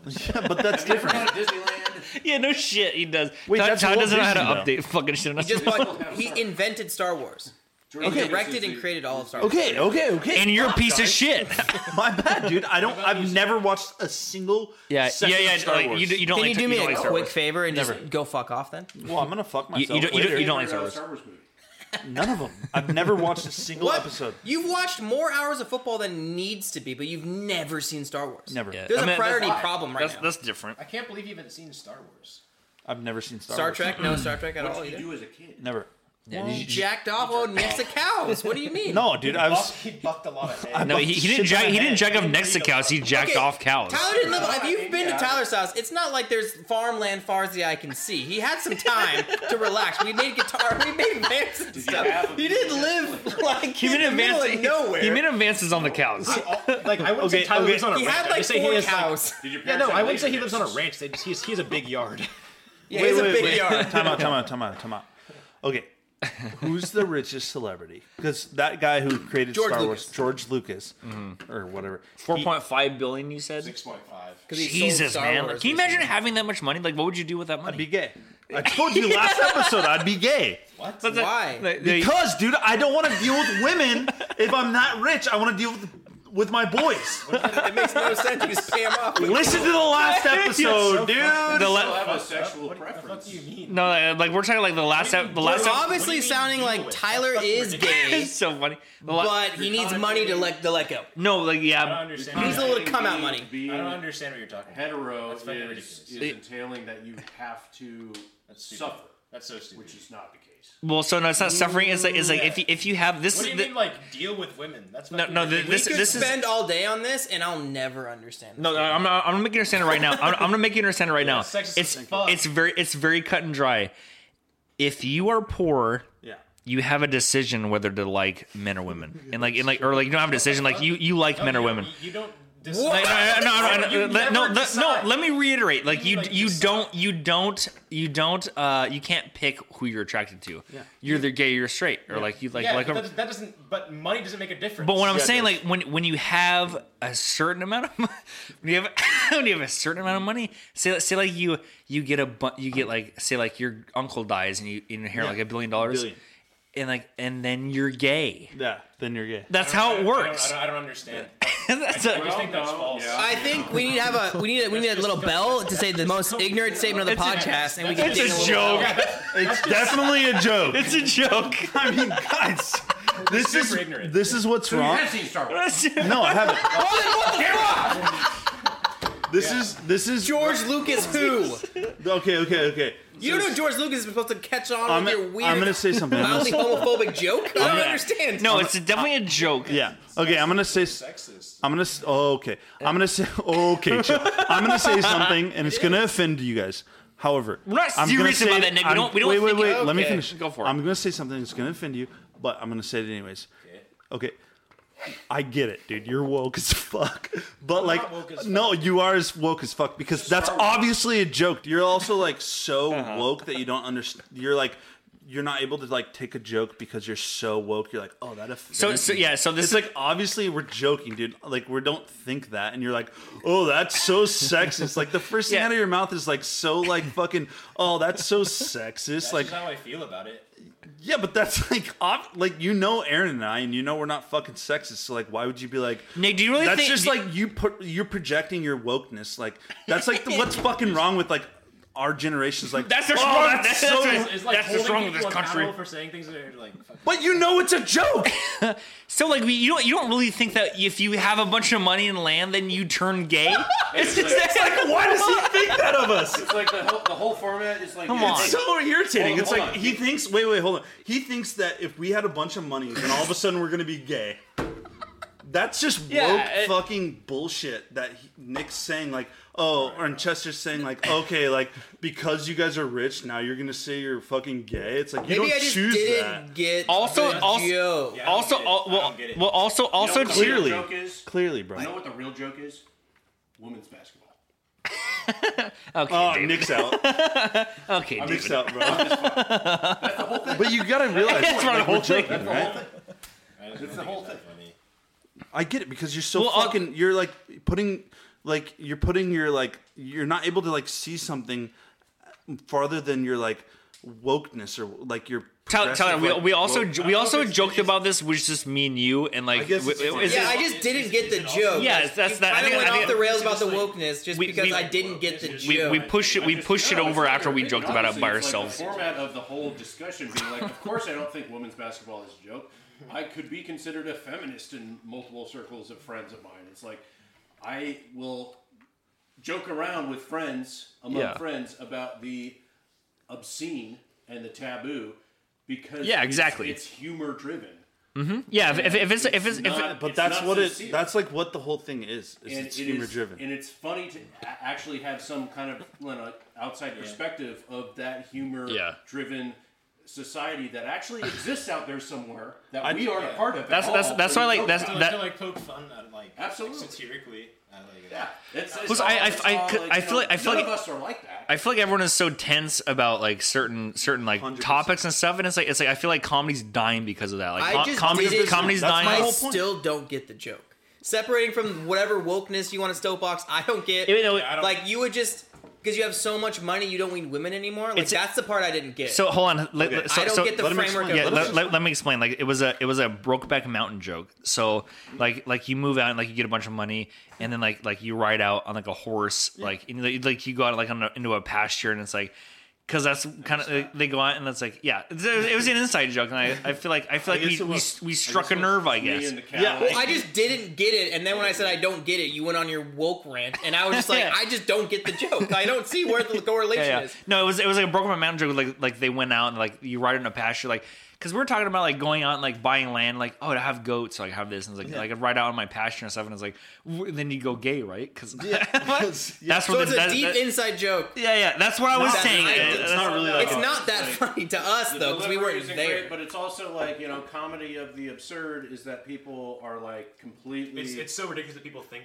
Speaker 1: But that's different.
Speaker 5: Disneyland.
Speaker 3: Yeah, no shit, he does.
Speaker 1: Wait,
Speaker 3: Todd,
Speaker 1: that's
Speaker 3: Todd
Speaker 1: Walt
Speaker 3: doesn't know how to
Speaker 1: Disney,
Speaker 3: update fucking shit. On
Speaker 2: He just
Speaker 3: us.
Speaker 2: bought, he invented Star Wars.
Speaker 5: George
Speaker 2: He
Speaker 5: Lucas is
Speaker 2: directed and
Speaker 5: the-
Speaker 2: created all of Star Wars.
Speaker 1: Okay, okay, okay.
Speaker 3: and you're a piece of shit.
Speaker 1: My bad, dude. I don't. I've never watched a single.
Speaker 3: Yeah, yeah,
Speaker 1: second
Speaker 3: yeah.
Speaker 1: Of Star
Speaker 3: like,
Speaker 1: Wars.
Speaker 3: You, you don't
Speaker 2: Can
Speaker 3: like
Speaker 2: you
Speaker 3: t-
Speaker 2: do me
Speaker 3: don't
Speaker 2: a
Speaker 3: like Star
Speaker 2: quick
Speaker 3: Wars.
Speaker 2: favor and just go fuck off then?
Speaker 1: well, I'm gonna fuck myself.
Speaker 3: you don't- you don't-
Speaker 1: later.
Speaker 3: you don't like Star
Speaker 5: Star
Speaker 3: Wars.
Speaker 5: Wars movie.
Speaker 1: None of them. I've never watched a single
Speaker 2: What?
Speaker 1: episode.
Speaker 2: You've watched more hours of football than needs to be, but you've never seen Star Wars.
Speaker 1: Never.
Speaker 3: Yeah.
Speaker 2: There's
Speaker 3: I
Speaker 2: a
Speaker 3: mean,
Speaker 2: priority
Speaker 3: that's-
Speaker 2: problem right
Speaker 3: That's,
Speaker 2: now.
Speaker 3: that's different.
Speaker 4: I can't believe you haven't seen Star Wars.
Speaker 1: I've never seen Star,
Speaker 2: Star
Speaker 1: Wars.
Speaker 2: Trek? No Star
Speaker 4: Oh,
Speaker 2: Trek at all
Speaker 5: What did you
Speaker 2: either.
Speaker 5: do as a kid?
Speaker 1: Never.
Speaker 2: You jacked off oh, next to cows. What do you mean?
Speaker 1: No, dude. I was.
Speaker 4: he bucked a lot of head.
Speaker 3: No, he, he didn't
Speaker 1: shit on
Speaker 3: jack.
Speaker 1: my
Speaker 3: He didn't
Speaker 1: head.
Speaker 3: jack off next to cows. He jacked
Speaker 2: Okay,
Speaker 3: off cows.
Speaker 2: Tyler didn't live. If you've been to
Speaker 5: Yeah.
Speaker 2: Tyler's house, it's not like there's farmland far as the eye can see. He had some time to relax. We made guitar. We made bands and
Speaker 5: have
Speaker 2: stuff.
Speaker 5: a-
Speaker 2: He didn't live like
Speaker 3: He
Speaker 2: in
Speaker 3: made
Speaker 2: the middle
Speaker 3: advances.
Speaker 2: of nowhere.
Speaker 3: He made advances on the cows.
Speaker 4: like I wouldn't say
Speaker 1: Okay,
Speaker 4: Tyler
Speaker 1: okay.
Speaker 4: lives on a
Speaker 2: He
Speaker 4: ranch.
Speaker 2: had
Speaker 4: I'd
Speaker 2: like
Speaker 4: say he
Speaker 2: four
Speaker 4: is, like-
Speaker 2: cows.
Speaker 5: Did your
Speaker 4: yeah,
Speaker 5: parents
Speaker 4: no,
Speaker 5: have
Speaker 4: I wouldn't say he lives
Speaker 5: laser
Speaker 4: on a
Speaker 5: discs?
Speaker 4: ranch. They just, he's, he's a big yard.
Speaker 2: yeah, he has a
Speaker 1: wait,
Speaker 2: big
Speaker 1: wait.
Speaker 2: yard.
Speaker 1: Time out. Time out. Time out. Time out. Okay. Who's the richest celebrity? Because that guy who created
Speaker 2: George
Speaker 1: Star
Speaker 2: Lucas.
Speaker 1: Wars, George Lucas, or whatever.
Speaker 3: Mm-hmm. Four point five billion, you said.
Speaker 4: 6.5.
Speaker 2: 'Cause he sold
Speaker 3: Jesus,
Speaker 2: Star
Speaker 3: man!
Speaker 2: Wars
Speaker 3: Can you
Speaker 2: recently.
Speaker 3: imagine having that much money? Like, what would you do with that money?
Speaker 1: I'd be gay. I told you last episode I'd be gay.
Speaker 4: What?
Speaker 2: Why?
Speaker 3: Like, like,
Speaker 1: Because, dude, I don't want to deal with women if I'm not rich. I want to deal with with my boys.
Speaker 6: it makes no sense. You just pay him off.
Speaker 1: Listen to the last episode, dude.
Speaker 3: The
Speaker 5: I
Speaker 3: la-
Speaker 5: have a sexual preference.
Speaker 3: no, uh, like we're talking like the last ep- the last
Speaker 2: It's
Speaker 3: ep-
Speaker 2: obviously sounding like Tyler is gay,
Speaker 3: It's so funny. The la-
Speaker 2: but he needs money to let to let go.
Speaker 3: no, like
Speaker 4: I don't
Speaker 3: yeah,
Speaker 4: understand.
Speaker 2: He needs a little come out
Speaker 5: Being-
Speaker 2: money.
Speaker 5: being
Speaker 4: I don't understand what you're talking. about.
Speaker 5: hetero
Speaker 4: That's
Speaker 5: is,
Speaker 4: fucking
Speaker 5: is
Speaker 4: ridiculous.
Speaker 5: entailing that you have to
Speaker 4: stupid.
Speaker 5: suffer,
Speaker 4: That's so stupid.
Speaker 5: which is not the case.
Speaker 3: well, so no, it's not suffering. It's like it's like if you, if you have this.
Speaker 4: what do you
Speaker 3: the-
Speaker 4: mean, like deal with women? That's
Speaker 3: no, no, th- this
Speaker 2: we could
Speaker 3: this is
Speaker 2: spend all day on this, and I'll never understand.
Speaker 3: No, no, I'm, not, I'm gonna make you understand it right now. I'm, I'm gonna make you understand it right now.
Speaker 4: sex is
Speaker 3: It's
Speaker 4: something fucked.
Speaker 3: it's very it's very cut and dry. If you are poor,
Speaker 1: Yeah.
Speaker 3: you have a decision whether to like men or women, and like and like or like you don't have a decision. Like you you
Speaker 4: Oh,
Speaker 3: like men or women.
Speaker 4: You don't.
Speaker 3: Like, no, no, no, no,
Speaker 4: You
Speaker 3: no, let- no, let-
Speaker 4: never
Speaker 3: no,
Speaker 4: decide.
Speaker 3: Let me reiterate. Like you,
Speaker 4: like,
Speaker 3: you
Speaker 4: decide.
Speaker 3: don't, you don't, you don't. Uh, you can't pick who you're attracted to. You're either gay, or you're straight, or like you like
Speaker 4: yeah,
Speaker 3: like.
Speaker 4: but that, that doesn't. But money doesn't make a difference.
Speaker 3: But what I'm
Speaker 1: Yeah, it
Speaker 3: saying,
Speaker 1: does.
Speaker 3: like when when you have a certain amount of money, when you have when you have a certain amount of money, say say like you you get a bu- you get like say like your uncle dies and you inherit like a billion dollars,
Speaker 1: Billion.
Speaker 3: and like and then you're gay.
Speaker 1: Yeah, then you're gay.
Speaker 3: That's how it
Speaker 4: I
Speaker 3: works.
Speaker 4: don't, I don't understand.
Speaker 3: That's a-
Speaker 4: I think that's false.
Speaker 5: yeah.
Speaker 2: I think we need to have a we need a, we need a little bell to say the most ignorant statement of the podcast, and we can
Speaker 3: it's
Speaker 2: ding
Speaker 3: a
Speaker 2: little
Speaker 3: joke.
Speaker 2: bell.
Speaker 1: It's definitely a joke.
Speaker 3: It's a joke.
Speaker 1: I mean, guys, this is
Speaker 4: super ignorant.
Speaker 1: this is what's wrong. No, I haven't. This is this is
Speaker 2: George Lucas, who
Speaker 1: okay, okay, okay.
Speaker 2: you don't know George Lucas is supposed to catch on
Speaker 1: I'm,
Speaker 2: with
Speaker 1: gonna-
Speaker 2: your weird,
Speaker 1: I'm gonna say something. I'm gonna
Speaker 2: mildly
Speaker 1: say-
Speaker 2: homophobic joke. I don't
Speaker 3: Yeah.
Speaker 2: understand.
Speaker 3: No, it's definitely a joke.
Speaker 1: yeah. Okay, I'm gonna say. I'm gonna. s- Oh, okay. I'm gonna say. Okay. chill. I'm gonna say something, and it's gonna offend you guys. However,
Speaker 3: We're not
Speaker 1: I'm gonna
Speaker 3: serious about that, Nick. We
Speaker 1: I'm-
Speaker 3: don't- we don't
Speaker 1: Wait, wait,
Speaker 3: think
Speaker 1: wait.
Speaker 3: it-
Speaker 1: Let me
Speaker 3: okay,
Speaker 1: finish.
Speaker 3: go for it.
Speaker 1: I'm gonna say something that's gonna offend you, but I'm gonna say it anyways. Okay. I get it, dude. You're woke as fuck. But like, no, you are as woke as fuck because that's obviously a joke. You're also like so
Speaker 3: Uh-huh.
Speaker 1: woke that you don't understand. You're like, you're not able to like take a joke because you're so woke. You're like, oh, that offends
Speaker 3: So so
Speaker 1: me."
Speaker 3: yeah. So this
Speaker 1: It's
Speaker 3: is like
Speaker 1: like obviously we're joking, dude. Like we don't think that, and you're like, "Oh, that's so sexist." Like the first thing
Speaker 3: Yeah.
Speaker 1: out of your mouth is like so like fucking. Oh, that's so sexist. Like
Speaker 4: That's how I feel about it.
Speaker 1: yeah, but that's like ob- like you know Aaron and I, and you know we're not fucking sexist. So like, why would you be like?
Speaker 3: Nick. Do you really
Speaker 1: that's
Speaker 3: think
Speaker 1: just like you put you're projecting your wokeness. Like that's like the, what's fucking wrong with like our generation's like
Speaker 3: That's
Speaker 1: oh,
Speaker 3: what's wrong-
Speaker 1: that's
Speaker 3: that's
Speaker 1: so.
Speaker 3: what's-
Speaker 4: It's like
Speaker 3: That's what's
Speaker 4: holding
Speaker 3: wrong with
Speaker 4: people
Speaker 3: this country.
Speaker 4: accountable for saying things that are like. fuck-
Speaker 1: But you know it's a joke.
Speaker 3: so like we, you don't you don't really think that if you have a bunch of money and land, then you turn gay. it's just
Speaker 5: It's
Speaker 3: like
Speaker 1: Why does he think that of us?
Speaker 5: It's like the whole, the whole format is like.
Speaker 3: Come
Speaker 5: it's
Speaker 3: on.
Speaker 5: like-
Speaker 1: It's so irritating.
Speaker 5: Hold-
Speaker 1: it's
Speaker 5: hold
Speaker 1: like
Speaker 5: on.
Speaker 1: he thinks. Wait, wait, hold on. He thinks that if we had a bunch of money, then all of a sudden we're gonna be gay. That's just woke
Speaker 3: Yeah, it-
Speaker 1: fucking bullshit that he, Nick's saying. Like, oh, or and Chester's saying like, okay, like because you guys are rich now, you're gonna say you're fucking gay. It's like you
Speaker 2: Maybe
Speaker 1: don't
Speaker 2: I just
Speaker 1: choose
Speaker 2: didn't
Speaker 1: that.
Speaker 2: get
Speaker 3: Also-
Speaker 2: the
Speaker 3: also-
Speaker 2: joke.
Speaker 4: Yeah, I don't
Speaker 3: also
Speaker 4: get it.
Speaker 3: al-
Speaker 4: I
Speaker 3: well,
Speaker 4: don't get it.
Speaker 3: well also
Speaker 5: You
Speaker 3: also
Speaker 5: know what the real
Speaker 1: clearly.
Speaker 5: joke is?
Speaker 1: Clearly,
Speaker 5: You know
Speaker 1: Brian.
Speaker 5: what the real joke is? Women's basketball.
Speaker 3: Okay,
Speaker 1: Oh,
Speaker 3: David.
Speaker 1: Nick's out.
Speaker 3: Okay, David.
Speaker 1: Nick's out, bro. but you gotta realize
Speaker 3: That's not the
Speaker 1: like,
Speaker 3: whole
Speaker 1: we're
Speaker 3: thing.
Speaker 1: joking, right?
Speaker 5: It's the whole thing.
Speaker 1: I get it because you're so
Speaker 3: Well, I'll-
Speaker 1: fucking. You're like putting, like you're putting your like. You're not able to like see something farther than your like wokeness or like your.
Speaker 3: Tell, tell
Speaker 1: progressive,
Speaker 3: her, we,
Speaker 1: like,
Speaker 3: we also
Speaker 1: woke-
Speaker 3: we also joked about this, which just me and you, and like
Speaker 1: guess it's
Speaker 3: w-
Speaker 1: fine.
Speaker 3: is
Speaker 2: Yeah, I
Speaker 3: it-
Speaker 2: just didn't get the joke.
Speaker 3: Yeah, that's- that- I
Speaker 2: I
Speaker 3: think-
Speaker 2: went
Speaker 3: I think-
Speaker 2: off the rails about the wokeness just
Speaker 3: We-
Speaker 2: because
Speaker 3: we-
Speaker 2: I didn't get the joke.
Speaker 3: we, we pushed it we pushed it over after we joked about it by
Speaker 5: Obviously, it's
Speaker 3: ourselves.
Speaker 5: Like the format of the whole discussion being like, of course, I don't think women's basketball is a joke. I could be considered a feminist in multiple circles of friends of mine. It's like I will joke around with friends among
Speaker 3: Yeah.
Speaker 5: friends about the obscene and the taboo because
Speaker 3: Yeah,
Speaker 5: it's-
Speaker 3: exactly.
Speaker 5: it's, humor driven.
Speaker 3: Yeah, if, if, if it's if it's, if
Speaker 5: not-
Speaker 3: it,
Speaker 1: But
Speaker 5: it's
Speaker 1: that's
Speaker 5: not
Speaker 1: what it.
Speaker 5: sincere.
Speaker 1: That's like what the whole thing is. is
Speaker 5: and
Speaker 1: it's
Speaker 5: it
Speaker 1: humor
Speaker 5: is-
Speaker 1: driven.
Speaker 5: and it's funny to a- actually have some kind of you know, outside perspective of that humor
Speaker 3: Yeah.
Speaker 5: driven society that actually exists out there somewhere that
Speaker 1: I-
Speaker 5: we aren't a part of.
Speaker 3: That's-
Speaker 5: at
Speaker 3: that's-
Speaker 5: all,
Speaker 3: that's
Speaker 5: but
Speaker 3: why,
Speaker 5: we
Speaker 3: like,
Speaker 5: know
Speaker 3: that's-
Speaker 4: I
Speaker 5: about it.
Speaker 4: like
Speaker 3: that-
Speaker 4: to like poke fun at like
Speaker 5: Absolutely.
Speaker 4: like, satirically. I like it.
Speaker 5: Yeah, it's, it's
Speaker 3: Plus,
Speaker 5: all-
Speaker 3: I- I-
Speaker 5: it's
Speaker 3: I
Speaker 5: all,
Speaker 3: could-
Speaker 5: like,
Speaker 3: I
Speaker 5: you
Speaker 3: feel
Speaker 5: know,
Speaker 3: like- I feel
Speaker 5: none
Speaker 3: like-
Speaker 5: of us are like that.
Speaker 3: I feel like everyone is so tense about like certain certain like
Speaker 1: 100%.
Speaker 3: topics and stuff, and it's like it's like I feel like comedy's dying because of that. Like
Speaker 2: I
Speaker 3: com-
Speaker 2: just
Speaker 3: comedy's
Speaker 2: didn't-
Speaker 3: comedy's
Speaker 1: That's
Speaker 3: dying.
Speaker 1: my
Speaker 2: I
Speaker 1: whole point.
Speaker 2: still don't get the joke. Separating from whatever wokeness you want to soapbox, I don't get.
Speaker 3: Even though-
Speaker 2: like you would just because you have so much money, you don't need women anymore. Like
Speaker 3: It's-
Speaker 2: that's the part I didn't get.
Speaker 3: So hold on. Let,
Speaker 1: Okay.
Speaker 3: let- so,
Speaker 2: I don't
Speaker 3: so-
Speaker 2: get the
Speaker 1: let him
Speaker 2: framework.
Speaker 1: explain.
Speaker 3: yeah,
Speaker 2: of
Speaker 1: let him
Speaker 3: let, let, let me explain. Like it was a it was a Brokeback Mountain joke. So like like you move out and like you get a bunch of money, and then like like you ride out on like a horse, like and, like- like you go out like on a, into a pasture, and it's like because that's kind of they go out and that's like yeah, it's- it was an inside joke, and I, I feel like I feel like
Speaker 1: guess
Speaker 3: we,
Speaker 1: it
Speaker 3: we
Speaker 1: was.
Speaker 3: we struck a nerve, I
Speaker 5: Me
Speaker 3: guess.
Speaker 5: and the cow.
Speaker 1: Yeah.
Speaker 2: Well, I just didn't get it, and then when I said I don't get it, you went on your woke rant, and I was just like, I just don't get the joke. I don't see where the correlation
Speaker 3: yeah, yeah.
Speaker 2: is.
Speaker 3: No, it was it was like a Brokeback Mountain joke. Like like they went out and like you ride in a pasture, like because we were talking about like going out and like buying land, like oh to have goats, so I have this, and it's like like I'd ride out on my pasture and stuff, and it's like w- then you go gay, right? Because that's
Speaker 2: So
Speaker 3: what
Speaker 2: it's a
Speaker 3: the, that,
Speaker 2: deep
Speaker 3: that-
Speaker 2: inside joke.
Speaker 3: yeah yeah that's what I was
Speaker 2: that's
Speaker 3: saying.
Speaker 2: not-
Speaker 3: Uh,
Speaker 2: it's
Speaker 3: that's-
Speaker 1: not really that
Speaker 2: It's
Speaker 1: Oh,
Speaker 2: not that
Speaker 5: like,
Speaker 2: funny to us though, because we
Speaker 5: delivery
Speaker 2: weren't
Speaker 5: isn't
Speaker 2: there.
Speaker 5: Great, but it's also like you know, comedy of the absurd is that people are like completely.
Speaker 4: It's, it's so ridiculous that people think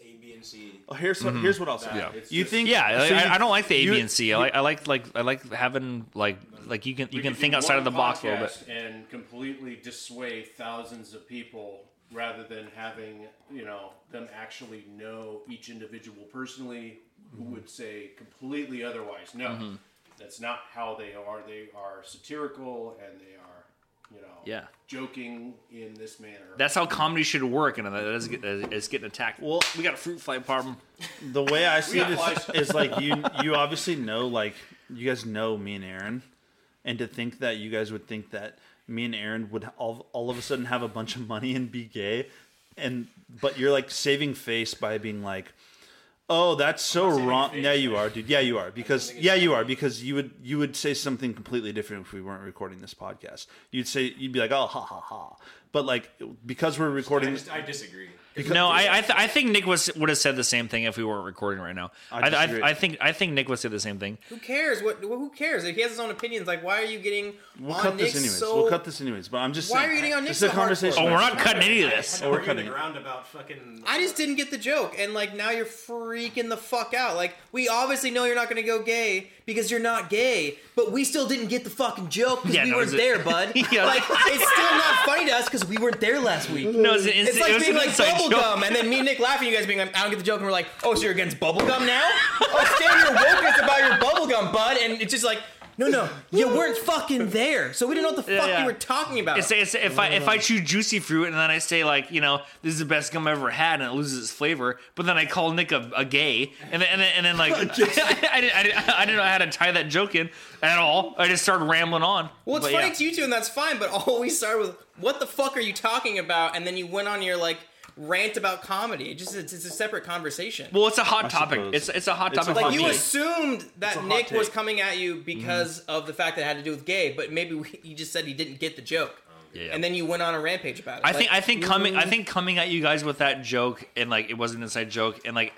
Speaker 4: A, B, and C.
Speaker 1: Oh, here's
Speaker 4: Mm-hmm.
Speaker 1: what, here's what I'll say.
Speaker 5: Yeah. It's
Speaker 1: You
Speaker 5: just-
Speaker 1: think?
Speaker 3: yeah,
Speaker 1: so
Speaker 3: I,
Speaker 1: you-
Speaker 3: I don't like the A, B,
Speaker 1: you-
Speaker 3: and C. I like, I like, like, I like having like, like you can, you
Speaker 5: we
Speaker 3: can
Speaker 5: could
Speaker 3: think
Speaker 5: do
Speaker 3: outside of the
Speaker 5: one
Speaker 3: box a little bit.
Speaker 5: podcast and completely dissuade thousands of people rather than having you know them actually know each individual personally who would say completely otherwise. No,
Speaker 3: Mm-hmm.
Speaker 5: that's not how they are. They are satirical and they are you know
Speaker 3: Yeah.
Speaker 5: joking in this manner.
Speaker 3: That's how comedy should work, and that is, get- is getting attacked. Well, we got a fruit fly problem.
Speaker 1: the way I see
Speaker 5: got
Speaker 1: this
Speaker 5: flies.
Speaker 1: is like you you obviously know like you guys know me and Aaron, and to think that you guys would think that me and Aaron would all, all of a sudden have a bunch of money and be gay, and but you're like saving face by being like. Oh, that's so wrong. Yeah, you are, dude. Yeah, you are because yeah, you are because you would you would say something completely different if we weren't recording this podcast. You'd say you'd be like, "Oh, ha ha ha," but like because we're
Speaker 4: I
Speaker 1: recording,
Speaker 4: just I disagree.
Speaker 3: No, I I, th- I think Nick was would have said the same thing if we weren't recording right now. I I,
Speaker 1: disagree.
Speaker 3: I, think I think Nick would say the same thing.
Speaker 2: Who cares? What? Who cares? If he has his own opinions, like why are you getting
Speaker 1: we'll
Speaker 2: on
Speaker 1: cut
Speaker 2: Nick's
Speaker 1: this anyways.
Speaker 2: So...
Speaker 1: we'll cut this anyways. But I'm just
Speaker 2: Why are
Speaker 1: saying,
Speaker 2: you getting on Nick's
Speaker 1: this is a
Speaker 2: so hardcore?
Speaker 1: conversation.
Speaker 3: Oh, we're
Speaker 1: I-
Speaker 3: not cutting any of
Speaker 4: I
Speaker 3: this.
Speaker 4: had to
Speaker 1: we're
Speaker 4: argue in
Speaker 1: cutting it.
Speaker 4: the ground about fucking.
Speaker 2: I just didn't get the joke, and like now you're freaking the fuck out. Like we obviously know you're not gonna go gay because you're not gay, but we still didn't get the fucking joke because
Speaker 3: Yeah,
Speaker 2: we
Speaker 3: no,
Speaker 2: weren't
Speaker 3: is it-
Speaker 2: there, bud.
Speaker 3: Yeah.
Speaker 2: Like it's still not funny to us because we weren't there last week.
Speaker 3: No, it's, an
Speaker 2: It's
Speaker 3: inside-
Speaker 2: like
Speaker 3: it was
Speaker 2: being
Speaker 3: an
Speaker 2: like
Speaker 3: inside joke.
Speaker 2: bubblegum, and then me and Nick laughing, you guys being like, I don't get the joke, and we're like, oh, so you're against bubblegum now? Oh, stand your wokeness about your bubblegum, bud. And it's just like, no, no, you weren't fucking there. So we didn't know what the
Speaker 3: Yeah,
Speaker 2: fuck
Speaker 3: yeah.
Speaker 2: you were talking about.
Speaker 3: It's, it's, if I if I chew juicy fruit and then I say like you know this is the best gum I've ever had and it loses its flavor, but then I call Nick a, a gay and then and then, and then like I, didn't, I, didn't, I didn't know how to tie that joke in at all. I just started rambling on.
Speaker 2: well, it's
Speaker 3: But
Speaker 2: funny
Speaker 3: yeah.
Speaker 2: to you two, and that's fine, but all we started with, what the fuck are you talking about? And then you went on your, like, rant about comedy. It just, it's, it's a separate conversation.
Speaker 3: Well, it's a hot topic.
Speaker 1: suppose.
Speaker 3: It's it's a hot
Speaker 1: It's a
Speaker 3: topic.
Speaker 1: hot
Speaker 2: like
Speaker 3: for
Speaker 2: you
Speaker 3: me.
Speaker 1: take.
Speaker 2: assumed
Speaker 1: a
Speaker 2: that
Speaker 1: hot
Speaker 2: Nick was
Speaker 1: take.
Speaker 2: coming at
Speaker 3: Mm-hmm.
Speaker 2: you because of the fact that it had to do with gay, but maybe we, you just said he didn't get the joke,
Speaker 3: yeah.
Speaker 2: and then you went on a rampage about it.
Speaker 3: I think I think coming
Speaker 1: mm.
Speaker 3: I think coming at you guys with that joke and like it was an inside joke and like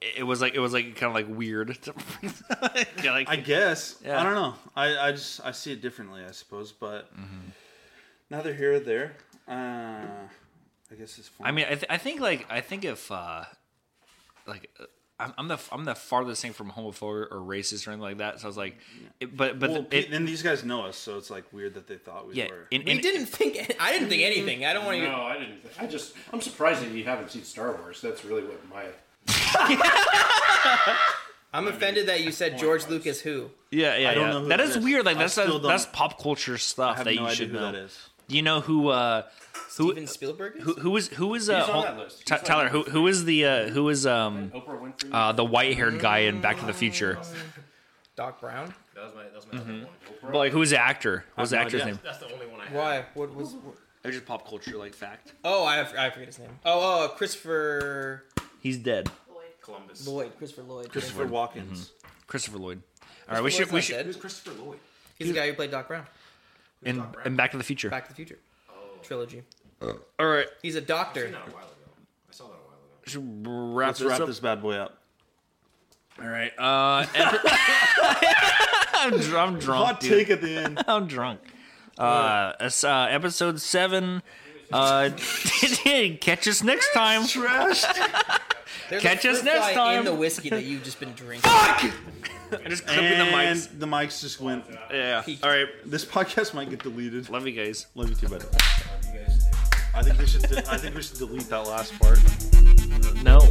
Speaker 3: it it was like it was like kind of like weird. yeah, like
Speaker 1: I guess.
Speaker 3: Yeah.
Speaker 1: I don't know. I, I just I see it differently, I suppose. But neither here or there. Uh, I guess it's fine.
Speaker 3: I mean I, th- I think like I think if uh like uh, I'm, I'm the I'm the farthest thing from homophobic or racist or anything like that. So I was like, it, but but
Speaker 1: well,
Speaker 3: the-
Speaker 1: pe-
Speaker 3: it,
Speaker 1: then these guys know us, so it's like weird that they thought we
Speaker 3: yeah,
Speaker 1: were.
Speaker 3: in,
Speaker 2: We
Speaker 3: in,
Speaker 2: didn't think. I didn't think anything. I don't want to.
Speaker 5: no, I didn't. I just I'm surprised that you haven't seen Star Wars. That's really what my
Speaker 2: I'm offended that you said George Lucas. Who?
Speaker 3: yeah, yeah,
Speaker 1: I don't
Speaker 3: yeah.
Speaker 1: know who
Speaker 3: that
Speaker 1: that
Speaker 3: is
Speaker 1: is.
Speaker 3: weird. Like
Speaker 1: I
Speaker 3: that's
Speaker 1: still don't-
Speaker 3: that's pop culture
Speaker 1: I
Speaker 3: stuff
Speaker 1: have
Speaker 3: that
Speaker 1: no
Speaker 3: you
Speaker 1: idea
Speaker 3: should
Speaker 1: who
Speaker 3: know.
Speaker 1: that is.
Speaker 3: Do you know who uh who
Speaker 2: Steven Spielberg. Is?
Speaker 3: who who is who is uh
Speaker 5: He's on
Speaker 3: hol-
Speaker 5: that list.
Speaker 3: Ta-
Speaker 5: He's on
Speaker 3: Tyler
Speaker 5: that
Speaker 3: who who is the uh who is um
Speaker 5: Oprah Winfrey.
Speaker 3: uh, the white-haired guy in Back to the Future.
Speaker 2: Doc Brown.
Speaker 4: That was my that was my other one.
Speaker 3: But like, who's the actor? What was the
Speaker 1: no
Speaker 3: actor's
Speaker 1: idea.
Speaker 3: name?
Speaker 4: That's the only one I had.
Speaker 2: Why? What was?
Speaker 3: It's just pop culture, like fact.
Speaker 2: Oh, I, I forget his name. Oh, oh, Christopher
Speaker 3: He's dead.
Speaker 4: Columbus.
Speaker 2: Lloyd. Christopher Lloyd.
Speaker 1: Christopher Walken's.
Speaker 3: Christopher Lloyd. All right, we should we
Speaker 2: Lloyd's
Speaker 3: should
Speaker 2: not dead.
Speaker 4: Who's Christopher Lloyd?
Speaker 2: He's the guy who played Doc Brown.
Speaker 3: in, in Back to the Future.
Speaker 2: Back to the Future. Trilogy.
Speaker 3: All right,
Speaker 2: He's a doctor.
Speaker 4: Not a while ago. I saw that a while ago.
Speaker 3: should wrap
Speaker 1: Let's
Speaker 3: this
Speaker 1: wrap
Speaker 3: up.
Speaker 1: this bad boy up.
Speaker 3: All right, uh, ep- I'm, dr- I'm drunk.
Speaker 1: Hot
Speaker 3: dude.
Speaker 1: take at the end.
Speaker 3: I'm drunk. Uh, it's, uh, episode seven. Uh, catch us next time.
Speaker 2: There's
Speaker 3: Catch
Speaker 2: a
Speaker 3: us
Speaker 2: fruit
Speaker 3: next
Speaker 2: fly
Speaker 3: time.
Speaker 2: In the whiskey that you've just been drinking.
Speaker 3: I just clipping the
Speaker 1: And
Speaker 3: mics.
Speaker 1: the mics just went.
Speaker 3: Yeah. All right.
Speaker 1: This podcast might get deleted.
Speaker 3: Love you guys.
Speaker 1: Love you too, buddy. I think we should. de- I think we should delete that last part.
Speaker 3: No.